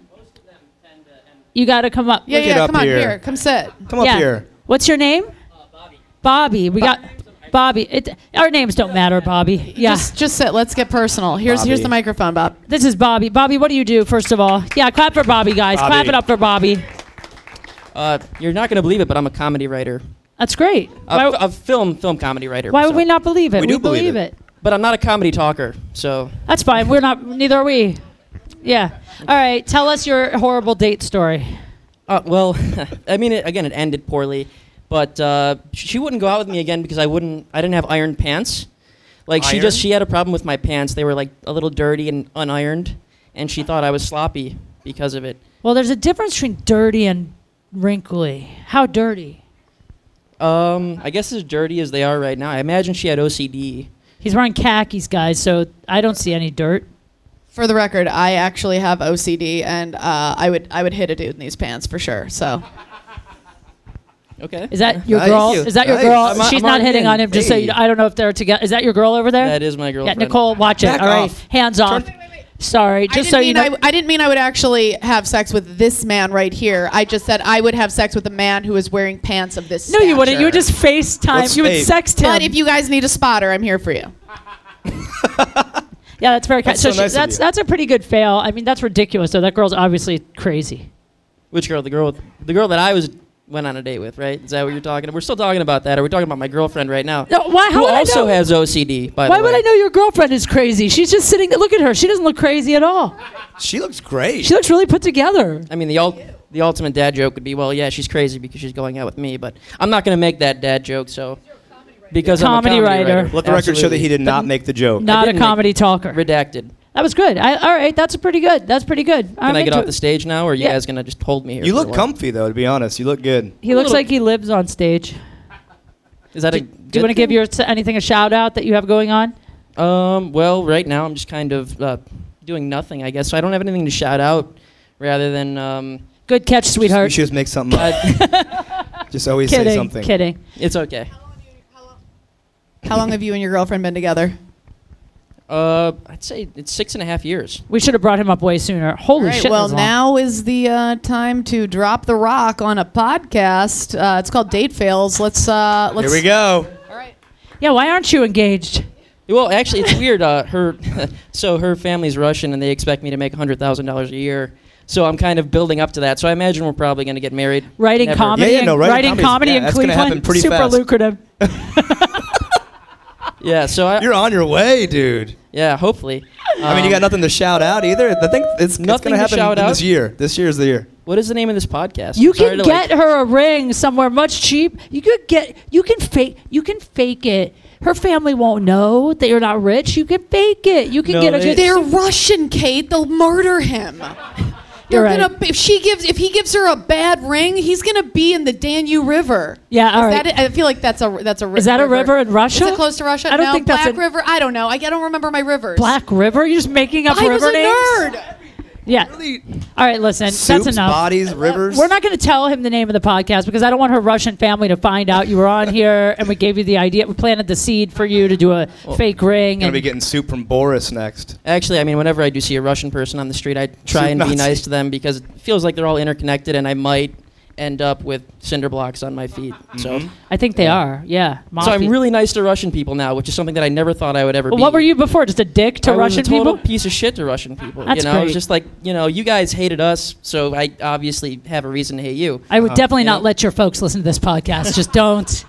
[SPEAKER 7] You got to come up.
[SPEAKER 8] yeah,
[SPEAKER 9] Look it
[SPEAKER 8] yeah,
[SPEAKER 9] up
[SPEAKER 8] come on
[SPEAKER 9] here.
[SPEAKER 8] here, come sit.
[SPEAKER 9] Come up here.
[SPEAKER 7] What's your name? Uh, Bobby. Bobby. We got Bobby. It, our names don't matter, Bobby. Yeah.
[SPEAKER 8] Just, just sit. Let's get personal. Here's, here's
[SPEAKER 9] Bobby.
[SPEAKER 8] the microphone, Bob.
[SPEAKER 7] this is Bobby. Bobby, what do you do, first of all? Yeah, clap for Bobby, guys.
[SPEAKER 9] Bobby.
[SPEAKER 7] Clap it up for Bobby.
[SPEAKER 12] Uh, you're not going to believe it, but I'm a comedy writer.
[SPEAKER 7] That's great.
[SPEAKER 12] A,
[SPEAKER 7] Why,
[SPEAKER 12] a film film comedy writer.
[SPEAKER 7] why would
[SPEAKER 12] so-
[SPEAKER 7] we not believe it?
[SPEAKER 9] We do believe it.
[SPEAKER 12] But I'm not a comedy talker, so
[SPEAKER 7] That's fine. We're not, neither are we. Yeah. All right. Tell us your horrible date story.
[SPEAKER 12] uh, well, I mean, it, again, it ended poorly. But uh, sh- she wouldn't go out with me again because I wouldn't. I didn't have iron pants. Like she just
[SPEAKER 9] Iron?
[SPEAKER 12] she had a problem with my pants. They were like a little dirty and unironed, and she thought I was sloppy because of it.
[SPEAKER 7] Well, there's a difference between dirty and wrinkly. How dirty?
[SPEAKER 11] Um, I guess as dirty as they are right now, I imagine she had OCD.
[SPEAKER 7] He's wearing khakis, guys, so I don't see any dirt.
[SPEAKER 8] For the record, I actually have OCD, and uh, I would I would hit a dude in these pants for sure. So
[SPEAKER 11] Okay.
[SPEAKER 7] Is that your girl? Is that your girl? She's not hitting on him. Just so you, I don't know if they're together. Is that your girl over there?
[SPEAKER 11] That is my
[SPEAKER 7] Yeah,
[SPEAKER 11] girlfriend.
[SPEAKER 7] Nicole, watch it.
[SPEAKER 11] Back
[SPEAKER 7] All right,
[SPEAKER 11] off.
[SPEAKER 7] hands off. Sorry,
[SPEAKER 8] I
[SPEAKER 7] just
[SPEAKER 8] didn't
[SPEAKER 7] so
[SPEAKER 8] mean
[SPEAKER 7] you know.
[SPEAKER 8] I, I didn't mean I would actually have sex with this man right here. I just said I would have sex with a man who is wearing pants of this.
[SPEAKER 7] No, you wouldn't. You would just FaceTime.
[SPEAKER 8] What's
[SPEAKER 7] you would
[SPEAKER 8] fake?
[SPEAKER 7] sext him.
[SPEAKER 8] But if you guys need a spotter, I'm here for you.
[SPEAKER 7] yeah, that's very kind.
[SPEAKER 11] That's
[SPEAKER 7] so
[SPEAKER 11] so nice
[SPEAKER 7] she,
[SPEAKER 11] of
[SPEAKER 7] that's
[SPEAKER 11] you.
[SPEAKER 7] that's a pretty good fail. I mean, that's ridiculous. though. that girl's obviously crazy.
[SPEAKER 11] Which girl? The girl. with- The girl that I was went on a date with, right? Is that what you're talking? We're still talking about that, or we're talking about my girlfriend right now?
[SPEAKER 7] No, why- how
[SPEAKER 11] Who
[SPEAKER 7] would I
[SPEAKER 11] also
[SPEAKER 7] know?
[SPEAKER 11] has OCD. By
[SPEAKER 7] Why
[SPEAKER 11] the way,
[SPEAKER 7] would I know your girlfriend is crazy? She's just sitting. there. Look at her. She doesn't look crazy at all.
[SPEAKER 11] she looks great.
[SPEAKER 7] She looks really put together.
[SPEAKER 11] I mean, the ul- the ultimate dad joke would be, well, yeah, she's crazy because she's going out with me, but I'm not going to make that dad joke. So, because
[SPEAKER 7] Comedy
[SPEAKER 11] I'm a comedy
[SPEAKER 7] writer.
[SPEAKER 11] writer.
[SPEAKER 9] Let the record show that he
[SPEAKER 11] Absolutely.
[SPEAKER 9] did not make the joke.
[SPEAKER 7] Not a comedy talker.
[SPEAKER 11] Redacted.
[SPEAKER 7] That was good. I, all right, that's pretty good. That's pretty good.
[SPEAKER 11] Can i get off the stage now, or are you
[SPEAKER 7] Yeah.
[SPEAKER 11] guys going to just hold me here?
[SPEAKER 9] You
[SPEAKER 11] for a
[SPEAKER 9] look
[SPEAKER 11] while?
[SPEAKER 9] comfy though, to be honest. You look good.
[SPEAKER 7] He looks like he lives on stage.
[SPEAKER 11] Is that a?
[SPEAKER 7] Do you want to give your anything a shout out that you have going on?
[SPEAKER 11] Um, well, right now I'm just kind of uh, doing nothing, I guess. So I don't have anything to shout out, rather than. Um,
[SPEAKER 7] Good catch,
[SPEAKER 9] You
[SPEAKER 7] sweetheart.
[SPEAKER 9] should just make something up. just always
[SPEAKER 7] kidding,
[SPEAKER 9] say something.
[SPEAKER 7] kidding.
[SPEAKER 11] It's okay.
[SPEAKER 8] How long have you and your girlfriend been together?
[SPEAKER 11] Uh, I'd say it's six and a half years.
[SPEAKER 7] We should have brought him up way sooner. Holy
[SPEAKER 8] All right,
[SPEAKER 7] shit!
[SPEAKER 8] well,
[SPEAKER 7] that's long.
[SPEAKER 8] now is the uh, time to drop the rock on a podcast. Uh, it's called Date Fails. Let's uh, let's.
[SPEAKER 9] Here we go.
[SPEAKER 7] yeah. Why aren't you engaged?
[SPEAKER 11] Well, actually, it's weird. Uh, her, so her family's Russian, and they expect me to make hundred thousand dollars a year. So I'm kind of building up to that. So I imagine we're probably going to get married.
[SPEAKER 7] Writing
[SPEAKER 11] Never.
[SPEAKER 7] comedy,
[SPEAKER 9] yeah,
[SPEAKER 7] in-
[SPEAKER 9] no,
[SPEAKER 7] writing,
[SPEAKER 9] writing comedy's-
[SPEAKER 7] comedy
[SPEAKER 9] yeah,
[SPEAKER 7] in
[SPEAKER 9] that's gonna
[SPEAKER 7] Cleveland,
[SPEAKER 9] happen pretty
[SPEAKER 7] super
[SPEAKER 9] fast.
[SPEAKER 7] lucrative.
[SPEAKER 11] Yeah. So I,
[SPEAKER 9] You're on your way, dude.
[SPEAKER 11] yeah, hopefully.
[SPEAKER 9] I mean, you got nothing to shout out either. I think it's, it's
[SPEAKER 11] Nothing
[SPEAKER 9] going
[SPEAKER 11] to
[SPEAKER 9] happen
[SPEAKER 11] shout
[SPEAKER 9] this
[SPEAKER 11] out?
[SPEAKER 9] year. This year's the year.
[SPEAKER 11] What is the name of this podcast?
[SPEAKER 7] You
[SPEAKER 11] I'm sorry
[SPEAKER 7] can
[SPEAKER 11] to,
[SPEAKER 7] get
[SPEAKER 11] like-
[SPEAKER 7] her a ring somewhere much cheap. You could get. You can fake. You can fake it. Her family won't know that you're not rich. You can fake it. You can
[SPEAKER 11] No,
[SPEAKER 7] get a
[SPEAKER 11] they-
[SPEAKER 7] good.
[SPEAKER 8] They're Russian, Kate. They'll murder him. They're
[SPEAKER 7] You're right.
[SPEAKER 8] gonna if she gives if he gives her a bad ring, he's gonna be in the Danube River.
[SPEAKER 7] Yeah, all
[SPEAKER 8] Is
[SPEAKER 7] right.
[SPEAKER 8] that- I feel like that's a that's a ri-
[SPEAKER 7] Is that a river in Russia?
[SPEAKER 8] Is it close to Russia?
[SPEAKER 7] I don't
[SPEAKER 8] no,
[SPEAKER 7] think that's
[SPEAKER 8] Black
[SPEAKER 7] a-
[SPEAKER 8] River. I don't know. I, I don't remember my rivers.
[SPEAKER 7] Black River. You're just making up
[SPEAKER 8] I
[SPEAKER 7] river
[SPEAKER 8] was a
[SPEAKER 7] names.
[SPEAKER 8] nerd.
[SPEAKER 7] Yeah. All right, listen.
[SPEAKER 9] Soups,
[SPEAKER 7] that's enough.
[SPEAKER 9] bodies, rivers.
[SPEAKER 7] We're not going to tell him the name of the podcast because I don't want her Russian family to find out you were on here and we gave you the idea. We planted the seed for you to do a fake ring.
[SPEAKER 9] going
[SPEAKER 7] And
[SPEAKER 9] to be getting soup from Boris next.
[SPEAKER 11] Actually, I mean, whenever I do see a Russian person on the street, I try and be
[SPEAKER 9] Nazi.
[SPEAKER 11] nice to them because it feels like they're all interconnected, and I might end up with cinder blocks on my feet. So,
[SPEAKER 7] I think they are. Yeah.
[SPEAKER 11] so I'm
[SPEAKER 7] Mafia.
[SPEAKER 11] really nice to Russian people now, which is something that I never thought I would ever
[SPEAKER 7] Well,
[SPEAKER 11] be.
[SPEAKER 7] what were you before? Just a dick to
[SPEAKER 11] I
[SPEAKER 7] Russian
[SPEAKER 11] was a total
[SPEAKER 7] people?
[SPEAKER 11] piece of shit to Russian people.
[SPEAKER 7] That's
[SPEAKER 11] you know, I
[SPEAKER 7] great.
[SPEAKER 11] was just like, you know, you guys hated us, so I obviously have a reason to hate you.
[SPEAKER 7] I would definitely
[SPEAKER 11] you
[SPEAKER 7] not
[SPEAKER 11] know?
[SPEAKER 7] let your folks listen to this podcast. Just don't.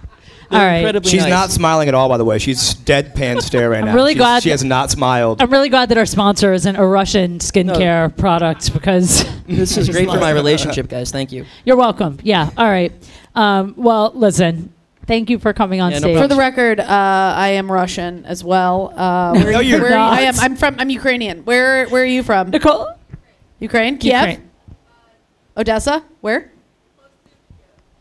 [SPEAKER 7] All
[SPEAKER 11] They're
[SPEAKER 7] right.
[SPEAKER 11] incredibly
[SPEAKER 9] She's
[SPEAKER 11] nice.
[SPEAKER 9] not smiling at all, by the way. She's deadpan stare right now.
[SPEAKER 7] really
[SPEAKER 9] She's-
[SPEAKER 7] glad
[SPEAKER 9] she
[SPEAKER 7] that- Uh,
[SPEAKER 9] has not smiled.
[SPEAKER 7] I'm really glad that our sponsor isn't a Russian skincare product because
[SPEAKER 11] This is great for my relationship, guys. Thank you.
[SPEAKER 7] you're welcome. Yeah. All right. Um, well, listen. Thank you for coming on
[SPEAKER 11] Yeah, no
[SPEAKER 7] stage.
[SPEAKER 8] For the record, uh, I am Russian as well. Uh, where,
[SPEAKER 9] No, you're
[SPEAKER 8] where are you-
[SPEAKER 7] not.
[SPEAKER 8] I am. I'm from. I'm Ukrainian. Where Where are you from?
[SPEAKER 7] Nicole.
[SPEAKER 8] Ukraine. Kiev.
[SPEAKER 7] Ukraine.
[SPEAKER 8] Odessa. Where?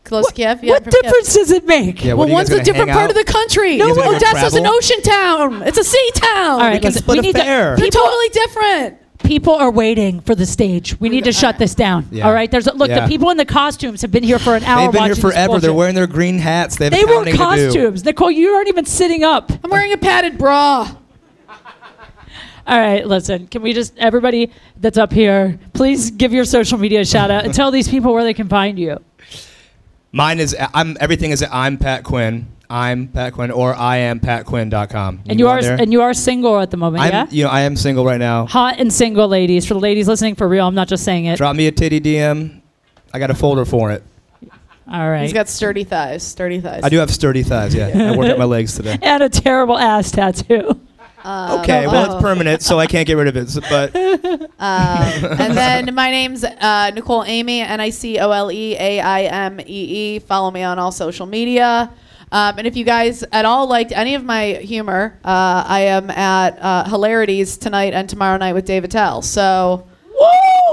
[SPEAKER 8] Close to Kiev. Yeah, I'm
[SPEAKER 7] what
[SPEAKER 8] from Kiev.
[SPEAKER 7] difference does it make?
[SPEAKER 9] Yeah, what,
[SPEAKER 8] Well,
[SPEAKER 9] are you guys
[SPEAKER 8] one's a
[SPEAKER 9] gonna
[SPEAKER 8] different
[SPEAKER 9] hang
[SPEAKER 8] part of
[SPEAKER 9] out?
[SPEAKER 8] the country.
[SPEAKER 9] No,
[SPEAKER 8] No,
[SPEAKER 9] guys gonna
[SPEAKER 8] Odessa's an
[SPEAKER 9] travel?
[SPEAKER 8] ocean town. It's a sea town.
[SPEAKER 7] All right,
[SPEAKER 9] can
[SPEAKER 7] listen,
[SPEAKER 9] split
[SPEAKER 7] we
[SPEAKER 9] a
[SPEAKER 7] need
[SPEAKER 9] fair.
[SPEAKER 7] to.
[SPEAKER 8] They're
[SPEAKER 7] People,
[SPEAKER 8] totally different.
[SPEAKER 7] people are waiting for the stage. We need to shut this down.
[SPEAKER 9] Yeah.
[SPEAKER 7] All right, there's look.
[SPEAKER 9] Yeah.
[SPEAKER 7] The people in the costumes have been here for an hour.
[SPEAKER 9] They've been here
[SPEAKER 7] watching this
[SPEAKER 9] forever. They're
[SPEAKER 7] bullshit.
[SPEAKER 9] wearing their green hats. They have
[SPEAKER 7] They were
[SPEAKER 9] accounting to do.
[SPEAKER 7] costumes. Nicole, you aren't even sitting up.
[SPEAKER 8] I'm wearing a padded bra.
[SPEAKER 7] All right, listen. Can we just everybody that's up here, please give your social media a shout out and tell these people where they can find you.
[SPEAKER 9] Mine is I'm everything is I'm Pat Quinn. I'm Pat Quinn or I am patquinn.com.
[SPEAKER 7] And you
[SPEAKER 9] go
[SPEAKER 7] are
[SPEAKER 9] on there?
[SPEAKER 7] and you are single at the moment,
[SPEAKER 9] I'm
[SPEAKER 7] yeah.
[SPEAKER 9] you know I am single right now.
[SPEAKER 7] Hot and single, ladies. For the ladies listening for real, I'm not just saying it.
[SPEAKER 9] Drop me a titty DM. I got a folder for it.
[SPEAKER 7] All right.
[SPEAKER 8] He's got sturdy thighs. Sturdy thighs.
[SPEAKER 9] I do have sturdy thighs. Yeah, I worked out my legs today.
[SPEAKER 7] and a terrible ass tattoo.
[SPEAKER 9] Okay, well
[SPEAKER 8] oh.
[SPEAKER 9] it's permanent, so I can't get rid of it. so- But
[SPEAKER 8] Um, and then my name's uh, Nicole Amy, N I C O L E A I M E E. Follow me on all social media. Um, and if you guys at all liked any of my humor, uh, I am at uh, Hilarities tonight and tomorrow night with Dave Attell. So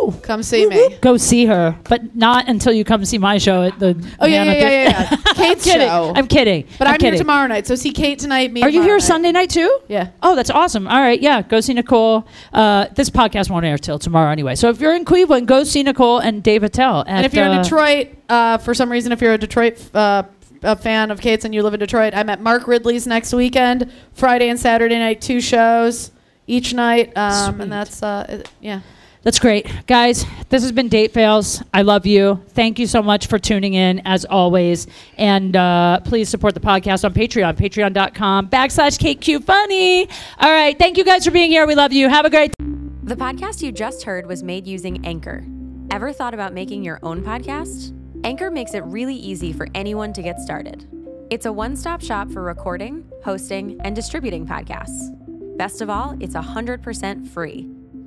[SPEAKER 7] Woo!
[SPEAKER 8] come see me.
[SPEAKER 7] Go see her, but not until you come see my show at the.
[SPEAKER 8] Oh yeah,
[SPEAKER 7] Nana
[SPEAKER 8] yeah,
[SPEAKER 7] Theater.
[SPEAKER 8] yeah, yeah. yeah. Kate's
[SPEAKER 7] I'm kidding.
[SPEAKER 8] show.
[SPEAKER 7] I'm kidding.
[SPEAKER 8] But I'm, here
[SPEAKER 7] kidding.
[SPEAKER 8] tomorrow night, so see Kate tonight. Me
[SPEAKER 7] Are you
[SPEAKER 8] tomorrow
[SPEAKER 7] here
[SPEAKER 8] night.
[SPEAKER 7] Sunday night too?
[SPEAKER 8] Yeah.
[SPEAKER 7] Oh, that's awesome. All right, yeah. Go see Nicole. Uh, this podcast won't air till tomorrow anyway. So if you're in Cleveland, go see Nicole and Dave Attell. At,
[SPEAKER 8] and if you're in
[SPEAKER 7] uh,
[SPEAKER 8] Detroit, uh, for some reason, if you're a Detroit uh, a fan of Kate's and you live in Detroit, I'm at Mark Ridley's next weekend, Friday and Saturday night, two shows each night, um,
[SPEAKER 7] Sweet.
[SPEAKER 8] and that's uh, it- yeah.
[SPEAKER 7] That's great. Guys, this has been Date Fails. I love you. Thank you so much for tuning in, as always. And uh, please support the podcast on Patreon, patreon.com backslash KQFunny. All right. Thank you guys for being here. We love you. Have a great
[SPEAKER 13] The podcast you just heard was made using Anchor. Ever thought about making your own podcast? Anchor makes it really easy for anyone to get started. It's a one stop shop for recording, hosting, and distributing podcasts. Best of all, it's 100% free.